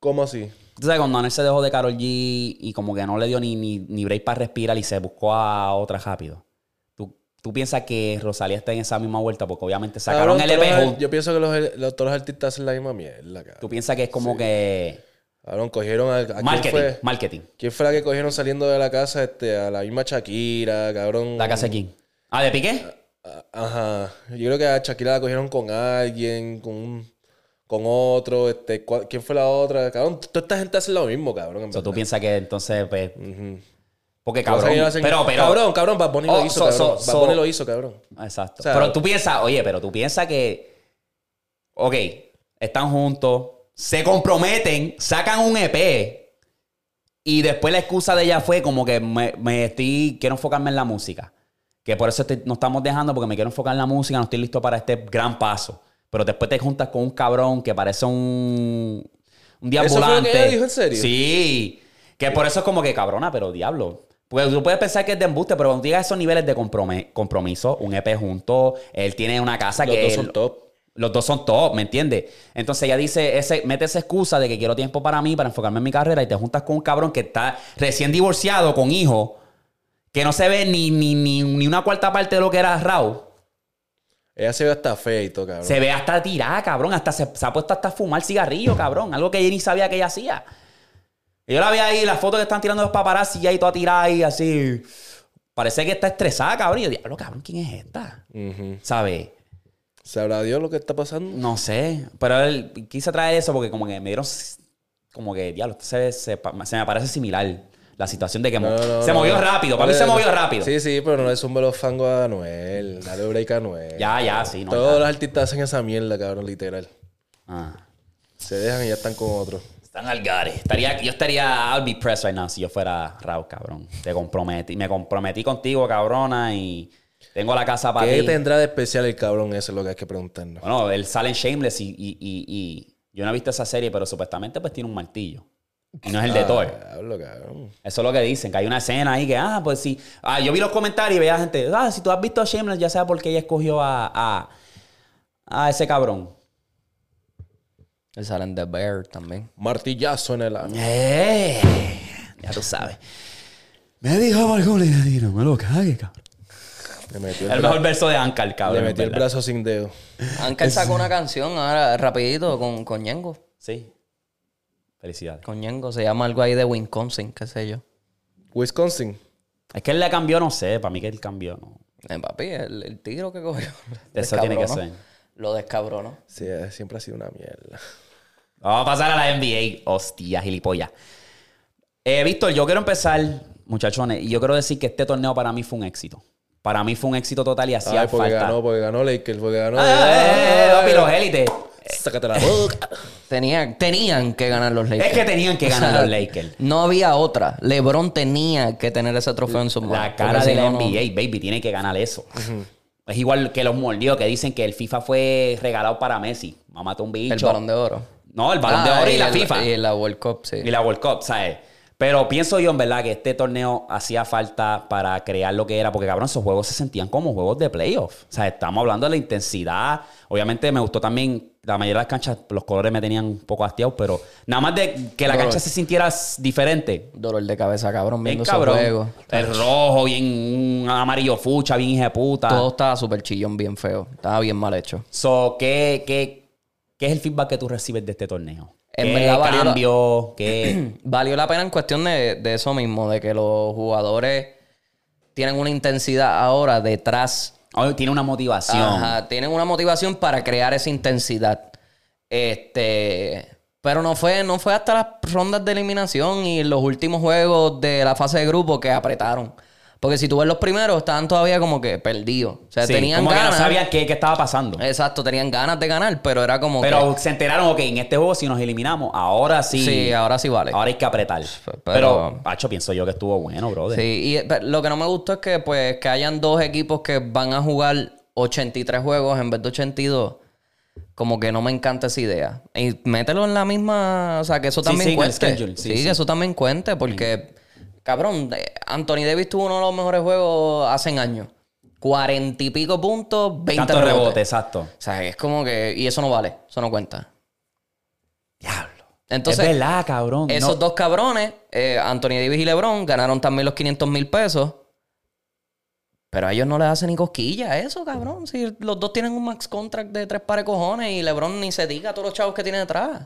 ¿Cómo así? Tú sabes, cuando Anuel se dejó de Carol G y como que no le dio ni, ni, ni break para respirar y se buscó a otra rápido. ¿Tú, tú piensas que Rosalía está en esa misma vuelta? Porque obviamente sacaron Cabrón, el E todos los EP. ar- Yo pienso que los, los- todos los artistas hacen la misma mierda, ¿Tú cabrón. piensas que es como que... Cabrón, cogieron a, a quién Marketing, fue? marketing. ¿Quién fue la que cogieron saliendo de la casa? Este, a la misma Shakira, cabrón. La casa de quién. Ah, ¿de Piqué? A- Ajá. Yo creo que a Shakira la cogieron con alguien, con un- con otro, este, cua- ¿quién fue la otra? Cabrón, toda esta gente hace lo mismo, cabrón. en O sea, tú verdad. piensas que entonces, pues... Ujú. Porque Lo cabrón, hacen- lo hacen- pero, pero... Cabrón, cabrón, Bad Bunny Oh, lo hizo, so- cabrón. so- Bad Bunny so- lo hizo, cabrón. Exacto. O sea, pero tú piensas, oye, pero tú piensas que. Ok, están juntos, se comprometen, sacan un EP. Y después la excusa de ella fue como que me, me estoy. Quiero enfocarme en la música. Que por eso estoy- nos estamos dejando, porque me quiero enfocar en la música, no estoy listo para este gran paso. Pero después te juntas con un cabrón que parece un. Un ¿Eso fue lo que diabulante. ella dijo en serio? Sí. Que por eso es como que cabrona, pero diablo. Pues tú puedes pensar que es de embuste, pero cuando llegas a esos niveles de comprome- compromiso, un EP junto, él tiene una casa Los que. dos él- son top. Los dos son top, ¿me entiendes? Entonces ella dice, ese, mete esa excusa de que quiero tiempo para mí, para enfocarme en mi carrera, y te juntas con un cabrón que está recién divorciado, con hijos, que no se ve ni, ni, ni, ni una cuarta parte de lo que era Raúl. Ella se ve hasta feito, cabrón. Se ve hasta tirada, cabrón. Hasta se, se ha puesto hasta a fumar cigarrillo, cabrón. Algo que ella ni sabía que ella hacía. Y yo la vi ahí, las fotos que están tirando los paparazzi y ahí toda tirada ahí, así. Parece que está estresada, cabrón. Y yo, diablo, cabrón, ¿quién es esta? Ujú. ¿Sabes? ¿Sabrá Dios lo que está pasando? No sé. Pero él quise traer eso porque como que me dieron... s- Como que, diablo, esto se, se, pa- se me parece similar. La situación de que mo- No, no, se no, movió no. rápido. Para mí Dale, se dale. movió rápido. Sí, sí, pero no le zumbe los fangos a Anuel. Dale break a Anuel. Ya, ya, sí. No, Todos ya. los artistas hacen esa mierda, cabrón, literal. Ah. Se dejan y ya están con otro. Están al gare. Estaría, yo estaría, I'll be pressed right now si yo fuera Raúl, cabrón. Te comprometí, me comprometí contigo, cabrona, y tengo la casa para ¿Qué ti. Ah, tendrá de especial el cabrón ese? Es lo que hay que preguntarnos. Bueno, él sale en Shameless y, y, y, y- yo no he visto esa serie, pero supuestamente pues tiene un martillo. Y no es el de Thor. Diablo, cabrón. Eso es lo que dicen, que hay una escena ahí que, ah, pues sí. Ah, yo vi los comentarios y veía gente, ah, si tú has visto Shameless, ya sabes por qué ella escogió a, a, a ese cabrón. El salen de Bear también. Martillazo en el ano. Eh, ya tú sabes. Me dijo Margoli, no me lo cague, cabrón. Le metió el, El mejor verso de Ankar, le cabrón. metió el ¿verdad? brazo sin dedo. Anker sacó una canción ahora, rapidito, con, con Ñengo. Sí. Felicidades. Con Ñengo. Se llama algo ahí de Wisconsin, qué sé yo. Wisconsin. Es que él le cambió, no sé, para mí que él cambió, no. Eh, papi, el, el tiro que cogió. Eso tiene que descabronó. ser. Lo descabronó. Sí, eh, siempre ha sido una mierda. Vamos a pasar a la NBA. Hostia, gilipollas. Eh, Víctor, yo quiero empezar, muchachones, y yo quiero decir que este torneo para mí fue un éxito. Para mí fue un éxito total y hacía Ay, porque falta. ganó, porque ganó Lakers, porque ganó. Ah, eh, eh, eh, papi, los Ay, élites. Sácate la boca. Tenían, tenían que ganar los Lakers. Es que tenían que ganar O sea, los Lakers. No había otra. LeBron tenía que tener ese trofeo en su mano. La cara de la NBA, baby, tiene que ganar eso. Es igual que los mordidos que dicen que el FIFA fue regalado para Messi. Mamá, un bicho. El balón de oro. No, el balón de Ah, oro y la el- FIFA. Y la World Cup, sí. y la World Cup, ¿sabes? Pero pienso yo en verdad que este torneo hacía falta para crear lo que era, porque cabrón, esos juegos se sentían como juegos de playoff. O sea, estamos hablando de la intensidad. Obviamente me gustó también la mayoría de las canchas, los colores me tenían un poco hastiado, pero nada más de que la Bro. cancha se sintiera s- diferente. Dolor de cabeza, cabrón, Bien viendo esos cabrón. juegos. El rojo, bien un amarillo fucha, bien hijeputa. Todo estaba súper chillón, bien feo. Estaba bien mal hecho. So, ¿qué, qué, ¿Qué es el feedback que tú recibes de este torneo? En ¿Qué verdad valió la- cambio? ¿Qué? Valió la pena en cuestión de, de eso mismo, de que los jugadores tienen una intensidad ahora detrás Ay, tiene una motivación. Ajá, tienen una motivación para crear esa intensidad. Este, pero no fue, no fue hasta las rondas de eliminación y los últimos juegos de la fase de grupo que apretaron. Porque si tú ves los primeros, estaban todavía como que perdidos. O sea, Sí, tenían como ganas. que no sabían qué, qué estaba pasando. Exacto, tenían ganas de ganar, pero era como Pero que. se enteraron, ok, en este juego si nos eliminamos, ahora sí. Sí, ahora sí vale. Ahora hay que apretar. Pero, Pero- Pacho, pienso yo que estuvo bueno, brother. Sí, y eh, pero lo que no me gustó es que, pues, que hayan dos equipos que van a jugar 83 juegos en vez de 82, como que no me encanta esa idea. Y mételo en la misma. O sea, que eso Sí, también sí, en el cuente. schedule, sí, Sí, sí. que eso también cuente, porque, cabrón, de- Anthony Davis tuvo uno de los mejores juegos hace años. Cuarenta y pico puntos, 20 Tanto rebotes. rebote, exacto. O sea, es como que. Y eso no vale, eso no cuenta. Diablo. Entonces, es verdad, cabrón. esos no. dos cabrones, eh, Anthony Davis y LeBron, ganaron también los 500 mil pesos. Pero a ellos no les hace ni cosquilla eso, cabrón. Si los dos tienen un max contract de tres pares de cojones y LeBron ni se diga a todos los chavos que tiene detrás.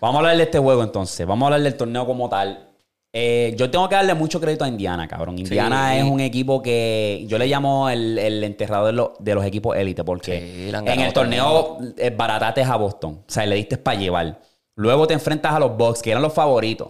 Vamos a hablar de este juego entonces. Vamos a hablar del torneo como tal. Eh, yo tengo que darle mucho crédito a Indiana, cabrón. Indiana es un equipo que yo le llamo el, el enterrador de los, de los equipos élite porque Sí, le han en ganado el torneo eh, baratates a Boston. O sea, le diste para llevar. Luego te enfrentas a los Bucks, que eran los favoritos.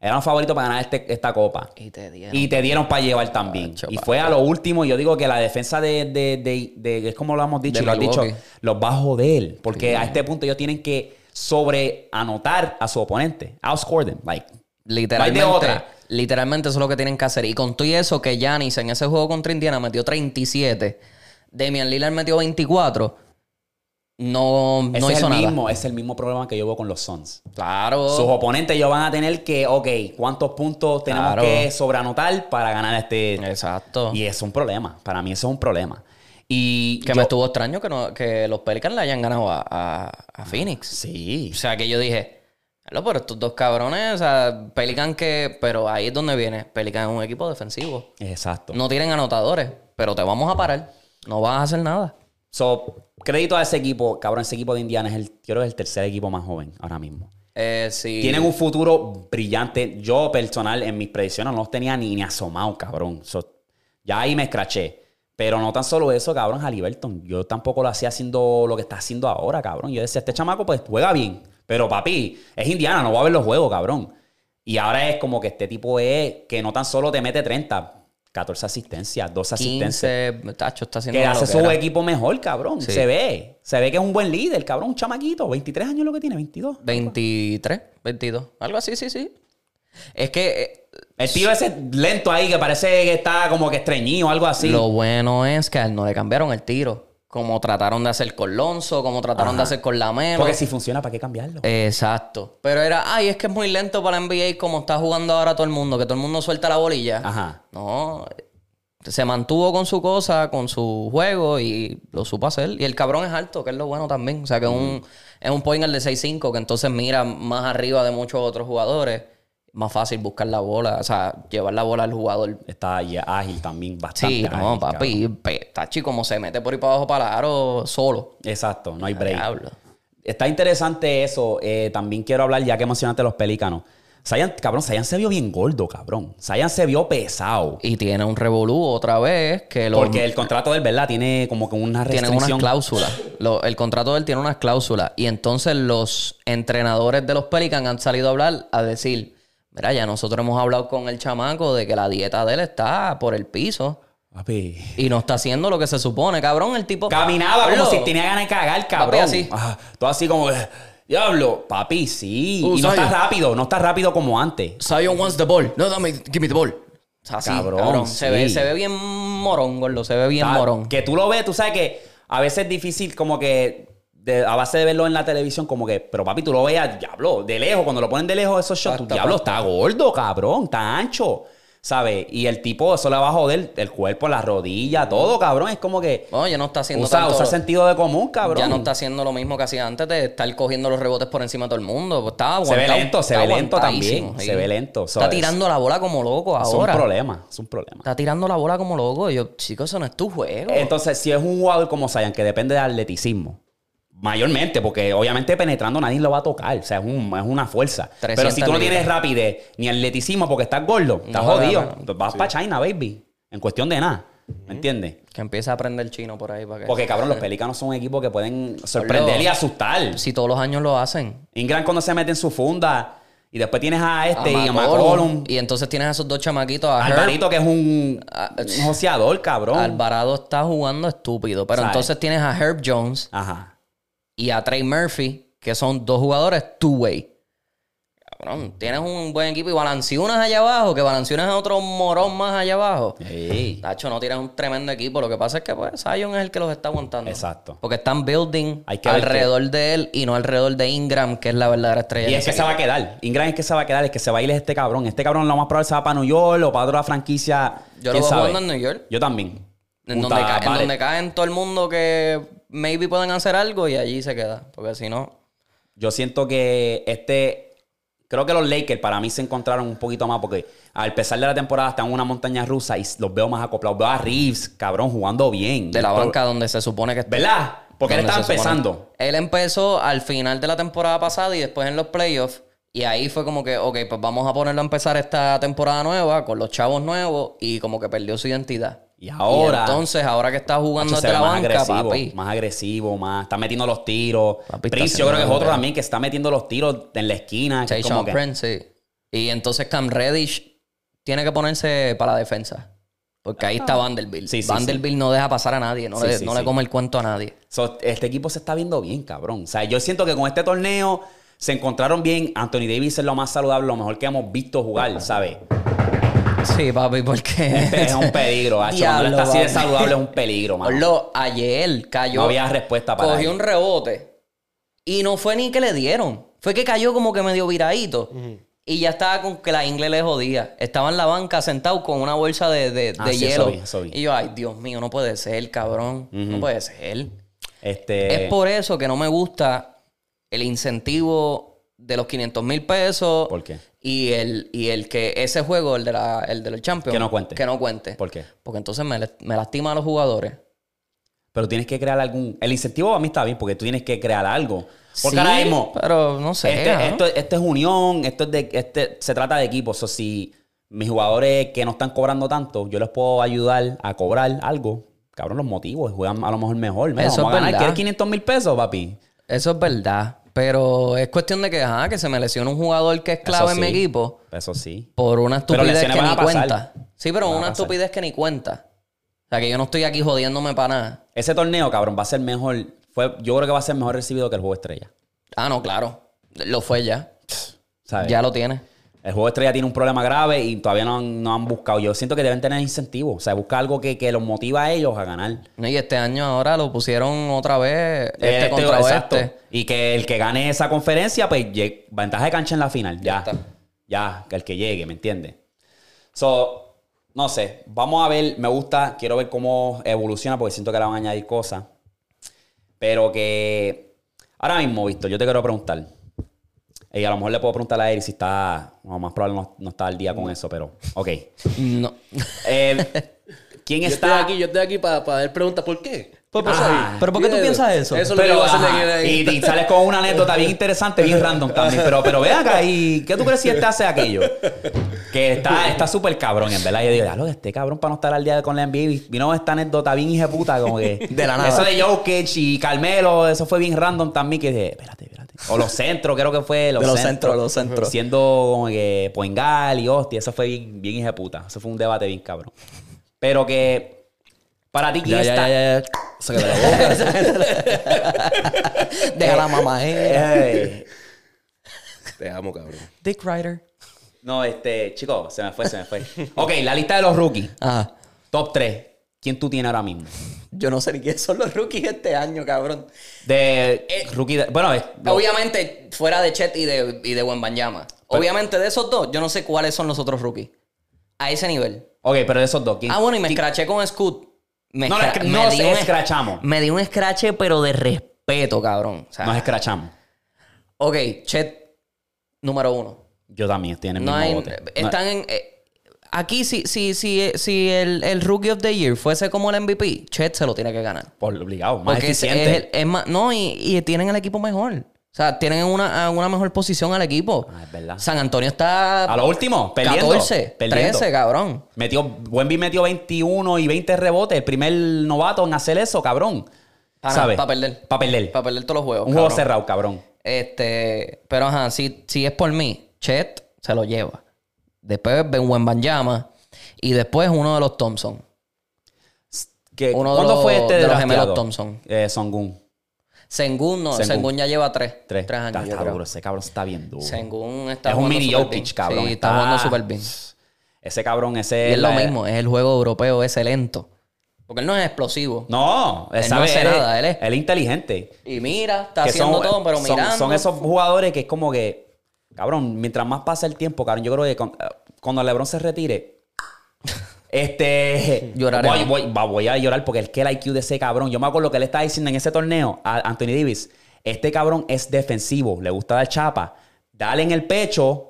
Eran los favoritos para ganar este- esta copa. Y te dieron. Y te dieron para llevar también. Chacho, y fue a lo último. Yo digo que la defensa de, de, de- de- es como lo hemos dicho, De y lo has dicho, Milwaukee. los va a joder. Porque a este punto ellos tienen que sobre anotar a su oponente. Outscore them. Like, Literalmente, No hay de otra. literalmente eso es lo que tienen que hacer. Y con todo y eso que Giannis en ese juego contra Indiana metió 37, Damian Lillard metió 24, no, ese no es hizo el nada. Oh. mismo, es el mismo problema que yo veo con los Suns. Claro. Sus oponentes ellos van a tener que, ok, ¿cuántos puntos tenemos Claro. que sobreanotar para ganar este? Exacto. Y es un problema. Para mí eso es un problema. Y Que yo- me estuvo extraño que, no, que los Pelicans le hayan ganado a, a- a Phoenix. Ah, Sí. O sea, que yo dije, "Aló, pero estos dos cabrones, o sea, Pelican que... Pero ahí es donde viene. Pelican es un equipo defensivo. Exacto. No tienen anotadores, pero te vamos a parar. No vas a hacer nada. So, crédito a ese equipo, cabrón, ese equipo de Indiana es el, yo creo que es el tercer equipo más joven ahora mismo. Eh, sí. Tienen un futuro brillante. Yo personal en mis predicciones no los tenía ni, ni asomado, cabrón. So, ya ahí me escraché. Pero no tan solo eso, cabrón, Halliburton. Yo tampoco lo hacía haciendo lo que está haciendo ahora, cabrón. Yo decía, este chamaco pues juega bien. Pero papi, es Indiana, no va a ver los juegos, cabrón. Y ahora es como que este tipo es que no tan solo te mete 30, 14 asistencias, 12 asistencias 15... Tacho está haciendo que lo hace que su era. equipo mejor, cabrón. Sí. Se ve. Se ve que es un buen líder, cabrón. Un chamaquito. 23 años lo que tiene, 22. 23, 22. Algo así, sí, sí. Es que... eh, El tío ese lento ahí que parece que está como que estreñido o algo así. Lo bueno es que a él no le cambiaron el tiro. Como trataron de hacer con Lonzo, como trataron de Ajá. hacer con Lamelo. Porque si funciona, ¿para qué cambiarlo? Exacto. Pero era, ay, es que es muy lento para la NBA como está jugando ahora todo el mundo, que todo el mundo suelta la bolilla. Ajá. No, se mantuvo con su cosa, con su juego y lo supo hacer. Y el cabrón es alto, que es lo bueno también. O sea, que es un, es un pointer de 6-5, que entonces mira más arriba de muchos otros jugadores. Más fácil buscar la bola, o sea, llevar la bola al jugador. Está ahí ágil también, bastante. Sí, no, ágil, cabrón. papi. pe- Tachi, como se mete por ahí para abajo para el aro solo. Exacto, no hay break. Diablo. Está interesante eso. Eh, también quiero hablar, ya que mencionaste los pelícanos. Zion- cabrón, Sayan se vio bien gordo, cabrón. Sayan se vio pesado. Y tiene un revolú otra vez que lo Porque el contrato del verdad tiene como que una tienen restricción. unas cláusulas. Lo- el contrato de él tiene unas cláusulas. Y entonces los entrenadores de los Pelicans han salido a hablar, a decir, mira, ya nosotros hemos hablado con el chamaco de que la dieta de él está por el piso Papi. y no está haciendo lo que se supone, cabrón. El tipo... Caminaba Pablo, como si tenía ganas de cagar, cabrón. así. Ah, todo así como, eh, diablo, papi, sí. Uh, y no está Zion. rápido, no está rápido como antes. Zion wants the ball. No, dame, give me the ball. Así, Cabrón, cabrón. sí. Se, ve, se ve bien morón, gordo. Se ve bien Está- morón. Que tú lo ves, tú sabes que a veces es difícil como que, de- a base de verlo en la televisión, como que, pero papi, tú lo veas, diablo, de lejos, cuando lo ponen de lejos esos shots, tú, Basta, diablo, está gordo, cabrón, está ancho. ¿Sabes? Y el tipo, eso le va a joder el cuerpo, las rodillas, todo, cabrón. Es como que Bueno, ya no está haciendo usa, tanto- usa sentido de común, cabrón. Ya no está haciendo lo mismo que hacía antes de estar cogiendo los rebotes por encima de todo el mundo. Pues Está Se ve aguantado- lento, se está ve lento aguantadísimo, también, sí. se ve lento. So, Está es- tirando la bola como loco Es un ahora. problema, es un problema. Está tirando la bola como loco. Y Yo, chico, eso no es tu juego. Entonces, si es un jugador como Zion que depende de atleticismo, mayormente, porque obviamente penetrando nadie lo va a tocar, o sea, es, un- es una fuerza. 300 Pero si tú no libras. tienes rapidez ni atleticismo porque estás gordo, estás No, jodido, no, vas para China, baby, en cuestión de nada, ¿me entiendes? que empieza a aprender chino por ahí. Para que... Porque, cabrón, los pelicanos son un equipo que pueden sorprender y asustar. Si todos los años lo hacen. Ingram cuando se mete en su funda y después tienes a este y a McCollum, McCollum, Y entonces tienes a esos dos chamaquitos. A Herb. Ah, Alvarito que es un, un joseador, cabrón. Alvarado está jugando estúpido. Pero ¿Sabes? entonces tienes a Herb Jones Ajá. y a Trey Murphy, que son dos jugadores two-way. cabrón, Mm. tienes un buen equipo y balancionas allá abajo, que balancionas a otro morón más allá abajo. Ey. Tacho, no tienes un tremendo equipo. Lo que pasa es que, pues, Zion es el que los está aguantando. Exacto. Porque están building Hay que ver alrededor de él y no alrededor de Ingram, que es la verdadera estrella. Y de es que ese se va a quedar. Ingram es que se va a quedar, es que se va a ir este cabrón. Este cabrón lo más probable se va para New York o para otra franquicia. Yo lo ¿quién veo sabe? jugando en New York. Yo también. En Puta, donde, ca- en vale. donde caen todo el mundo que maybe pueden hacer algo y allí se queda. Porque si no, Yo siento que este. Creo que los Lakers para mí se encontraron un poquito más porque al pesar de la temporada están en una montaña rusa y los veo más acoplados. Veo a Reeves, cabrón, jugando bien. de la Esto- banca donde se supone que está. ¿Verdad? Porque él donde estaba se supone- empezando. Él empezó al final de la temporada pasada y después en los playoffs. Y ahí fue como que, ok, pues vamos a ponerlo a empezar esta temporada nueva con los chavos nuevos y como que perdió su identidad. Y ahora. entonces, ahora que está jugando Hacho, se desde la ve más banca, agresivo, papi. más agresivo, más está metiendo los tiros. Papi, está Prince, yo creo que es haciendo otro bien. también que está metiendo los tiros en la esquina. que es Tayshaun como que- Prince, sí. Y entonces Cam Reddish tiene que ponerse para la defensa. Porque ahí está Vanderbilt. Sí, sí, Vanderbilt no deja pasar a nadie, no, Sí, le, sí, no sí. le come el cuento a nadie. So, este equipo se está viendo bien, cabrón. O sea, yo siento que con este torneo se encontraron bien. Anthony Davis es lo más saludable, lo mejor que hemos visto jugar, ¿sabes? Este Sí, papi, porque. Es un peligro, hacho. Cuando él está así de saludable es un peligro, mano. Lo, ayer cayó. No había respuesta para Cogió él. un rebote. Y no fue ni que le dieron. Fue que cayó como que medio viradito. Y ya estaba con que la ingle le jodía. Estaba en la banca sentado con una bolsa de, de- Ah, de sí, eso hielo. vi, eso vi. Y yo, ay, Dios mío, no puede ser, cabrón. No puede Eh. ser. Este, Es por eso que no me gusta el incentivo de los 500 mil pesos. ¿Por qué? Y el, y el que ese juego, el de, la, el de los Champions. Que no cuente. Que no cuente. ¿Por qué? Porque entonces me, me lastima a los jugadores. Pero tienes que crear algún... El incentivo a mí está bien porque tú tienes que crear algo. Porque Sí, ahora mismo... Pero no sé. Este, ajá. esto, esto es unión, esto es de, este, se trata de equipos. O si mis jugadores que no están cobrando tanto, yo les puedo ayudar a cobrar algo. Cabrón, los motivos, juegan a lo mejor mejor. Mira, Eso vamos a es ganar. verdad. ¿Quieres 500 mil pesos, papi? Eso es verdad. Pero es cuestión de que, ajá, que se me lesione un jugador que es clave Eso en mi sí. equipo Eso sí. por una Pero estupidez lesiones que van ni a pasar. cuenta. Sí, pero Van a una pasar. estupidez que ni cuenta. O sea, que yo no estoy aquí jodiéndome para nada. Ese torneo, cabrón, va a ser mejor. Fue, yo creo que va a ser mejor recibido que el juego estrella. Ah, no, claro. Lo fue ya. ¿sabes? Ya lo tiene. El juego estrella tiene un problema grave y todavía no han, no han buscado. Yo siento que deben tener incentivos. O sea, buscar algo que, que los motiva a ellos a ganar. No, Y este año ahora lo pusieron otra vez este, Este, contra exacto. este. Y que el que gane esa conferencia, pues lle- ventaja de cancha en la final. Ya. está. Ya, que el que llegue, ¿me entiendes? So, no sé. Vamos a ver. Me gusta. Quiero ver cómo evoluciona porque siento que le van a añadir cosas. Pero que. Ahora mismo, Víctor, yo te quiero preguntar. Y a lo mejor le puedo preguntar a Eric si está. No, más probable no, no está al día con eso, pero. Ok. No. Eh, ¿Quién Yo está estoy aquí, yo estoy aquí para, para dar preguntas. ¿Por qué? ¿Qué pues, pasa ahí? ah, ¿pero por qué tú Yeah. piensas Eso eso? es lo que Pero, voy a hacer ajá, de aquí- de y, aquí. y sales con una anécdota bien interesante, bien random también. Pero, pero ve acá, ¿y qué tú crees si este hace aquello? Que está está súper cabrón, en verdad. Yo digo, "Diablo, este cabrón para no estar al día con la NBA. Vino esta anécdota bien hijeputa, como que. De la nada. Eso de Jokic y Carmelo, eso fue bien random también. Que dije, espérate, espérate. O los centros, creo que fue. Los, De los centros, los centros. Siendo como que Poingal y hostia, eso fue bien, bien hijeputa. Eso fue un debate bien cabrón. Pero que. Para ti, ¿quién Ya, ya, está? ya, ya, ya. Sácate la boca. Deja la mamá. eh. Eh, Te amo, cabrón. Dick Ryder. No, este, chico, se me fue, se me fue. Ok, la lista de los rookies. Ajá. Top 3. ¿Quién tú tienes ahora mismo? Yo no sé ni quiénes son los rookies este año, cabrón. De rookie. de- bueno, es- Ah, Obviamente, fuera de Chet y de, y de Wembanyama. Obviamente, de esos dos, yo no sé cuáles son los otros rookies. A ese nivel. ok, pero de esos dos. ¿quién? Ah, bueno, y me escraché con Scoot. Me No, escra- escra- me nos di un- escrachamos. Me di un escrache, pero de respeto, cabrón. O sea, Nos escrachamos. ok, Chet, número uno. Yo también estoy en el No mismo hay- bote. No- Están en. eh, aquí, si, si, si, eh, si el, el Rookie of the Year fuese como el MVP, Chet se lo tiene que ganar. por obligado, más Porque es, eficiente. es el- es más- no, y, y tienen el equipo mejor. O sea, tienen una, a una mejor posición al equipo. Ah, es verdad. San Antonio está A lo último, perdiendo. 14, perdiendo. 13, cabrón. Metió, Wemby metió 21 y 20 rebotes. El primer novato en hacer eso, cabrón. Para- ¿Sabes? Ah, pa' perder. Para perder. Para perder todos los juegos. Un juego cabrón. cerrado, cabrón. Este, pero ajá, si, si es por mí, Chet se lo lleva. Después Ben Wembanyama y después uno de los Thompson. Que- Uno de ¿Cuándo los- fue este de los drafteado? gemelos Thompson. Eh, Songun. Sengun no, Sengun. Sengun, ya lleva tres. Tres. años. Está, yo está creo. duro, ese cabrón está bien duro. Sengun está es un jugando mini súper Jokic, bien. cabrón. Sí, está jugando súper bien. Ese cabrón, ese. Y es lo la- mismo, es el juego europeo, ese lento. Porque él no es explosivo. No, él Él no sabe, hace él es- nada, él es- Él es inteligente. Y mira, está que haciendo todo, pero son- mirando. Son esos jugadores que es como que, cabrón, mientras más pasa el tiempo, cabrón, yo creo que con- eh, cuando LeBron se retire, este. Lloraremos. Voy, voy- va- voy a llorar porque es que el IQ de ese cabrón. Yo me acuerdo que él estaba diciendo en ese torneo a Anthony Davis: este cabrón es defensivo, le gusta dar chapa, dale en el pecho.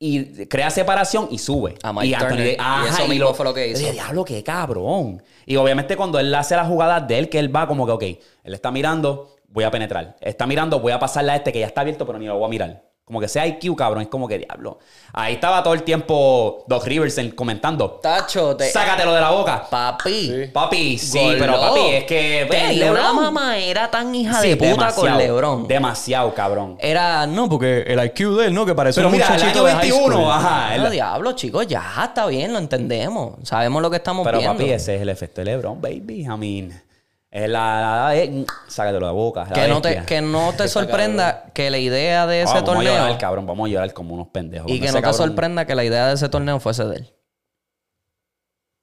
Y crea separación y sube. A Mike y Turner. Da- Y eso mismo fue lo que yo hizo. dije, diablo, qué cabrón. Y obviamente cuando él hace las jugadas de él, que él va como que, ok, él está mirando, voy a penetrar. Está mirando, voy a pasarle a este que ya está abierto, pero ni lo voy a mirar. Como que sea IQ, cabrón. Es como que, diablo. Ahí estaba todo el tiempo Doc Rivers en- comentando. Tacho, te- Sácatelo de la boca. papi. Papi, sí, Goló. pero papi, es que... Te- ve, la LeBron. mamá era tan hija Sí, de puta demasiado, con LeBron. Demasiado, cabrón. Era, no, porque el IQ de él, ¿no? Que parece Pero mira, el año 21, ajá. No, el- Ah, diablo, chicos, ya está bien, lo entendemos. Sabemos lo que estamos Pero viendo. papi, ese es el efecto de LeBron, baby. I mean, es la, la, de... "Mm, Sácatelo de la boca. la que, no te, bestia. que no te sorprenda que la idea de ese Ah, vamos torneo. a llorar, cabrón. Vamos a llorar como unos pendejos. cuando y que ese no te cabrón- sorprenda que la idea de ese torneo fuese de él.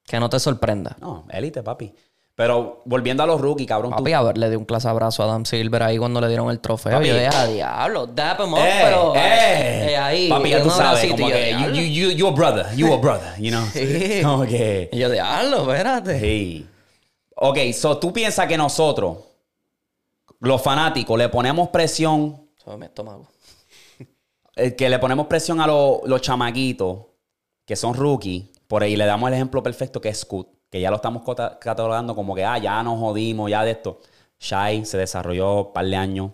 Que no te sorprenda. No, élite, papi. Pero volviendo a los rookies, cabrón. tú- Papi, a ver, le di un clase abrazo a Adam Silver ahí cuando le dieron el trofeo. Papi. Yo dije, a diablo, dap him up, Eh, pero... eh. eh, ahí, papi, ya un tú sabes. abracito, Como y yo, que you, diablo. you, you, you a brother. You a brother, you know. Sí. Como que... Y yo, diablo, espérate. Sí. Ok, so tú piensas que nosotros, los fanáticos, le ponemos presión Sobre mi estómago. el eh, que le ponemos presión a lo- los chamaquitos que son rookies, por ahí le damos el ejemplo perfecto que es Scoot, que ya lo estamos cota- catalogando como que, ah, ya nos jodimos, ya de esto. Shai se desarrolló un par de años.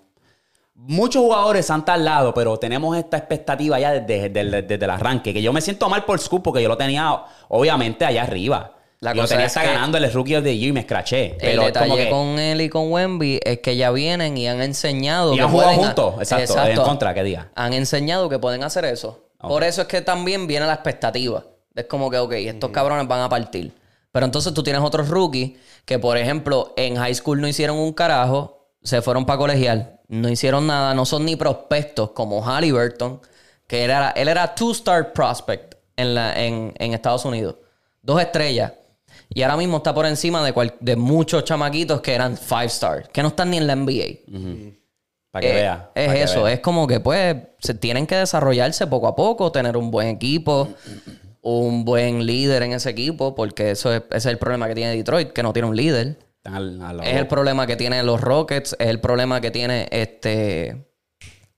Muchos jugadores han tardado, pero tenemos esta expectativa ya desde, desde- desde el arranque, que yo me siento mal por Scoot porque yo lo tenía, obviamente, allá arriba. La yo cosa tenía es hasta que- ganando el Rookie of the Year y me escraché. Pero el es como detalle que... con él y con Wemby es que ya vienen y han enseñado Y que han jugado pueden- juntos, exacto, en contra, que diga. Han enseñado que pueden hacer eso. Ok. Por eso es que también viene la expectativa. Es como que, ok, estos cabrones van a partir. Pero entonces tú tienes otros rookies que, por ejemplo, en high school no hicieron un carajo, se fueron para colegial, no hicieron nada, no son ni prospectos como Halliburton, que era, él era two-star prospect en, la, en, en Estados Unidos. Dos estrellas. Y ahora mismo está por encima de, cual- de muchos chamaquitos que eran five-star, que no están ni en la NBA. Para que Eh, vea. Es para que eso, vea. es como que pues se tienen que desarrollarse poco a poco, tener un buen equipo, un buen líder en ese equipo, porque eso es, ese es el problema que tiene Detroit, que no tiene un líder. Están al- al lado. Es el problema que tienen los Rockets, es el problema que tiene este...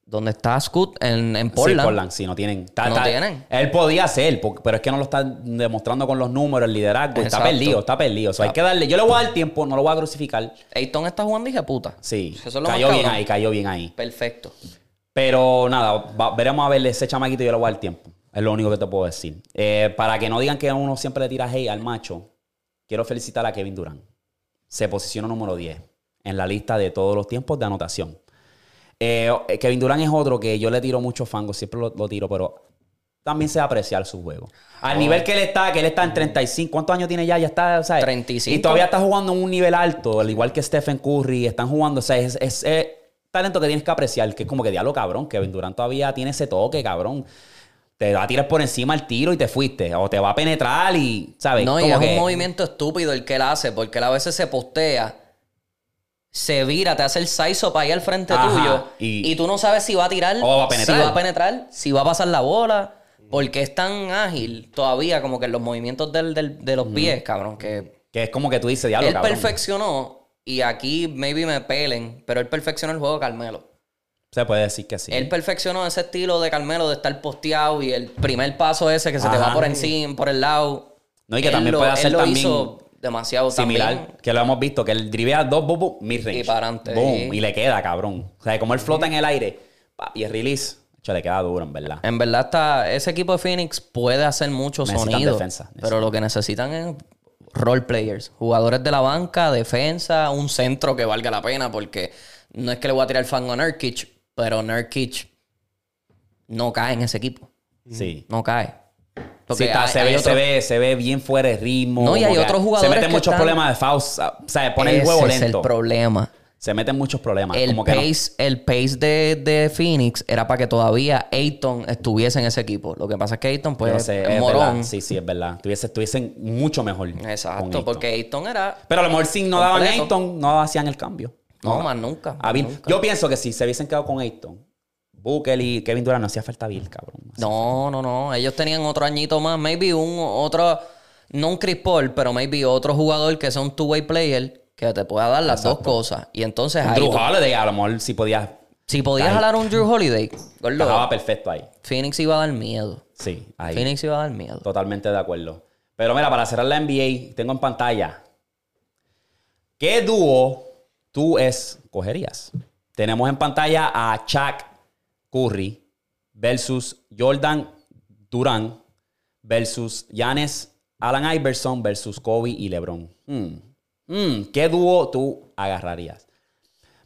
¿Dónde está Scoot? En, en Portland. Sí, Portland, sí, no tienen. Ta- No ta- tienen. Él podía ser, po- pero es que no lo están demostrando con los números, el liderazgo. Está Exacto. perdido, está perdido. O sea, hay que darle. Yo le voy a dar tiempo, no lo voy a crucificar. Ayton está jugando hija puta. Sí. Eso es lo cayó más bien cabrón. ahí, cayó bien ahí. Perfecto. Pero nada, va- veremos a ver ese chamaquito y yo le voy a dar tiempo. Es lo único que te puedo decir. Eh, para que no digan que uno siempre le tira hey al macho, quiero felicitar a Kevin Durant. Se posiciona número 10 en la lista de todos los tiempos de anotación. Eh, Kevin Durant es otro que yo le tiro mucho fango, siempre lo, lo tiro, pero también se apreciar su juego. Oh. Al nivel que él está, que él está en 35, ¿cuántos años tiene ya? Ya está, o sea, 35. Y todavía está jugando en un nivel alto, al igual que Stephen Curry, están jugando, o sea, es, es- es talento que tienes que apreciar, que es como que diablo cabrón, Kevin Durant todavía tiene ese toque, cabrón. Te va a tirar por encima el tiro y te fuiste, o te va a penetrar y, ¿sabes? No, y Como es un que- movimiento estúpido el que él hace, porque él a veces se postea, se vira, te hace el saizo para allá al frente Ajá, tuyo, y- y... tú no sabes si va a tirar, O va a penetrar. si va a penetrar, si va a pasar la bola, porque es tan ágil todavía, como que los movimientos del- del- de los pies, cabrón, que Que es como que tú dices, diablo él cabrón. perfeccionó, y aquí maybe me pelen, pero él perfeccionó el juego de Carmelo. Se puede decir que sí. Él perfeccionó ese estilo de Carmelo de estar posteado y el primer paso ese que se te Ajá. va por encima, por el lado. No, y que Él también lo- puede hacer él lo también hizo demasiado Similar, también. que lo hemos visto, que él drivea dos boom, boom, midrange. Y para adelante, Boom, sí. y le queda, cabrón. O sea, como él flota en el aire pa, y el release, hecho, le queda duro, en verdad. En verdad está ese equipo de Phoenix puede hacer mucho Necesitan sonido, defensa, necesitan. pero lo que necesitan es role players, jugadores de la banca, defensa, un centro que valga la pena porque no es que le voy a tirar fan a Nurkic, pero Nurkic no cae en ese equipo, Sí. no cae. Sí, está, hay- se, hay ve, se, otro- ve, se ve bien fuera de ritmo. No, y como hay que otros Se jugadores meten que muchos están- problemas de Faust. ah, O sea, pone el Ese huevo es el lento. problema. se meten muchos problemas. El como que no- pace, el pace de, de Phoenix era para que todavía Ayton estuviese en ese equipo. Lo que pasa es que Ayton, pues, yo no sé, es es morón. verdad. Sí, sí, es verdad. Tuviese- Estuviesen mucho mejor. con Exacto, Ayton. porque Ayton era. Pero a lo mejor si no daban Completo. Ayton, no hacían el cambio. No, más nunca. A Bill- Yo pienso que si se hubiesen quedado con Ayton, Booker y Kevin Durant no hacía falta Bill, cabrón. No, no, no. Ellos tenían otro añito más. Maybe un otro. No un Chris Paul, pero maybe otro jugador que sea un two-way player que te pueda dar las dos cosas. Y entonces ahí. Drew tú- Holiday, a lo mejor si podías. Si podías jalar un Drew Holiday, gordo, Estaba perfecto ahí. Phoenix iba a dar miedo. Sí, ahí. Phoenix iba a dar miedo. Totalmente de acuerdo. Pero mira, para cerrar la NBA, tengo en pantalla. ¿Qué dúo tú escogerías? Tenemos en pantalla a Chuck Curry versus Jordan Durán versus Giannis Alan Iverson versus Kobe y LeBron. Hmm. Hmm, ¿Qué dúo tú agarrarías?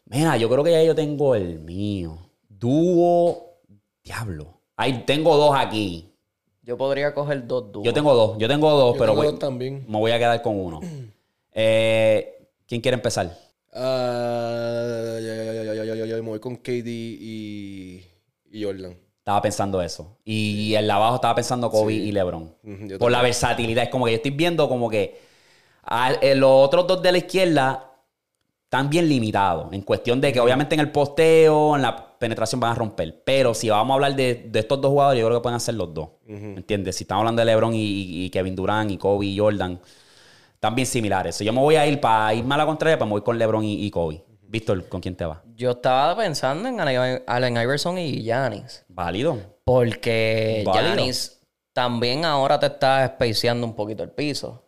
Mira, yo creo que ya yo tengo el mío. Dúo, diablo. Ahí tengo dos aquí. Yo podría coger dos dúos. Yo tengo dos, yo tengo dos, Yo pero tengo voy- dos también. me voy a quedar con uno. Eh, ¿Quién quiere empezar? Ah, ya, ya, ya, ya, ya, ya, ya, ya, me voy con KD y, y Jordan. Estaba pensando eso. Y el de abajo estaba pensando Kobe y LeBron. Ujú, yo Por la versatilidad. Es como que yo estoy viendo como que a- eh, los otros dos de la izquierda están bien limitados. En cuestión de que obviamente en el posteo, en la penetración van a romper. Pero si vamos a hablar de, de estos dos jugadores, yo creo que pueden hacer los dos. ¿Me ¿Entiendes? Si estamos hablando de LeBron y, y Kevin Durant y Kobe y Jordan, están bien similares. So, yo me voy a ir para irme a la contraria, pues me voy con LeBron y, y Kobe. Víctor, ¿con quién te vas? Yo estaba pensando en Allen Allen Iverson y Giannis. Válido. Porque Válido. Giannis también ahora te está espaciando un poquito el piso.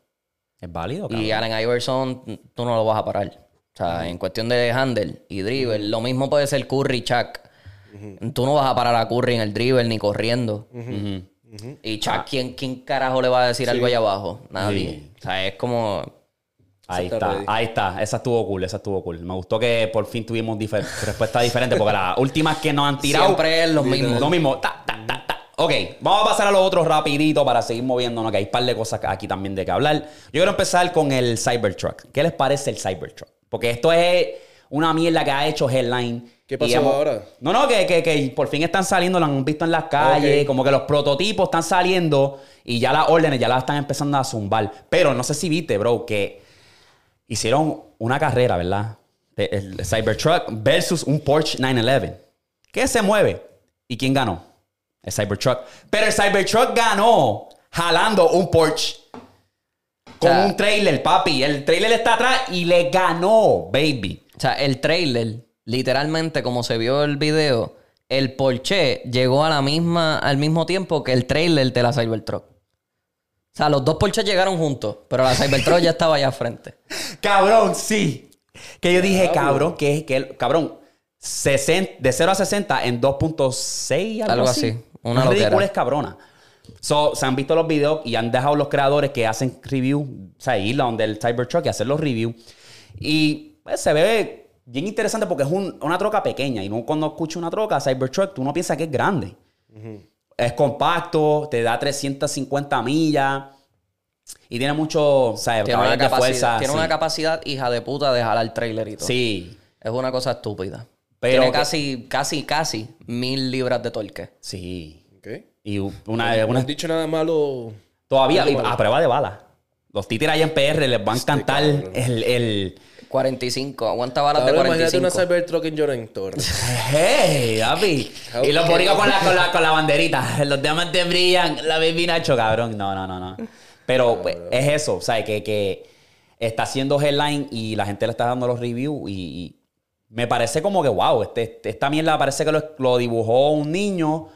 Es válido. Y cabrón. Allen Iverson, tú no lo vas a parar. O sea, en cuestión de handle y dribble, lo mismo puede ser Curry y Chuck. Tú no vas a parar a Curry en el dribble ni corriendo. Ujú. Y Chuck, ¿quién, ¿quién carajo le va a decir algo allá abajo? Nadie. Sí. O sea, es como... Ahí está, ahí está. Esa estuvo cool, esa estuvo cool. Me gustó que por fin tuvimos difer- respuestas diferentes porque las últimas que nos han tirado... Siempre es lo mismo. Lo mismo. Ta, ta, ta, ta. Ok, vamos a pasar a los otros rapidito para seguir moviéndonos, que hay un par de cosas aquí también de que hablar. Yo quiero empezar con el Cybertruck. ¿Qué les parece el Cybertruck? Porque esto es una mierda que ha hecho Headline. ¿Qué Y pasó ahora? No, no, que, que- que por fin están saliendo, lo han visto en las calles, Ok. como que los prototipos están saliendo y ya las órdenes ya las están empezando a zumbar. Pero no sé si viste, bro, que hicieron una carrera, ¿verdad? De- el Cybertruck versus un Porsche 911. ¿Qué se mueve? ¿Y quién ganó? El Cybertruck. Pero el Cybertruck ganó jalando un Porsche con O sea- un trailer, papi. El trailer está atrás y le ganó, baby. O sea, el trailer, literalmente, como se vio el video, el Porsche llegó a la misma, al mismo tiempo que el trailer de la Cybertruck. O sea, los dos Porsches llegaron juntos, pero la Cybertruck ya estaba allá al frente. Cabrón, sí. Que yo dije, cabrón, que que el- cabrón, 60 de 0 a 60 en 2.6 algo, Algo así. así. Una loquera. ridícula es cabrona. So, se han visto los videos y han dejado los creadores que hacen review, o sea, ir a donde el Cybertruck y hacer los reviews. Y pues, se ve bien interesante porque es un- una troca pequeña. Y no, cuando escucho una troca, Cybertruck, tú no piensas que es grande. Es compacto, te da 350 millas y tiene mucho, o sea, Tiene, una caballos de capacidad, fuerza, tiene sí. una capacidad hija de puta de jalar trailer y todo. Sí, Es una cosa estúpida. Pero tiene que- casi, casi, casi mil libras de torque. sí. Ok. Y una, No una has dicho nada malo. todavía y a prueba de bala. Los títeres allá en PR les van a cantar cabrón. el, el 45, aguanta balas de Ahora imagínate 45. una Cybertruck en Jordan Torres. hey, papi. Y los boricos con la, con, la, con la banderita. Los diamantes brillan. La baby Nacho, cabrón. No, no, no, no. Pero pues, es eso, o sea, que, que está haciendo headline y la gente le está dando los reviews y, y me parece como que, wow, este, este- esta mierda parece que lo, lo dibujó un niño.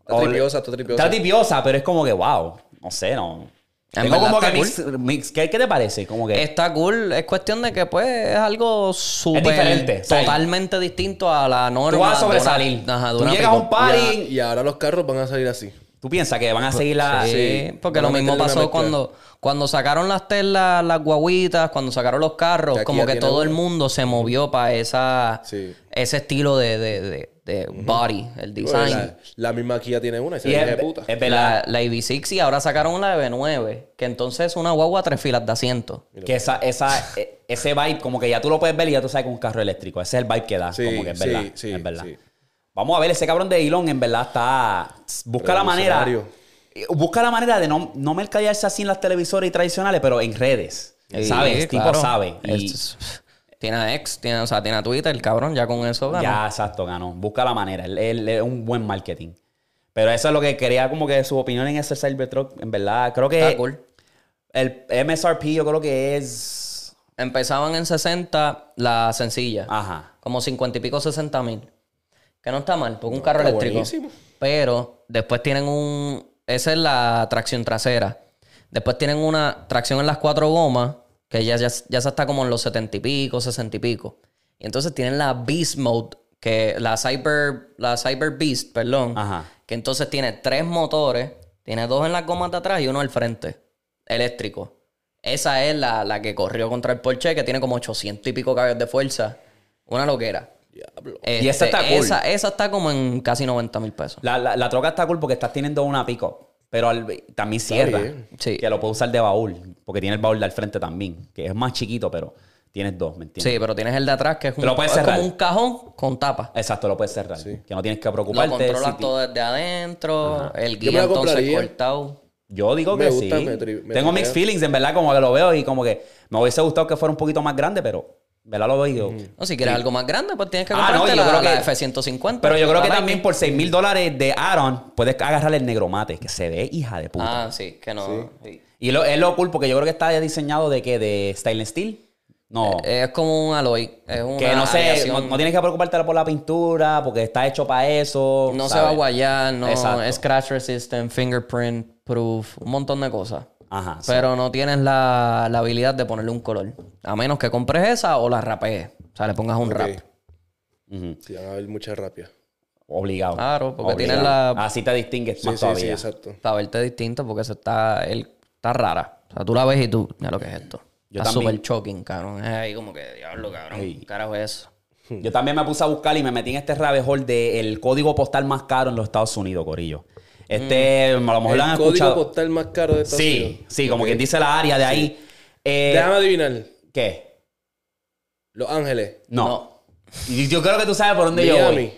Está O- tripiosa, está tripiosa. Está tripiosa, pero es como que, wow, no sé, no. En Tengo verdad como que está mix, mix- ¿qué, qué te parece? Como que... Está cool, es cuestión de que pues es algo súper diferente, o sea, totalmente distinto a la norma. Tú vas a de una- sobresalir. ajá, de tú una llegas a un pick-up. Ah, party. Y ahora los carros van a salir así. Tú piensas que van a seguir la. Sí, Sí, porque lo van a mismo meterle una pasó mezcla. cuando, cuando sacaron las telas, las guaguitas, cuando sacaron los carros, Que aquí como ya que tiene todo el una. mundo se movió para esa Sí. ese estilo de, de- de- de body, el Bueno, design. la, la misma aquí ya tiene una y se Y ve es, de puta. Pues, es verdad la, la EV6 y ahora sacaron la EV9, que entonces es una guagua tres filas de asiento. que esa, esa, e- ese vibe, como que ya tú lo puedes ver y ya tú sabes que es un carro eléctrico. Ese es el vibe que da. Sí, como que es sí, verdad. sí, es verdad. sí. Vamos a ver, ese cabrón de Elon en verdad está. Busca la manera. eh, Revolucionario. Busca la manera de no, no mercadearse así en las televisoras y tradicionales, pero en redes. Sí, ¿Sabes? El claro. tipo sabe. Y Esto es- tiene a ex, tiene, o sea, tiene a Twitter, el cabrón, ya con eso gana. ya, exacto, ganó. Busca la manera. Él- él es un buen marketing. Pero eso es lo que quería, como que su opinión en ese Cybertruck. En verdad, creo que. Está cool. El MSRP yo creo que es... Empezaban en 60 la sencilla. Ajá. Como 50 y pico, 60 mil. Que no está mal, porque un carro está eléctrico. buenísimo. Pero después tienen un. Esa es la tracción trasera. Después tienen una tracción en las cuatro gomas, que ya, ya, ya se está como en los 70 y pico, 60 y pico. Y entonces tienen la Beast Mode, que la Cyber, la Cyber Beast, perdón. Ajá. Que entonces tiene tres motores, tiene dos en las gomas de atrás y uno al frente, eléctrico. Esa es la, la que corrió contra el Porsche, que tiene como 800 y pico caballos de fuerza. Una loquera. Diablo. Este, esa está cool. Esa, esa está como en casi 90 mil pesos. La, la, la troca está cool porque estás teniendo una pick-up. Pero al- también cierra. bien. Sí. Que lo puedes usar de baúl. Porque tiene el baúl del frente también. Que es más chiquito, pero tienes dos, ¿me entiendes? Sí, pero tienes el de atrás que es, un- lo puedes es como cerrar. un cajón con tapa. Exacto, lo puedes cerrar. Que no tienes que Lo preocuparte. controlas si ti- todo desde adentro, Yo me el guía la entonces compraría. cortado. Yo digo Me que gusta, sí. me tri- Tengo me tripea. mixed feelings, en verdad, como que lo veo y como que me hubiese gustado que fuera un poquito más grande, pero en verdad lo veo y digo, No, si quieres algo más grande, pues tienes que Ah, comprarte no, yo la, creo que- la F-150. Pero yo la creo que Lightning. también por 6 mil dólares de Aaron puedes agarrar el negromate, que se ve hija de puta. Ah, sí, que no. sí. Y lo, es lo cool porque yo creo que está diseñado de que de stainless steel. No. Es como un alloy. Es Eh, una que no sé, aleación. no, no tienes que preocuparte por la pintura porque está hecho para eso. No se ¿sabes? va a guayar, no Exacto. es scratch resistant, fingerprint proof, un montón de cosas. Ajá. Ah, sí. Pero no tienes la, la habilidad de ponerle un color. A menos que compres esa o la rapees. O sea, le pongas un Ok. rap. Ujú. Sí, van a haber mucha rapia. Obligado. Claro, porque Obligado. tienes la- Así te distingues Sí, más sí, sí, todavía. exacto. Para verte distinto porque eso está, el- está rara. O sea, tú la ves y tú, mira lo que es esto. Yo está también. súper shocking, cabrón. Es ahí como que, diablo, cabrón. Sí. ¿qué Carajo es eso. Yo también me puse a buscar y me metí en este rabbit hole del código postal más caro en los Estados Unidos, Corillo. Este, a lo mejor Mm. El lo han código escuchado. postal más caro de Estados Unidos. Sí, sí, como Ok. quien dice la área de ahí. Eh, Déjame adivinar. ¿Qué? Los Ángeles. No. Y Yo creo que tú sabes por dónde yo voy. Miami.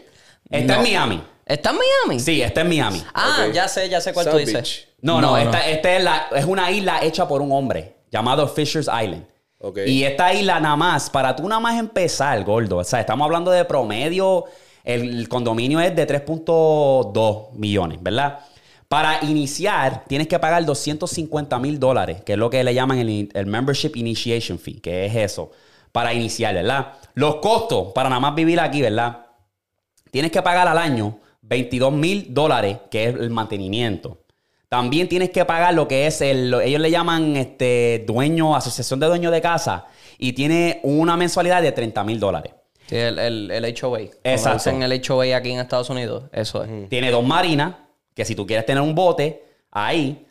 Está No. en Miami. ¿Está en Miami? Sí, está en Miami. Ah, Ok. ya sé, ya sé cuál South tú dices. Beach. No, no, No, esta, esta es, la- es una isla hecha por un hombre llamado Fisher's Island. Ok. Y esta isla nada más, para tú nada más empezar, gordo, o sea, estamos hablando de promedio, el condominio es de 3.2 millones, ¿verdad? Para iniciar, tienes que pagar 250 mil dólares, que es lo que le llaman el, el Membership Initiation Fee, que es eso, para iniciar, ¿verdad? Los costos para nada más vivir aquí, ¿verdad? Tienes que pagar al año 22 mil dólares, que es el mantenimiento. También tienes que pagar lo que es el, lo- ellos le llaman este dueño, asociación de dueños de casa, y tiene una mensualidad de 30 mil dólares. Sí, el, el, el HOA. Como Exacto. Dicen el HOA aquí en Estados Unidos. Eso es. Tiene dos marinas, que si tú quieres tener un bote ahí,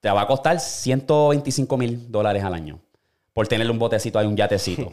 te va a costar 125 mil dólares al año. Por tenerle un botecito, hay un yatecito.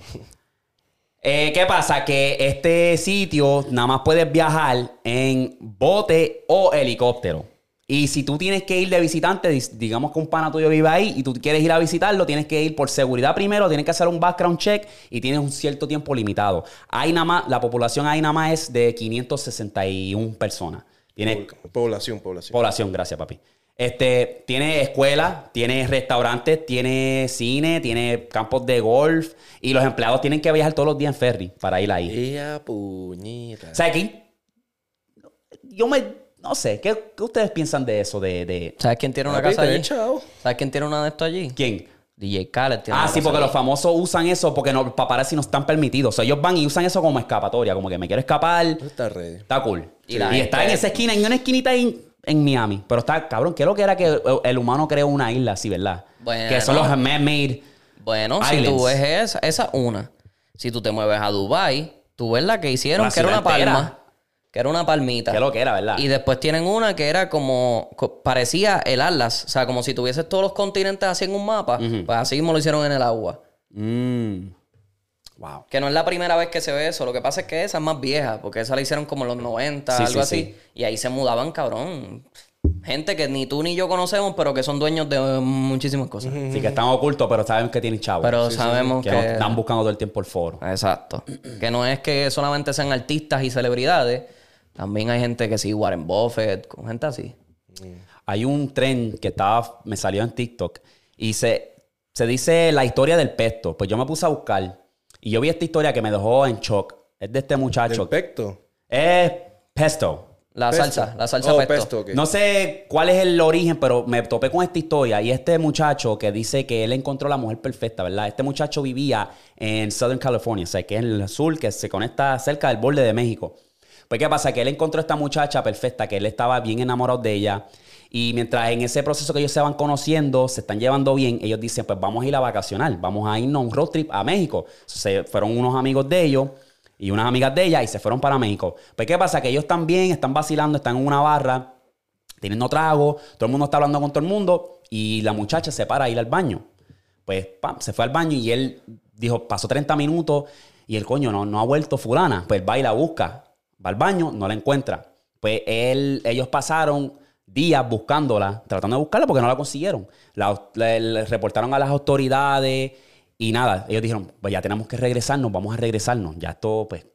Eh, ¿Qué pasa? Que este sitio nada más puedes viajar en bote o helicóptero. Y si tú tienes que ir de visitante, dis- digamos que un pana tuyo vive ahí y tú quieres ir a visitarlo, tienes que ir por seguridad primero, tienes que hacer un background check y tienes un cierto tiempo limitado. Ahí nada más, la población ahí nada más es de 561 personas. Tienes Pobl- Población, población. Población, gracias, papi. Este, tiene escuelas, tiene restaurantes, tiene cine, tiene campos de golf y los empleados tienen que viajar todos los días en ferry para ir ahí. Ea puñita. O sea, aquí yo me no sé, ¿qué, qué ustedes piensan de eso de, de- ¿Sabes quién tiene una Papi, casa allí? tenés chavo. ¿Sabes quién tiene una de estos allí? quién? DJ Khaled tiene Ah, una sí, casa porque allí. los famosos usan eso porque no, los paparazzi no están permitidos. O sea, ellos van y usan eso como escapatoria, como que me quiero escapar. Eso Está ready. Está cool. Y Y, la gente- está en esa esquina, en una esquinita ahí en, Miami. Pero está, cabrón, ¿qué es lo que era que el, el humano creó una isla así, verdad? Bueno. Que son los man-made. Bueno, si Islands. tú ves esa, esa es una. Si tú te mueves a Dubai, tú ves la que hicieron, La que era una ciudad entera. palma. Que era una palmita. ¿Qué es lo que era, verdad? Y después tienen una que era como. co- parecía el Atlas. O sea, como si tuvieses todos los continentes así en un mapa. Pues así mismo lo hicieron en el agua. Mm. Wow. Que no es la primera vez que se ve eso. Lo que pasa es que esa es más vieja, porque esa la hicieron como en los 90, Sí, algo sí, así. sí. Y ahí se mudaban, cabrón. Gente que ni tú ni yo conocemos, pero que son dueños de eh, muchísimas cosas. Así que están ocultos, pero saben que tienen chavos. Pero sabemos que que... no están buscando todo el tiempo el foro. Exacto. que no es que solamente sean artistas y celebridades. También hay gente que sí, Warren Buffett, con gente así. Hay un tren que estaba, me salió en TikTok y se, se dice la historia del pesto. Pues yo me puse a buscar y yo vi esta historia que me dejó en shock. Es de este muchacho. Perfecto. Es pesto. La salsa, la salsa Oh, pesto. pesto, ok. No sé cuál es el origen, pero me topé con esta historia y este muchacho que dice que él encontró la mujer perfecta, ¿verdad? Este muchacho vivía en Southern California, o sea, que es en el sur, que se conecta cerca del borde de México. Pues, ¿qué pasa? Que él encontró a esta muchacha perfecta, que él estaba bien enamorado de ella. Y mientras en ese proceso que ellos se van conociendo, se están llevando bien, ellos dicen, pues vamos a ir a vacacionar, vamos a irnos a un road trip a México. Se fueron unos amigos de ellos y unas amigas de ella y se fueron para México. Pues, ¿qué pasa? Que ellos también están vacilando, están en una barra teniendo trago, todo el mundo está hablando con todo el mundo y la muchacha se para a ir al baño. Pues, pam, se fue al baño y él dijo, pasó 30 minutos y el coño no, no ha vuelto fulana. Pues va y la busca, va al baño, no la encuentra. Pues él, ellos pasaron días buscándola, tratando de buscarla porque no la consiguieron. La, le- le reportaron a las autoridades y nada. Ellos dijeron, pues ya tenemos que regresarnos, vamos a regresarnos. Ya esto, pues,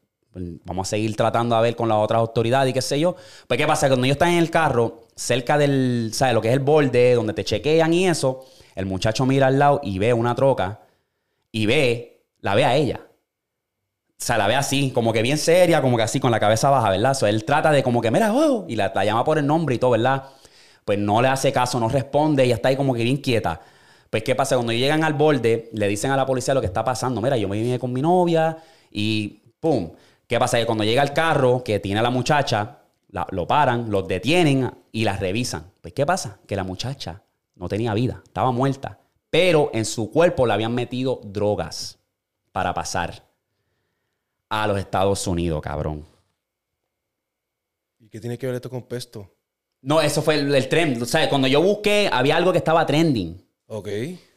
vamos a seguir tratando a ver con las otras autoridades y qué sé yo. Pues, ¿qué pasa? Cuando ellos están en el carro, cerca del, ¿sabes? Lo que es el borde, donde te chequean y eso, el muchacho mira al lado y ve una troca y ve, la ve a ella. O sea, la ve así, como que bien seria, como que así, con la cabeza baja, ¿verdad? O sea, él trata de como que, mira, wow, y la, la llama por el nombre y todo, ¿verdad? Pues no le hace caso, no responde, y está ahí como que bien quieta. Pues, ¿qué pasa? Cuando llegan al borde, le dicen a la policía lo que está pasando. Mira, yo me vine con mi novia y ¡pum! ¿Qué pasa? Que cuando llega el carro que tiene a la muchacha, la- lo paran, los detienen y la revisan. Pues, ¿qué pasa? Que la muchacha no tenía vida, estaba muerta. Pero en su cuerpo le habían metido drogas para pasar a los Estados Unidos, cabrón. ¿Y qué tiene que ver esto con pesto? No, eso fue el, el tren. O sea, cuando yo busqué, había algo que estaba trending. Ok.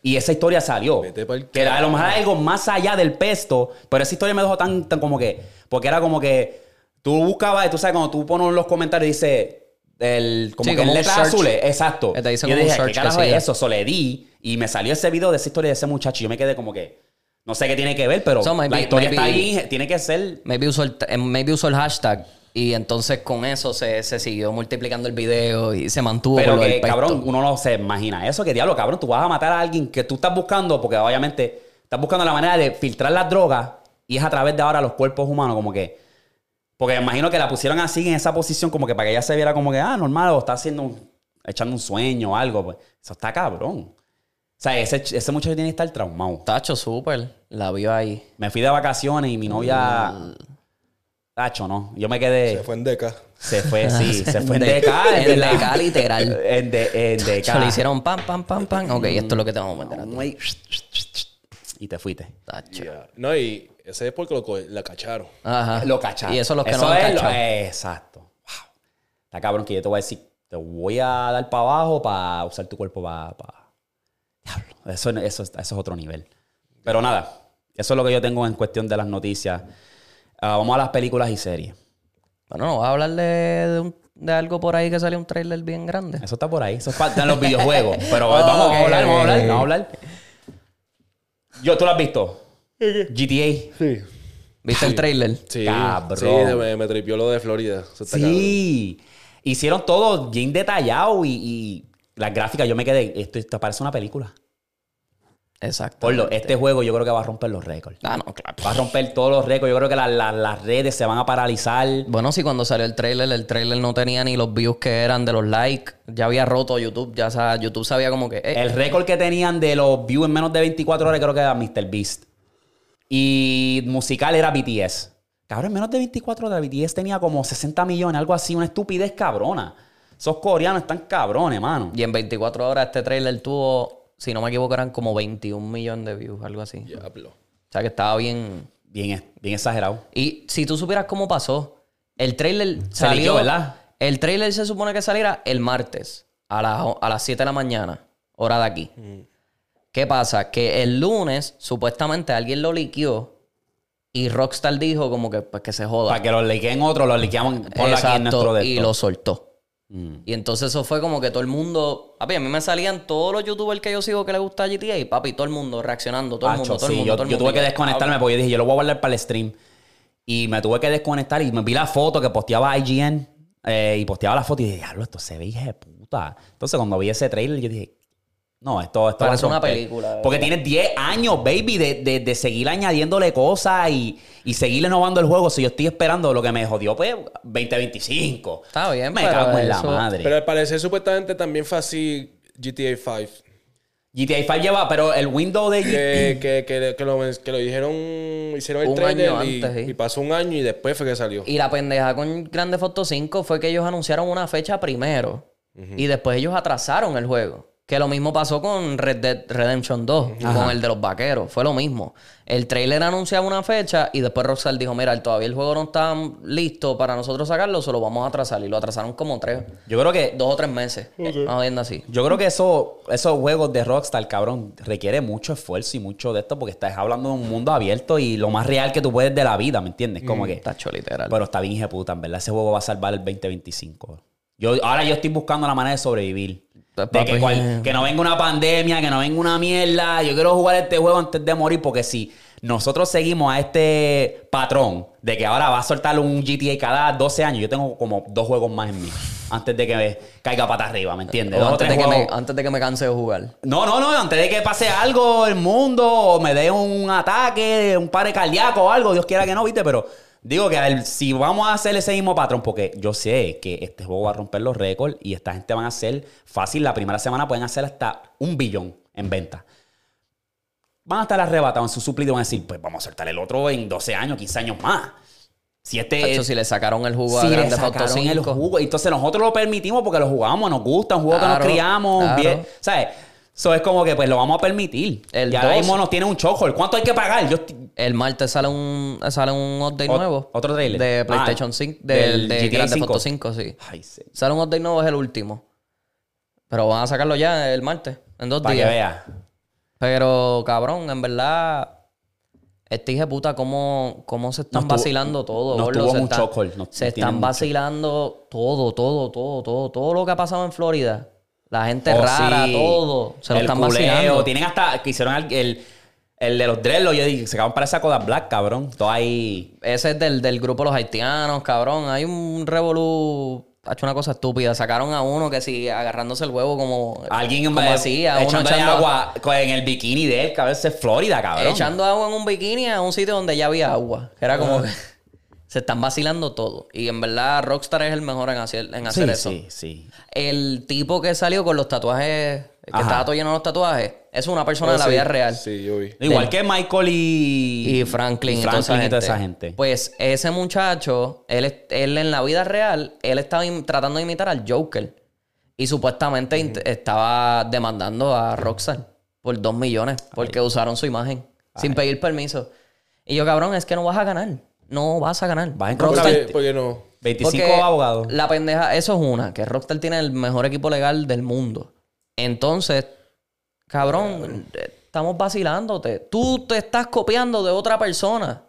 Y esa historia salió. Vete pa'l Que era a lo mejor algo más allá del pesto. Pero esa historia me dejó tan, tan como que. Porque era como que. Tú buscabas, tú sabes, cuando tú pones los comentarios, dice. El, como Sí, que en como un letras search. azules. Exacto. Que te dice yo como un dije, search ¿qué que carajo es siga". eso? So, le di. Y me salió ese video de esa historia de ese muchacho. Y yo me quedé como que. No sé qué tiene que ver, pero So, la maybe- historia está maybe- ahí. Tiene que ser. Maybe usó el, eh, maybe usó el hashtag y entonces con eso se, se siguió multiplicando el video y se mantuvo Pero con lo que, del pesto. cabrón, uno no se imagina eso. Que diablo, cabrón, tú vas a matar a alguien que tú estás buscando, porque obviamente estás buscando la manera de filtrar las drogas y es a través de ahora los cuerpos humanos, como que. Porque me imagino que la pusieron así en esa posición, como que para que ella se viera como que, ah, normal, o está haciendo un- echando un sueño o algo. pues. Eso está cabrón. O sea, ese, ch- ese muchacho tiene que estar traumado. Tacho, súper. La vio ahí. Me fui de vacaciones y mi novia. Mm. Tacho, no. Yo me quedé. Se fue en deca. Se fue, sí. se fue en De- DK. en la- DK, literal. En, de, en Se le DK. hicieron pam, pam, pam, pam. Ok, esto es lo que te vamos a meter a ti. Y te fuiste. Tacho. No, y ese es porque lo co- la cacharon. Ajá. Lo cacharon. Y eso los que Eso no lo es han lo- cachado. Exacto. Wow. Está cabrón que yo te voy a decir, te voy a dar para abajo para usar tu cuerpo para... Diablo. Eso, eso, eso es otro nivel. Pero nada, eso es lo que yo tengo en cuestión de las noticias. Ah, vamos a las películas y series. Bueno, no vas a hablar de, de un- de algo por ahí que salió un trailer bien grande. Eso está por ahí. Eso falta en los videojuegos. Pero vamos, Ok, a hablar, vamos a hablar, ok. vamos a hablar. Yo, ¿tú lo has visto? GTA. Sí. ¿Viste el trailer? Sí. Cabrón. Sí, me, me tripió lo de Florida. Eso está cabrón. Sí. Hicieron todo bien detallado y, y las gráficas, yo me quedé, esto, esto parece una película. Exacto. Por lo, este juego yo creo que va a romper los récords. Ah, no, claro. Va a romper todos los récords. Yo creo que la- la- las redes se van a paralizar. Bueno, sí, cuando salió el trailer, el trailer no tenía ni los views que eran de los likes. Ya había roto YouTube. Ya sa- YouTube sabía como que. eh, El récord que tenían de los views en menos de 24 horas creo que era Mr. Beast. Y musical era BTS. Cabrón, en menos de 24 horas BTS tenía como 60 millones, algo así, una estupidez cabrona. Esos coreanos están cabrones, mano. Y en 24 horas este trailer tuvo, si no me equivoco, eran como 21 millones de views, algo así. Diablo. O sea que estaba bien. Bien, bien exagerado. Y si tú supieras cómo pasó, el trailer Se salió, liqueó, ¿verdad? El trailer se supone que saliera el martes a, las- a las 7 de la mañana, hora Mm. de aquí. ¿Qué pasa? Que el lunes supuestamente alguien lo liqueó Y Rockstar dijo como que, pues, que se joda. Para que los liqueen otro, los liqueamos ponlo aquí en nuestro Exacto, de y esto. lo soltó. Mm. Y entonces eso fue como que todo el mundo. Papi, a mí me salían todos los youtubers que yo sigo que les gusta GTA y papi, todo el mundo reaccionando, todo el mundo, Acho, todo el sí, mundo. yo, todo el yo mundo. tuve que Y "Ah, yo, desconectarme porque yo dije, yo lo voy a guardar para el stream. Y me tuve que desconectar y me vi la foto que posteaba IGN eh, y posteaba la foto y dije, diablo, esto se ve hija de puta. Entonces cuando vi ese trailer yo dije, no, esto, esto va a Parece una romper". película, Porque tienes 10 años, baby, de, de- de seguir añadiéndole cosas y, y seguir innovando el juego. Si yo estoy esperando lo que me jodió, pues 2025. Está bien, me pero cago en la eso- madre. Pero al parecer, supuestamente también fue así GTA 5. GTA 5 lleva, pero el window de Que, que, que, que lo, que lo dijeron, hicieron el Un trailer año y, antes, ¿eh? sí. y pasó un año y después fue que salió. y la pendeja con Grande Foto 5 fue que ellos anunciaron una fecha primero y después ellos atrasaron el juego. Que lo mismo pasó con Red Dead Redemption 2, con el de los vaqueros. Fue lo mismo. El trailer anunciaba una fecha y después Rockstar dijo: Mira, todavía el juego no está listo para nosotros sacarlo, se lo vamos a atrasar. Y lo atrasaron como tres, Yo creo que dos o tres meses. Más bien así. Yo creo que eso, esos juegos de Rockstar, cabrón, requiere mucho esfuerzo y mucho de esto porque estás hablando de un mundo abierto y lo más real que tú puedes de la vida, ¿me entiendes? Como que... Está literal. Pero está bien, hija de puta, en verdad. Ese juego va a salvar el 2025. Yo, ahora yo estoy buscando la manera de sobrevivir. Pa- De que, papi. cual- que no venga una pandemia, que no venga una mierda. Yo quiero jugar este juego antes de morir porque si nosotros seguimos a este patrón de que ahora va a soltar un GTA cada 12 años, yo tengo como dos juegos más en mí antes de que me caiga pata arriba, ¿me entiendes? O Dos o antes, de tres que me, juegos- antes de que me canse de jugar. no, no, no, antes de que pase algo el mundo o me dé un ataque, un pare cardíaco o algo, Dios quiera que no, viste, pero digo que al- si vamos a hacer ese mismo patrón, porque yo sé que este juego va a romper los récords y esta gente van a hacer fácil, la primera semana pueden hacer hasta un billón en venta. Van a estar arrebatados en su suplido y van a decir, pues vamos a soltar el otro en 12 años, 15 años más. Si este, Tacho, si le sacaron el jugo Sí, a le Grande Foto sacaron 5. el jugo. Entonces nosotros lo permitimos porque lo jugamos, nos gusta, un juego que Claro, nos criamos, claro. bien. ¿Sabes? Eso es como que pues lo vamos a permitir. El ya dos. mismo nos tiene un choco. ¿Cuánto hay que pagar? Yo estoy- El martes sale un, sale un update Ot- nuevo. otro trailer. De Ah, PlayStation 5. del Del, de GTA Grande cinco. Foto 5, sí. Ay, sí. Sale un update nuevo, es el último. Pero van a sacarlo ya el martes, en dos Para que días. veas. Pero, cabrón, en verdad. Este hijo de puta, cómo, cómo se están Nos tuvo- vacilando todo. nos gordo. tuvo se mucho están, alcohol, nos- se nos tiene están mucho. vacilando todo, todo, todo, todo. Todo lo que ha pasado en Florida. La gente Oh, rara, sí. todo. Se lo El están culeo. vacilando. Tienen hasta que hicieron el, el, el de los dreadlocks. Yo dije, se acaban para esa coda black, cabrón. Todo ahí. Ese es del, del grupo de los haitianos, cabrón. Hay un revolú. Ha hecho una cosa estúpida. Sacaron a uno que sí, agarrándose el huevo como. Alguien como eh, así, a uno echándole echando- agua co- en el bikini de él, cabrón. Ese es Florida, cabrón. echando agua en un bikini a un sitio donde ya había agua. Que era como. que se están vacilando todo. Y en verdad, Rockstar es el mejor en hacer, en hacer sí, eso. sí, sí. El tipo que salió con los tatuajes. Que Ajá. estaba todo lleno de los tatuajes. Es una persona Oh, de la sí, vida real. Sí, yo vi. Igual que Michael y, y Franklin, y y, toda esa Franklin y toda esa gente. gente. Pues ese muchacho, él, es- él en la vida real, él estaba im- tratando de imitar al Joker. Y supuestamente int- estaba demandando a Roxanne por dos millones porque usaron su imagen sin pedir permiso. Y yo, cabrón, es que no vas a ganar. No vas a ganar. Vas a encontrar- ¿Por Rockstar- qué, por qué no? 25 porque abogados. La pendeja, eso es una, que Rockstar tiene el mejor equipo legal del mundo. Entonces, cabrón, eh, estamos vacilándote. Tú te estás copiando de otra persona.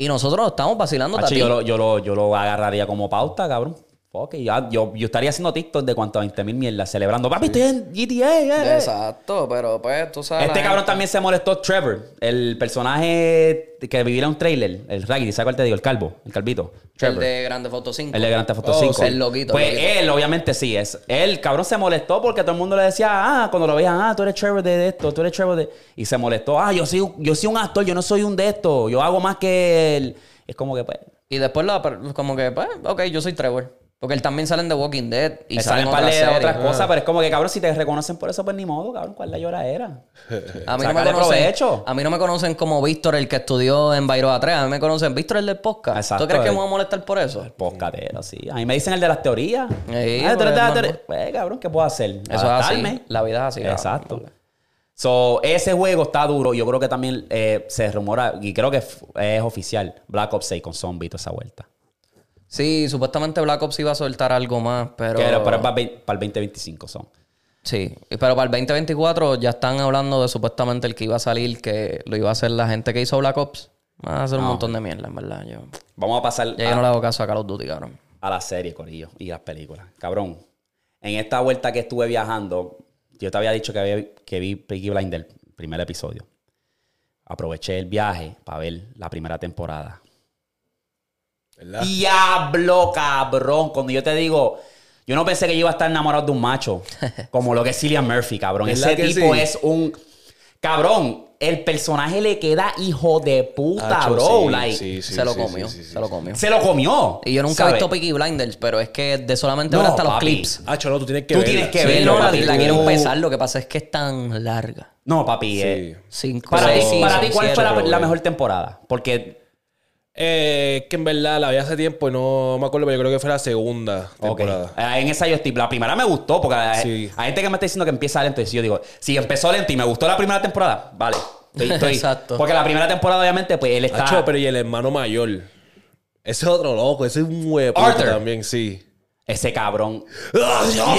Y nosotros nos estamos vacilando a Hacho, ti. yo, lo, yo, lo, yo lo agarraría como pauta, cabrón. Fuck it. Ya- Yo, yo estaría haciendo TikTok de cuanto a 20 mil mierdas, celebrando. Papi, estoy en GTA. eh, eh". Exacto, pero pues tú sabes. Este la cabrón gente- también se molestó, Trevor, el personaje que vivía en un trailer, el rugby, ¿sabes cuál te digo? El calvo, el calvito. El Trevor. de Grande Foto 5. El de Grand Theft Auto Oh, 5. sí, el loquito, Pues el loquito. él, obviamente, sí. Es, él, cabrón, se molestó porque todo el mundo le decía, ah, cuando lo veían, ah, tú eres Trevor de esto, tú eres Trevor de. Y se molestó, ah, yo soy, un- yo soy un actor, yo no soy un de esto, yo hago más que él. Es como que, pues. Y después la- como que, pues, ok, yo soy Trevor. Porque él también salen de Walking Dead y Y salen salen par de otras, otras series. Ah. cosas, pero es como que, cabrón, si te reconocen por eso, pues ni modo, cabrón, ¿cuál es la lloradera? A mí, no me Sácale conocen, provecho. a mí no me conocen como Víctor, el que estudió en Bairoa 3. A mí me conocen Víctor, el del podcast. Exacto, ¿Tú crees que el- me voy a molestar por eso? Poscatero, sí. A mí me dicen el de las teorías. Sí, Ah, tú eres de las pues, teorías. Pues, cabrón, ¿qué puedo hacer? Eso es así. Adaptarme. La vida es así. Exacto. So, ese juego está duro. Yo creo que también eh, se rumora, y creo que f- es oficial, Black Ops 6 con zombies toda esa vuelta. Sí, supuestamente Black Ops iba a soltar algo más, pero... Que era para, para el 2025 son. Sí, pero para el 2024 ya están hablando de supuestamente el que iba a salir, que lo iba a hacer la gente que hizo Black Ops. Van a Ah. hacer un montón de mierda, en verdad. Yo, Vamos a pasar ya yo no le hago caso a Call of Duty, cabrón. a las series, Corillo, y las películas. Cabrón, en esta vuelta que estuve viajando, yo te había dicho que, había- que vi Peaky Blinders, el primer episodio. Aproveché el viaje para ver la primera temporada. ¿Verdad? Diablo, cabrón. Cuando yo te digo, yo no pensé que yo iba a estar enamorado de un macho. Como lo que es Cillian Murphy, cabrón. ¿Verdad Ese que tipo sí? es un. Cabrón, el personaje le queda hijo de puta, Hacho, bro. Ah, sí, like, sí, sí, Ah, se lo sí, comió, sí, sí, se lo sí. comió. Se lo comió. Y yo nunca he ¿sabes? visto Peaky Blinders, pero es que de solamente No, ver hasta los papi. clips. Hacho, no, tú tienes que Uh, Tú verla. tienes que Sí, verlo, no, la, papi, la tú- quiero empezar. Lo que pasa es que es tan larga. No, papi. Sí. eh, Cinco, Para ti, seis para seasons, ti, ¿cuál siete, fue la, pero la bueno. mejor temporada? Porque Eh, que en verdad la vi hace tiempo y no me acuerdo, pero yo creo que fue la segunda ok, temporada. eh, en esa yo estoy. La primera me gustó, porque hay, Sí. hay gente que me está diciendo que empieza lento. Y si yo digo, si empezó lento y me gustó la primera temporada, vale. Estoy, estoy- Exacto. Porque la primera temporada, obviamente, pues él está. Hacho, pero y el hermano mayor. Ese es otro loco, ese es un huevo Arthur. también, sí. Ese cabrón. Ah,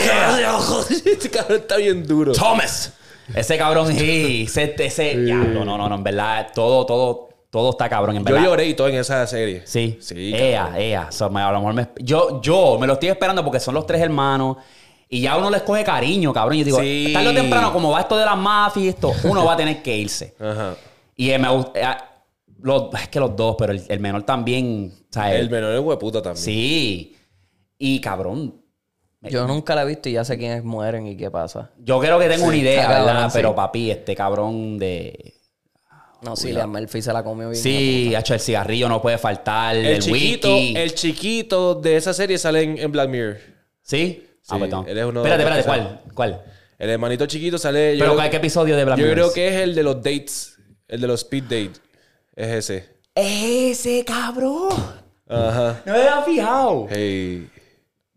este cabrón está bien duro. Thomas. Ese cabrón, sí. Ese, ese- diablo, no, no, no. En verdad, todo, todo, todo está cabrón. En Yo verdad. lloré y todo en esa serie. Sí. Sí. Eh. Ea, ea. O sea, me- a lo mejor me- yo, yo me lo estoy esperando porque son los tres hermanos. Y ya uno les coge cariño, cabrón. Yo digo, Sí. tarde o temprano, como va esto de las mafias y esto, uno va a tener que irse. Ajá. Y eh, me gusta. eh, los- es que los dos, pero el, el menor también. o sea, Eh. El menor es hueputa también. Sí. Y cabrón. Yo nunca la he visto y ya sé quiénes mueren y qué pasa. Yo creo que tengo una idea, cabrón, ¿verdad? sí. Pero papi, este cabrón de. No, sí, la Melfi se la comió bien. Sí, hecho el cigarrillo no puede faltar. El, El, chiquito, whisky. el chiquito de esa serie sale en, en Black Mirror. ¿Sí? Ah, Sí, perdón. él es uno de espérate, los espérate, ¿cuál? que ¿Cuál? El hermanito chiquito sale. yo ¿Pero creo- ¿cuál- qué episodio de Black Yo Mirror creo es? que es el de los dates. El de los speed date. Es ese. Ese cabrón. Ajá. No me había fijado. Hey.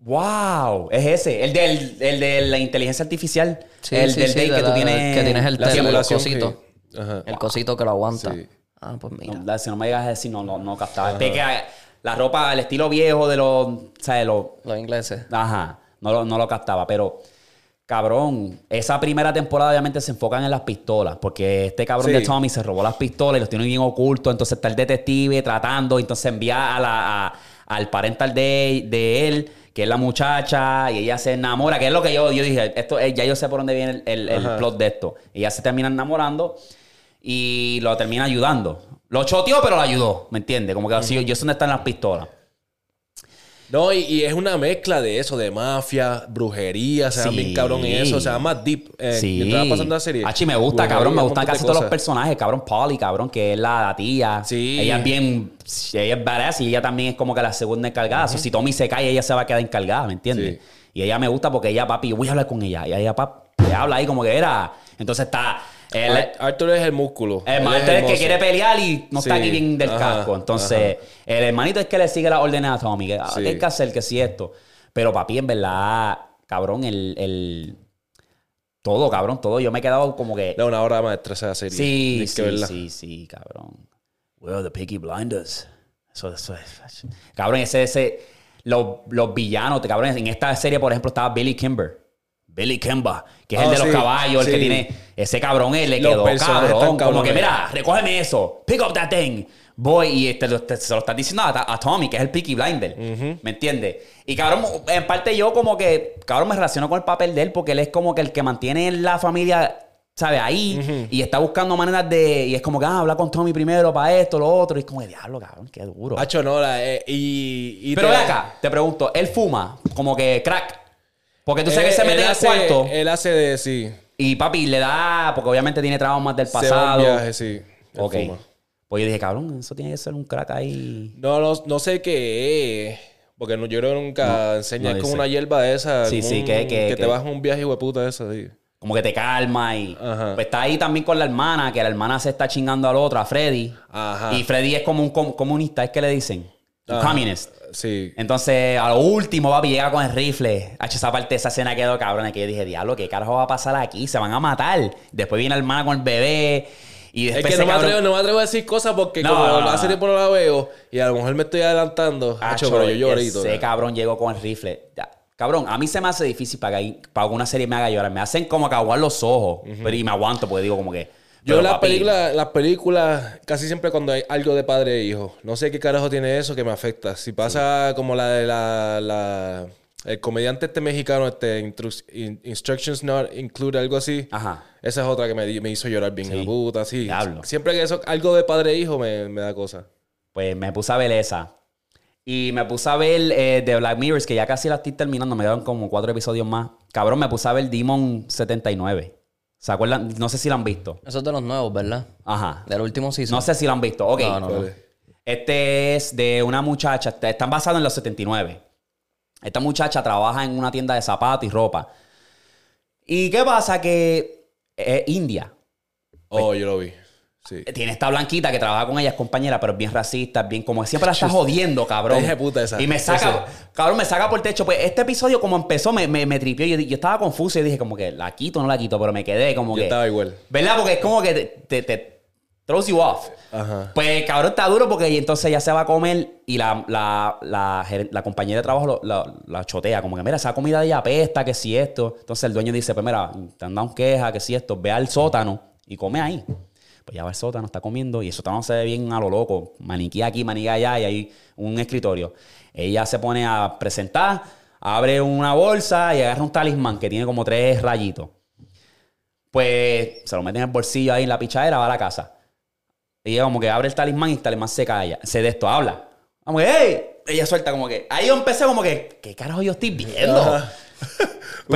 Wow, es ese. El, del, el de la inteligencia artificial. Sí, el sí, del sí, date de que tú la- tienes. que tienes el la tele, simulación. el cosito. sí. Ajá. El cosito que lo aguanta. Sí. Ah, pues mira. No, si no me llegas a decir, no, no, no captaba. Te queda- la ropa, el estilo viejo de los. O sea, de los. Los ingleses. Ajá, no lo, no lo captaba, pero cabrón, esa primera temporada obviamente se enfocan en las pistolas, porque este cabrón Sí. de Tommy se robó las pistolas y los tiene bien ocultos, entonces está el detective tratando, entonces envía a la, a- al parental de, de él, que es la muchacha, y ella se enamora, que es lo que yo, yo dije, esto, eh, ya yo sé por dónde viene el, el- el Ajá. plot de esto. Ella se termina enamorando y lo termina ayudando. Lo choteó, pero lo ayudó, ¿me entiendes? Como que así, yo sé dónde están las pistolas. No, y, y es una mezcla de eso, de mafia, brujería, se llama Sí. bien cabrón en eso, se llama más deep. Eh, mientras va pasando la serie. Achi, me gusta, Brujería, cabrón. Me un gustan montón de casi todos los cosas. personajes. Cabrón, Polly, cabrón, que es la, la tía. Sí. Ella es bien... Ella es badass y ella también es como que la segunda encargada. So, si Tommy se cae, ella se va a quedar encargada, ¿me entiendes? Sí. Y ella me gusta porque ella, papi, yo voy a hablar con ella. Y ella, papi, le habla ahí como que era... Entonces está... El, Ar- Arthur es el músculo. el Él maestro es el que hermoso. quiere pelear y no está Sí. aquí bien del Ajá, casco. Entonces, el hermanito es que le sigue las órdenes a Tommy. Que, ah, Sí. ¿qué hay que hacer, que si esto. Pero papi, en verdad, cabrón, el, el- Todo, cabrón, todo. Yo me he quedado como que... Da una hora maestra esa serie. Sí, Tienes que sí, verla. sí, sí, cabrón. We're the Peaky Blinders. Eso, eso es... Cabrón, ese... ese los, los villanos, te- cabrón. En esta serie, por ejemplo, estaba Billy Kimber. Billy Kimba, que es Ah, el de los sí, caballos, el que sí. tiene... Ese cabrón, él le Los quedó personajes cabrón. están Como que, cabrones. mira, recógeme eso. Pick up that thing. Voy y este, lo- te- se lo estás diciendo a, a Tommy, que es el Peaky Blinder. ¿Me entiendes? Y cabrón, en parte yo como que, cabrón, me relaciono con el papel de él porque él es como que el que mantiene la familia, ¿sabes? Ahí y está buscando maneras de. Y es como que, ah, habla con Tommy primero para esto, lo otro. Y es como, diablo, cabrón, qué duro. Hacho, no, la, eh, y, y Pero te- ve acá, te pregunto, él fuma como que crack. Porque tú sabes que Eh, se Él- mete él en el hace- cuarto Él hace de, sí. y papi le da, porque obviamente tiene traumas del Se va a un pasado. viaje, sí. Él Ok. fuma. Pues yo dije, cabrón, eso tiene que ser un crack ahí. No, no, no sé qué es. Porque no, yo creo que nunca enseñé no Es dice. como una hierba de esa. Sí, sí, un- que- que- que- te vas a un viaje hueputa de esa, sí. Como que te calma y. Ajá. Pues está ahí también con la hermana, que la hermana se está chingando al otro, a Freddy. Ajá. Y Freddy es como un com- comunista, es que le dicen. Un Ajá. communist. Sí. Entonces, a lo último, papi llega con el rifle. Hacho, esa parte de esa escena quedó cabrón. Que yo dije, diablo, ¿qué carajo va a pasar aquí? Se van a matar. Después viene la hermana con el bebé. Y Es después ese que no me, cabrón- atrevo, no me atrevo a decir cosas porque No, como no, no, hace no. tiempo no la veo y a lo mejor me estoy adelantando. Hacho, pero yo llorito. Ah, Ese cabrón llegó con el rifle. Ya, Cabrón, a mí se me hace difícil para que, para que una serie me haga llorar. Me hacen como que aguar los ojos. pero, y me aguanto porque digo como que... Yo Pero, las papi, películas, las películas, casi siempre cuando hay algo de padre e hijo, no sé qué carajo tiene eso que me afecta. Si pasa como la de la, la- el comediante este mexicano, este Intrus- In- Instructions Not Include, algo así. Ajá. Esa es otra que me, di- me hizo llorar bien Ah. Sí. la puta, sí. Diablo. Siempre que eso, algo de padre e hijo me, me da cosa. Pues me puse a ver esa. Y me puse a ver eh, The Black Mirrors, que ya casi la estoy terminando. Me quedan como cuatro episodios más. Cabrón, me puse a ver Demon 79. ¿Se acuerdan? No sé si la han visto. Eso es de los nuevos, ¿verdad? Ajá. Del último season. No sé si la han visto. Ok. No, no, no. Vale. Este es de una muchacha. Est- Están basados en los 79. Esta muchacha trabaja en una tienda de zapatos y ropa. ¿Y qué pasa? Que es India. Oh, yo lo vi. Sí. Tiene esta blanquita que trabaja con ella, es compañera, pero es bien racista, es bien como siempre la está jodiendo, cabrón. Hija de puta esa. Y me saca, Esa. cabrón, me saca por el techo. Pues este episodio, como empezó, me, me, me tripió. Yo, yo estaba confuso y dije, como que la quito o no la quito, pero me quedé como Yo que. estaba igual. ¿Verdad? Porque es como que te, te, te throws you off. Ajá. Pues cabrón está duro porque y entonces ya se va a comer y la, la, la, ger- la compañera de trabajo lo- la, la chotea, como que mira, esa comida de ella apesta, que si esto. Entonces el dueño dice, pues mira, te han dado un queja, que si esto, ve al sótano y come ahí. Pues ya va al sótano, está comiendo y el sótano se ve bien a lo loco, maniquí aquí, maniquí allá y hay un escritorio. Ella se pone a presentar, abre una bolsa y agarra un talismán que tiene como tres rayitos. Pues se lo mete en el bolsillo ahí en la pichadera, va a la casa. Y ella como que abre el talismán y el talismán se calla, se de esto habla. Como que, ¡hey! Ella suelta como que. Ahí yo empecé como que, ¿qué carajo yo estoy viendo? Un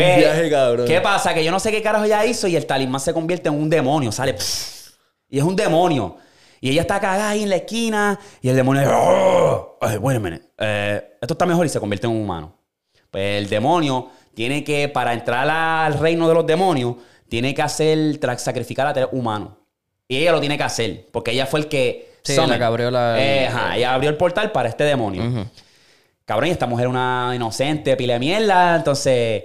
Pues, viaje, cabrón. ¿Qué pasa? Que yo no sé qué carajo ella hizo y el talismán se convierte en un demonio, sale. pss, y es un demonio. Y ella está cagada ahí en la esquina y el demonio dice, "Oh, ay, wait a minute, eh, esto está mejor y se convierte en un humano. Pues el demonio tiene que, para entrar al reino de los demonios, tiene que hacer, tra- sacrificar a tres humanos. Y ella lo tiene que hacer, porque ella fue el que... Sí, la que abrió la- Eh, ajá, ella abrió el portal para este demonio. Cabrón, y esta mujer es una inocente, pile de mierda, entonces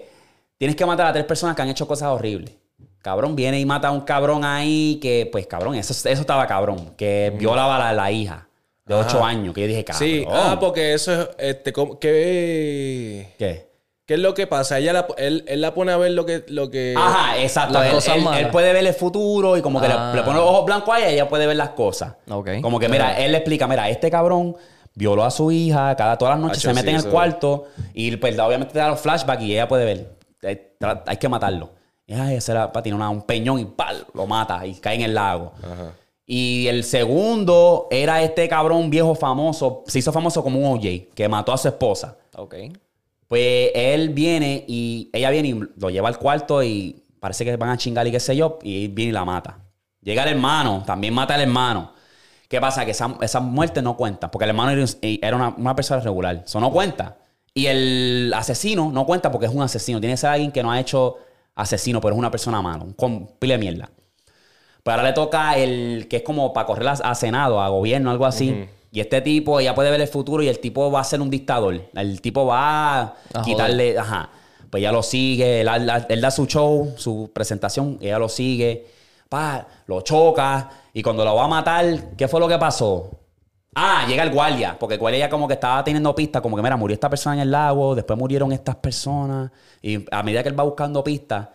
tienes que matar a tres personas que han hecho cosas horribles. Cabrón, viene y mata a un cabrón ahí que, pues, cabrón, eso, eso estaba cabrón, que violaba a la, la hija de ocho años, que yo dije, cabrón. Sí, ah, porque eso es. Este, ¿cómo- ¿Qué.? ¿Qué? ¿Qué es lo que pasa? Ella la- él, él la pone a ver lo que... Lo que... Ajá, exacto. las él, cosas él- malas. él puede ver el futuro y como que le- Ah. le, pone los ojos blancos a ella y ella puede ver las cosas. Ok. Como que, mira, él le explica, mira, este cabrón violó a su hija, cada todas las noches Acho, se mete sí, en el eso- cuarto y pues, obviamente te da los flashbacks y ella puede ver. Hay, tra- hay que matarlo. Y ay, ese era para tirar una- un peñón y ¡pal! lo mata y cae en el lago. Y el segundo era este cabrón viejo famoso, se hizo famoso como un OJ, que mató a su esposa. Ok. Pues él viene y ella viene y lo lleva al cuarto y parece que van a chingar y qué sé yo, y él viene y la mata. Llega el hermano, también mata al hermano. ¿Qué pasa? Que esa- esas muertes no cuentan, porque el hermano era, un- eh, era una, una persona regular, eso no cuenta. Y el asesino no cuenta porque es un asesino, tiene que ser alguien que no ha hecho asesino, pero es una persona mala, un con pile de mierda. Pero ahora le toca el que es como para correr a, a Senado, a gobierno, algo así. Y este tipo, ella puede ver el futuro y el tipo va a ser un dictador. El tipo va a, joder. quitarle, ajá. Pues ella lo sigue, él, él- él da su show, su presentación, ella lo sigue, pa, lo choca. Y cuando lo va a matar, ¿qué fue lo que pasó? Ah, llega el guardia, porque el guardia ya como que estaba teniendo pistas, como que mira, murió esta persona en el lago, después murieron estas personas, y a medida que él va buscando pistas,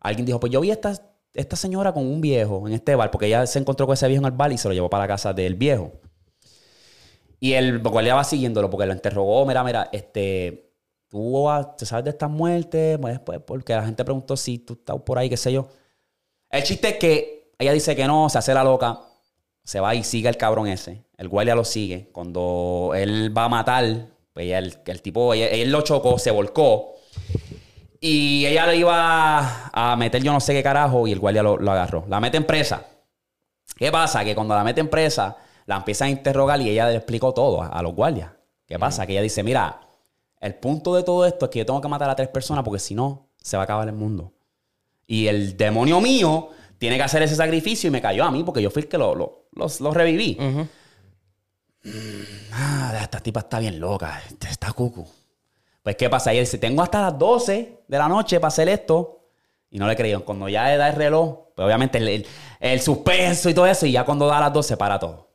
alguien dijo, pues yo vi esta, esta señora con un viejo en este bar, porque ella se encontró con ese viejo en el bar y se lo llevó para la casa del viejo. Y el guardia va siguiéndolo porque lo interrogó, mira, mira, este, tú ah, te sabes de estas muertes, Pues, pues, porque la gente preguntó si tú estás por ahí, qué sé yo. El chiste es que ella dice que no, se hace la loca, se va y sigue al cabrón ese. El guardia lo sigue. Cuando él va a matar, pues ella- el, el tipo, ella- él lo chocó, se volcó. Y ella lo iba a meter yo no sé qué carajo y el guardia lo, lo agarró. La mete en presa. ¿Qué pasa? Que cuando la meten presa, la empiezan a interrogar y ella le explicó todo a, a los guardias. ¿Qué pasa? Que ella dice, mira, el punto de todo esto es que yo tengo que matar a tres personas porque si no, se va a acabar el mundo. Y el demonio mío tiene que hacer ese sacrificio y me cayó a mí porque yo fui el que lo, lo- los- los reviví. Mm, ah, esta tipa está bien loca, este está cucu. Pues, ¿qué pasa? Y él dice, tengo hasta las 12 de la noche para hacer esto. Y no le creyeron. Cuando ya le da el reloj, pues obviamente el, el- el suspenso y todo eso, y ya cuando da las 12 para todo.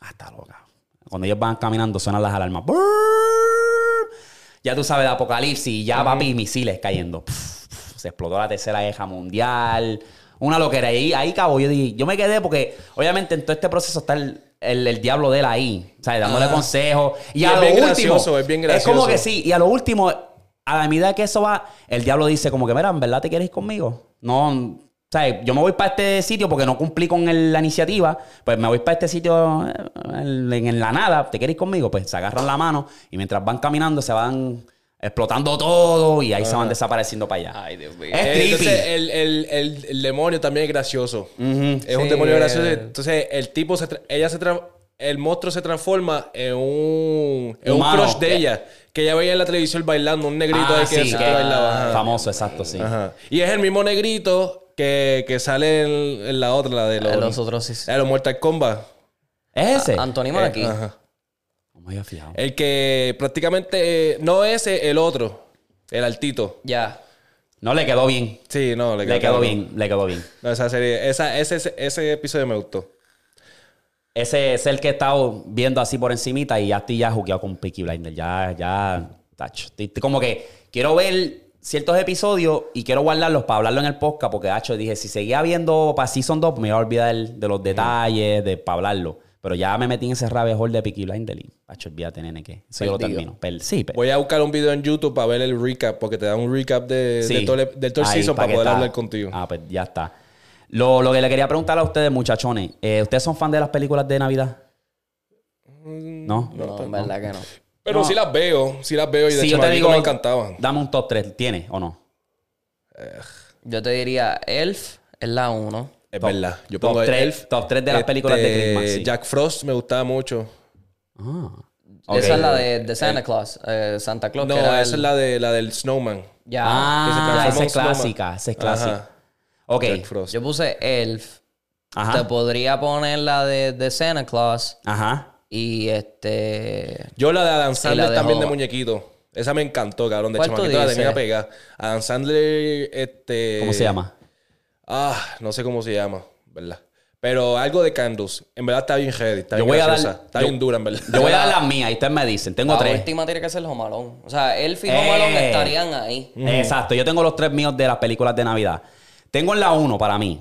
Ah, está loca. Cuando ellos van caminando, suenan las alarmas. Brrr. Ya tú sabes, de apocalipsis, y ya papi, misiles cayendo. Pf, pf, Se explotó la tercera guerra mundial. Una loquera. Y ahí cabo, yo dije, yo me quedé porque obviamente en todo este proceso está el, el- el diablo de él ahí, ¿sabes? Dándole consejos. Y, Ah. Y a es lo bien último, gracioso, es bien Es como gracioso. que sí, y a lo último, a la medida que eso va, el diablo dice como que, mira, ¿en verdad te quieres ir conmigo? No, ¿sabes? Yo me voy para este sitio porque no cumplí con el- la iniciativa, pues me voy para este sitio eh, en, en la nada, ¿te quieres ir conmigo? Pues se agarran la mano y mientras van caminando se van explotando todo y ahí se van desapareciendo para allá. Ay, Dios mío. Es Eh, creepy. Entonces, el, el- el- el demonio también es gracioso. Es un sí, demonio eh. gracioso. Entonces, el tipo se tra- ella se tra- el monstruo se transforma en un, en un Humano. crush de ella. Que ella veía en la televisión bailando, un negrito Ah, ahí que sí, se que- bailaba. Ajá. famoso, exacto, sí. Ajá. Y es el mismo negrito que, que sale en, en la otra, la de los, Eh, los otros sí- la de los Mortal Kombat. ¿Es ese? Antonio aquí. Eh, Ajá. No me había fijado. El que prácticamente eh, no ese, el otro. El altito. Ya. No le quedó bien. Sí, no, le quedó, Le quedó cabrón. bien, le quedó bien. No, esa serie, esa, ese, ese- ese episodio me gustó. Ese es el que he estado viendo así por encimita y ya estoy ya jugueado con Peaky Blinder. Ya, ya, tacho. Estoy- estoy como que quiero ver ciertos episodios y quiero guardarlos para hablarlo en el podcast porque, tacho, dije, si seguía viendo para Season 2 me iba a olvidar de los detalles, de para hablarlo. Pero ya me metí en ese rabbit hole de Peaky Blinder y, tacho, olvídate, nene, que eso yo lo termino. Per- Pues, sí, per- Voy a buscar un video en YouTube para ver el recap, porque te da un recap de, Sí. de todo el, del todo el Ahí, season pa' para que poder está. hablar contigo. Ah, pues ya está. Lo, lo que le quería preguntar a ustedes, muchachones, eh, ¿ustedes son fan de las películas de Navidad? Mm, No. No, en verdad que no. Pero sí las veo, sí las veo y de Si hecho me encantaban. dame un top 3, ¿tienes o no? Yo te diría Elf es la uno. Es Top- verdad. Yo top pongo tres- Elf. este, top tres de las películas de Christmas, sí. Jack Frost me gustaba mucho. Ah. Ok. Esa es la de, de Santa Claus. eh, Santa Claus. No, que esa era es el- la, de, la del Snowman. que se Ya. Ah, transforma esa en es Snowman. clásica, esa es Ajá, clásica. Ok. Jack Frost. Yo puse Elf. Te Ajá. podría poner la de, de Santa Claus. Ajá. Y este. Yo la de Adam Sandler de también de Hobo. muñequito. Esa me encantó, cabrón. De ¿Cuál tú chamaquito la dices? tenía pegada. Adam Sandler, este... ¿Cómo se llama? Ah, no sé cómo se llama, ¿verdad? Pero algo de Candles. En verdad está bien heavy, está Yo bien voy a dar- graciosa. Está yo- bien dura, en verdad. Yo voy a dar las mías y ustedes me dicen. Tengo La tres. última tiene que ser Home Alone. O sea, Elf y Eh. Mm, Home Alone estarían ahí. Exacto, yo tengo los tres míos de las películas de Navidad. Tengo en la 1 para mí.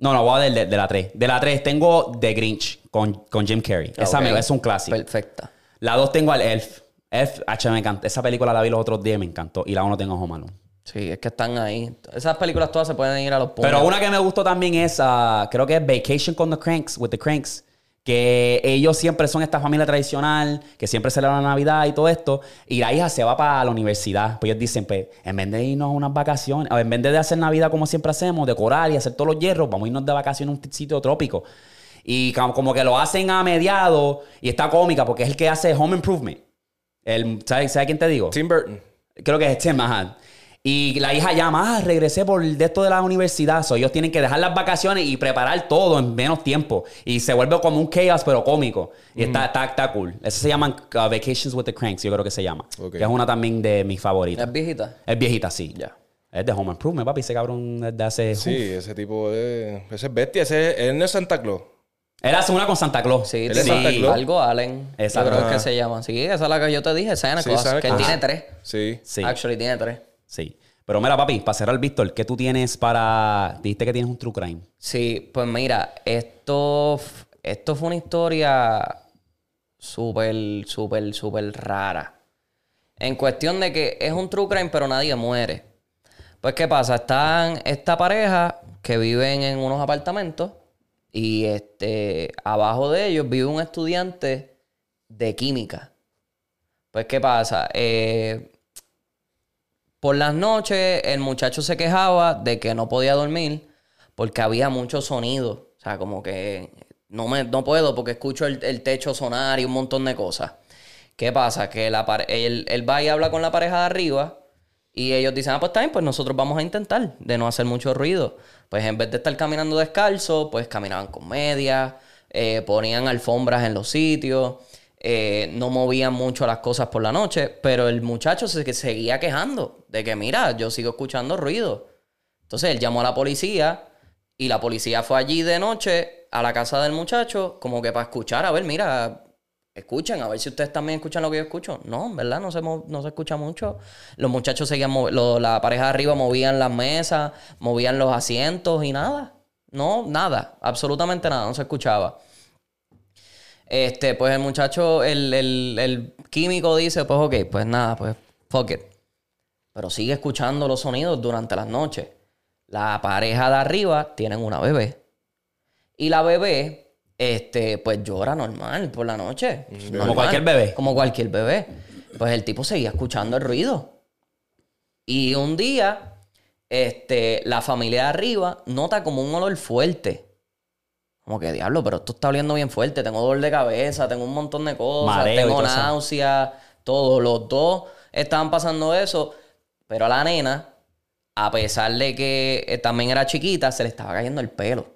No, no, voy a dar de, de la 3. De la 3 tengo The Grinch con, con Jim Carrey. Ah, Esa Ok. me- es un clásico. Perfecta. La 2 tengo al Elf. Elf, H, me encanta. Esa película la vi los otros días y me encantó. Y la 1 tengo a Home Alone. Sí, es que están ahí. Esas películas todas se pueden ir a los puntos. Pero una que me gustó también es, ah, creo que es Vacation con the Cranks, with the Cranks. Que ellos siempre son esta familia tradicional, que siempre celebran la Navidad y todo esto. Y la hija se va para la universidad. Pues ellos dicen, pues, en vez de irnos a unas vacaciones, en vez de hacer Navidad como siempre hacemos, decorar y hacer todos los hierros, vamos a irnos de vacaciones a un sitio trópico. Y como, como que lo hacen a mediados y está cómica porque es el que hace Home Improvement. El, ¿Sabes sabe quién te digo? Tim Burton. Creo que es este ajá. Y la hija llama, ah, regresé por de esto de la universidad. So, ellos tienen que dejar las vacaciones y preparar todo en menos tiempo. Y se vuelve como un chaos, pero cómico. Mm. Y está, está, está cool. Eso se llaman uh, Vacations with the Cranks, yo creo que se llama. Ok. Que es una también de mis favoritas. Es viejita. Es viejita, sí. Ya. Es de Home Improvement, papi. Ese cabrón es de hace... Sí, ese tipo es... Ese es bestia, ese él no es Santa Claus. Él hace una con Santa Claus. Sí, Él tiene es Santa Claus. algo Allen. Exacto. Yo creo Ajá. que se llama. Sí, esa es la que yo te dije, Santa Sí, Claus. Santa que Claus. tiene tres. Sí. Sí, Actually, tiene tres. sí. Pero mira, papi, para cerrar, Víctor, ¿qué tú tienes para...? Dijiste que tienes un true crime. Sí, pues mira, esto, f- esto fue una historia súper, súper, súper rara. En cuestión de que es un true crime, pero nadie muere. Pues, ¿qué pasa? Están esta pareja que viven en unos apartamentos y este, abajo de ellos vive un estudiante de química. Pues, ¿qué pasa? Eh, por las noches el muchacho se quejaba de que no podía dormir porque había mucho sonido. O sea, como que no, me, no puedo porque escucho el, el techo sonar y un montón de cosas. ¿Qué pasa? Que la pare- él, él va y habla con la pareja de arriba y ellos dicen, ah, pues está bien, pues nosotros vamos a intentar de no hacer mucho ruido. Pues en vez de estar caminando descalzo, pues caminaban con medias, eh, ponían alfombras en los sitios, eh, no movían mucho las cosas por la noche, pero el muchacho se que seguía quejando de que, mira, yo sigo escuchando ruido. Entonces él llamó a la policía y la policía fue allí de noche a la casa del muchacho como que para escuchar, a ver, mira, escuchen, a ver si ustedes también escuchan lo que yo escucho. No, en verdad, no se, mo- no se escucha mucho. Los muchachos seguían, mov- lo- la pareja de arriba movían las mesas, movían los asientos y nada. No, nada, absolutamente nada, no se escuchaba. Este, pues el muchacho, el, el- el químico dice, pues ok, pues nada, pues fuck it. Pero sigue escuchando los sonidos durante las noches. La pareja de arriba tienen una bebé. Y la bebé, este, pues llora normal por la noche. Normal. cualquier bebé. Como cualquier bebé. Pues el tipo seguía escuchando el ruido. Y un día, este, la familia de arriba nota como un olor fuerte. Como que diablo, pero esto está oliendo bien fuerte. Tengo dolor de cabeza, tengo un montón de cosas, Mareo y tengo todo eso. náuseas, todo. Los dos estaban pasando eso. Pero a la nena, a pesar de que eh, también era chiquita, se le estaba cayendo el pelo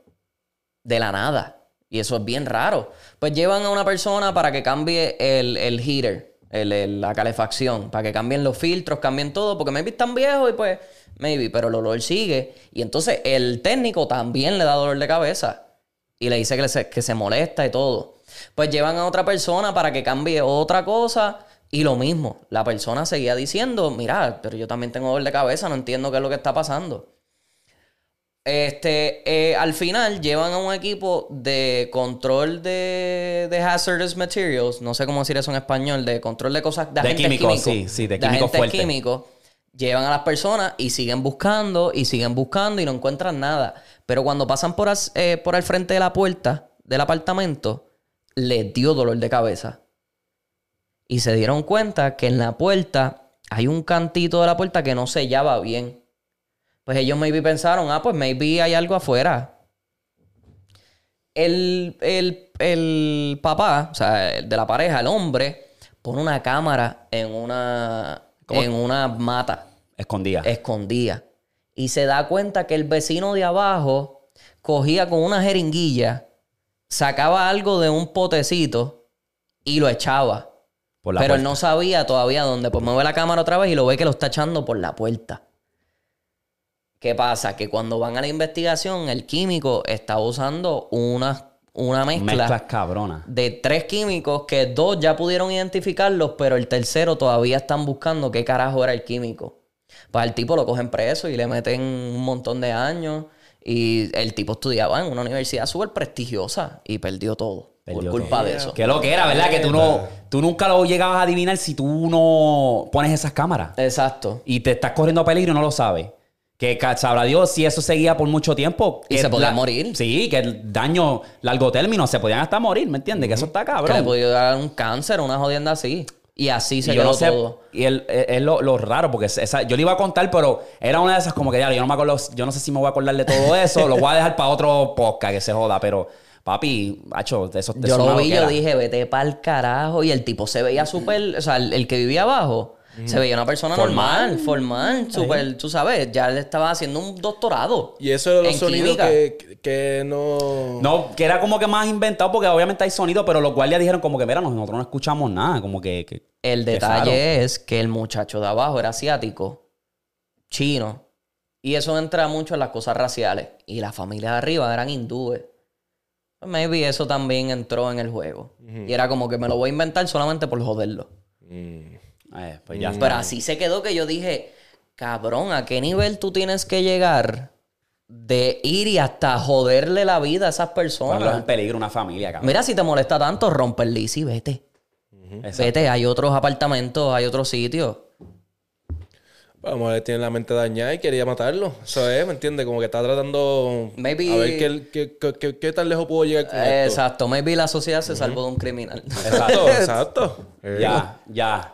de la nada. Y eso es bien raro. Pues llevan a una persona para que cambie el, el heater, el- el- la calefacción, para que cambien los filtros, cambien todo, porque maybe están viejos y pues, maybe, pero el olor sigue. Y entonces el técnico también le da dolor de cabeza y le dice que, le se, que se molesta y todo. Pues llevan a otra persona para que cambie otra cosa y lo mismo. La persona seguía diciendo, mira, pero yo también tengo dolor de cabeza, no entiendo qué es lo que está pasando. Este, eh, al final llevan a un equipo de control de, de hazardous materials, no sé cómo decir eso en español, de control de cosas de, De agentes químicos, químicos. sí, sí, de químicos agentes fuertes. químicos. Llevan a las personas y siguen buscando y siguen buscando y no encuentran nada. Pero cuando pasan por, as- eh, por el frente de la puerta del apartamento, les dio dolor de cabeza. Y se dieron cuenta que en la puerta hay un cantito de la puerta que no sellaba bien. Pues ellos maybe pensaron, ah, pues maybe hay algo afuera. El, el- el papá, o sea, el de la pareja, el hombre, pone una cámara en una, en una mata Escondida. Eh, escondía. Y se da cuenta que el vecino de abajo cogía con una jeringuilla, sacaba algo de un potecito y lo echaba. por la Pero él puerta. no sabía todavía dónde. Pues mueve la cámara otra vez y lo ve que lo está echando por la puerta. ¿Qué pasa? Que cuando van a la investigación, el químico está usando una, una Mezclas cabronas. de tres químicos que dos ya pudieron identificarlos, pero el tercero todavía están buscando qué carajo era el químico. Pues al tipo lo cogen preso y le meten un montón de años. Y el tipo estudiaba en una universidad súper prestigiosa y perdió todo Perdió por culpa todo. de eso. Que lo que era, ¿verdad? Que tú no, tú nunca lo llegabas a adivinar si tú no pones esas cámaras. Exacto. Y te estás corriendo peligro y no lo sabes. Que ca- sabrá Dios si eso seguía por mucho tiempo. Y que se podían morir. Sí, que el daño largo término se podían hasta morir, ¿me entiendes? Que eso está Que le cabrón. podía dar un cáncer, una jodienda así. Y así se Y quedó yo no sé. todo. Y él- es es lo, lo raro, porque esa- yo le iba a contar, pero era una de esas como que ya, yo no me acuerdo, yo no sé si me voy a acordar de todo eso, lo voy a dejar para otro podcast que se joda, pero papi, macho, de esos de Yo esos lo vi, yo loqueras. dije, vete pa'l carajo. Y el tipo se Mm. veía súper, o sea, el, el que vivía abajo, se veía una persona normal, formal, súper, tú sabes, ya le estaba haciendo un doctorado. Y eso era en los sonidos química. que, que no... No, que era como que más inventado, porque obviamente hay sonido, pero los guardias dijeron como que, mira, nosotros no escuchamos nada, como que... que- El que detalle raro. es que el muchacho de abajo era asiático, chino, y eso entra mucho en las cosas raciales. Y la familia de arriba eran hindúes. Pues Maybe eso también entró en el juego. Y era como que me lo voy a inventar solamente por joderlo. Mm. Eh, pues ya está. Pero así se quedó que yo dije, cabrón, ¿a qué nivel tú tienes que llegar de ir y hasta joderle la vida a esas Ponerlos en personas? peligro una familia, cabrón. Mira, si te molesta tanto, romper lease y vete. Exacto. Vete, hay otros apartamentos, hay otros sitios. Vamos, él tiene la mente dañada y quería matarlo. Eso es, ¿me entiendes? Como que está tratando... Maybe- A ver qué, qué, qué- qué- qué tan lejos puedo llegar con esto. Exacto, maybe la sociedad se salvó de un criminal. Exacto. Exacto. Ya, ya.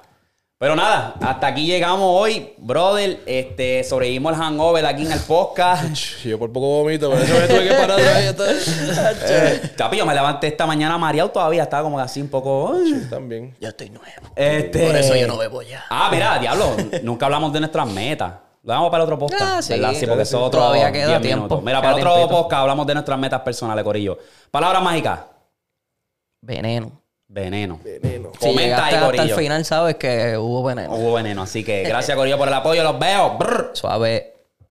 Pero nada, hasta aquí llegamos hoy, brother. Este, sobrevivimos el hangover aquí en el podcast. Ch, Yo por poco vomito, pero eso me tuve que parar. ahí, ya está. Eh, Chapi, yo me levanté esta mañana mareado todavía, estaba como así un poco. "Ay". También. Yo estoy nuevo. Este- Por eso yo no bebo ya. Ah, mira, diablo, nunca hablamos de nuestras metas. Lo damos para el otro podcast. Ah, sí, ¿verdad? claro porque que eso sí. es otro Todavía queda 10 tiempo, minutos. Mira, queda para el otro tiempito. podcast hablamos de nuestras metas personales, Corillo. Palabra mágica: Veneno. veneno. Veneno. Si Comenta ahí, llegaste hasta el Corillo. Oh. final, sabes que hubo veneno. Hubo veneno, así que gracias, Corillo, por el apoyo. Los veo. Brr. Suave.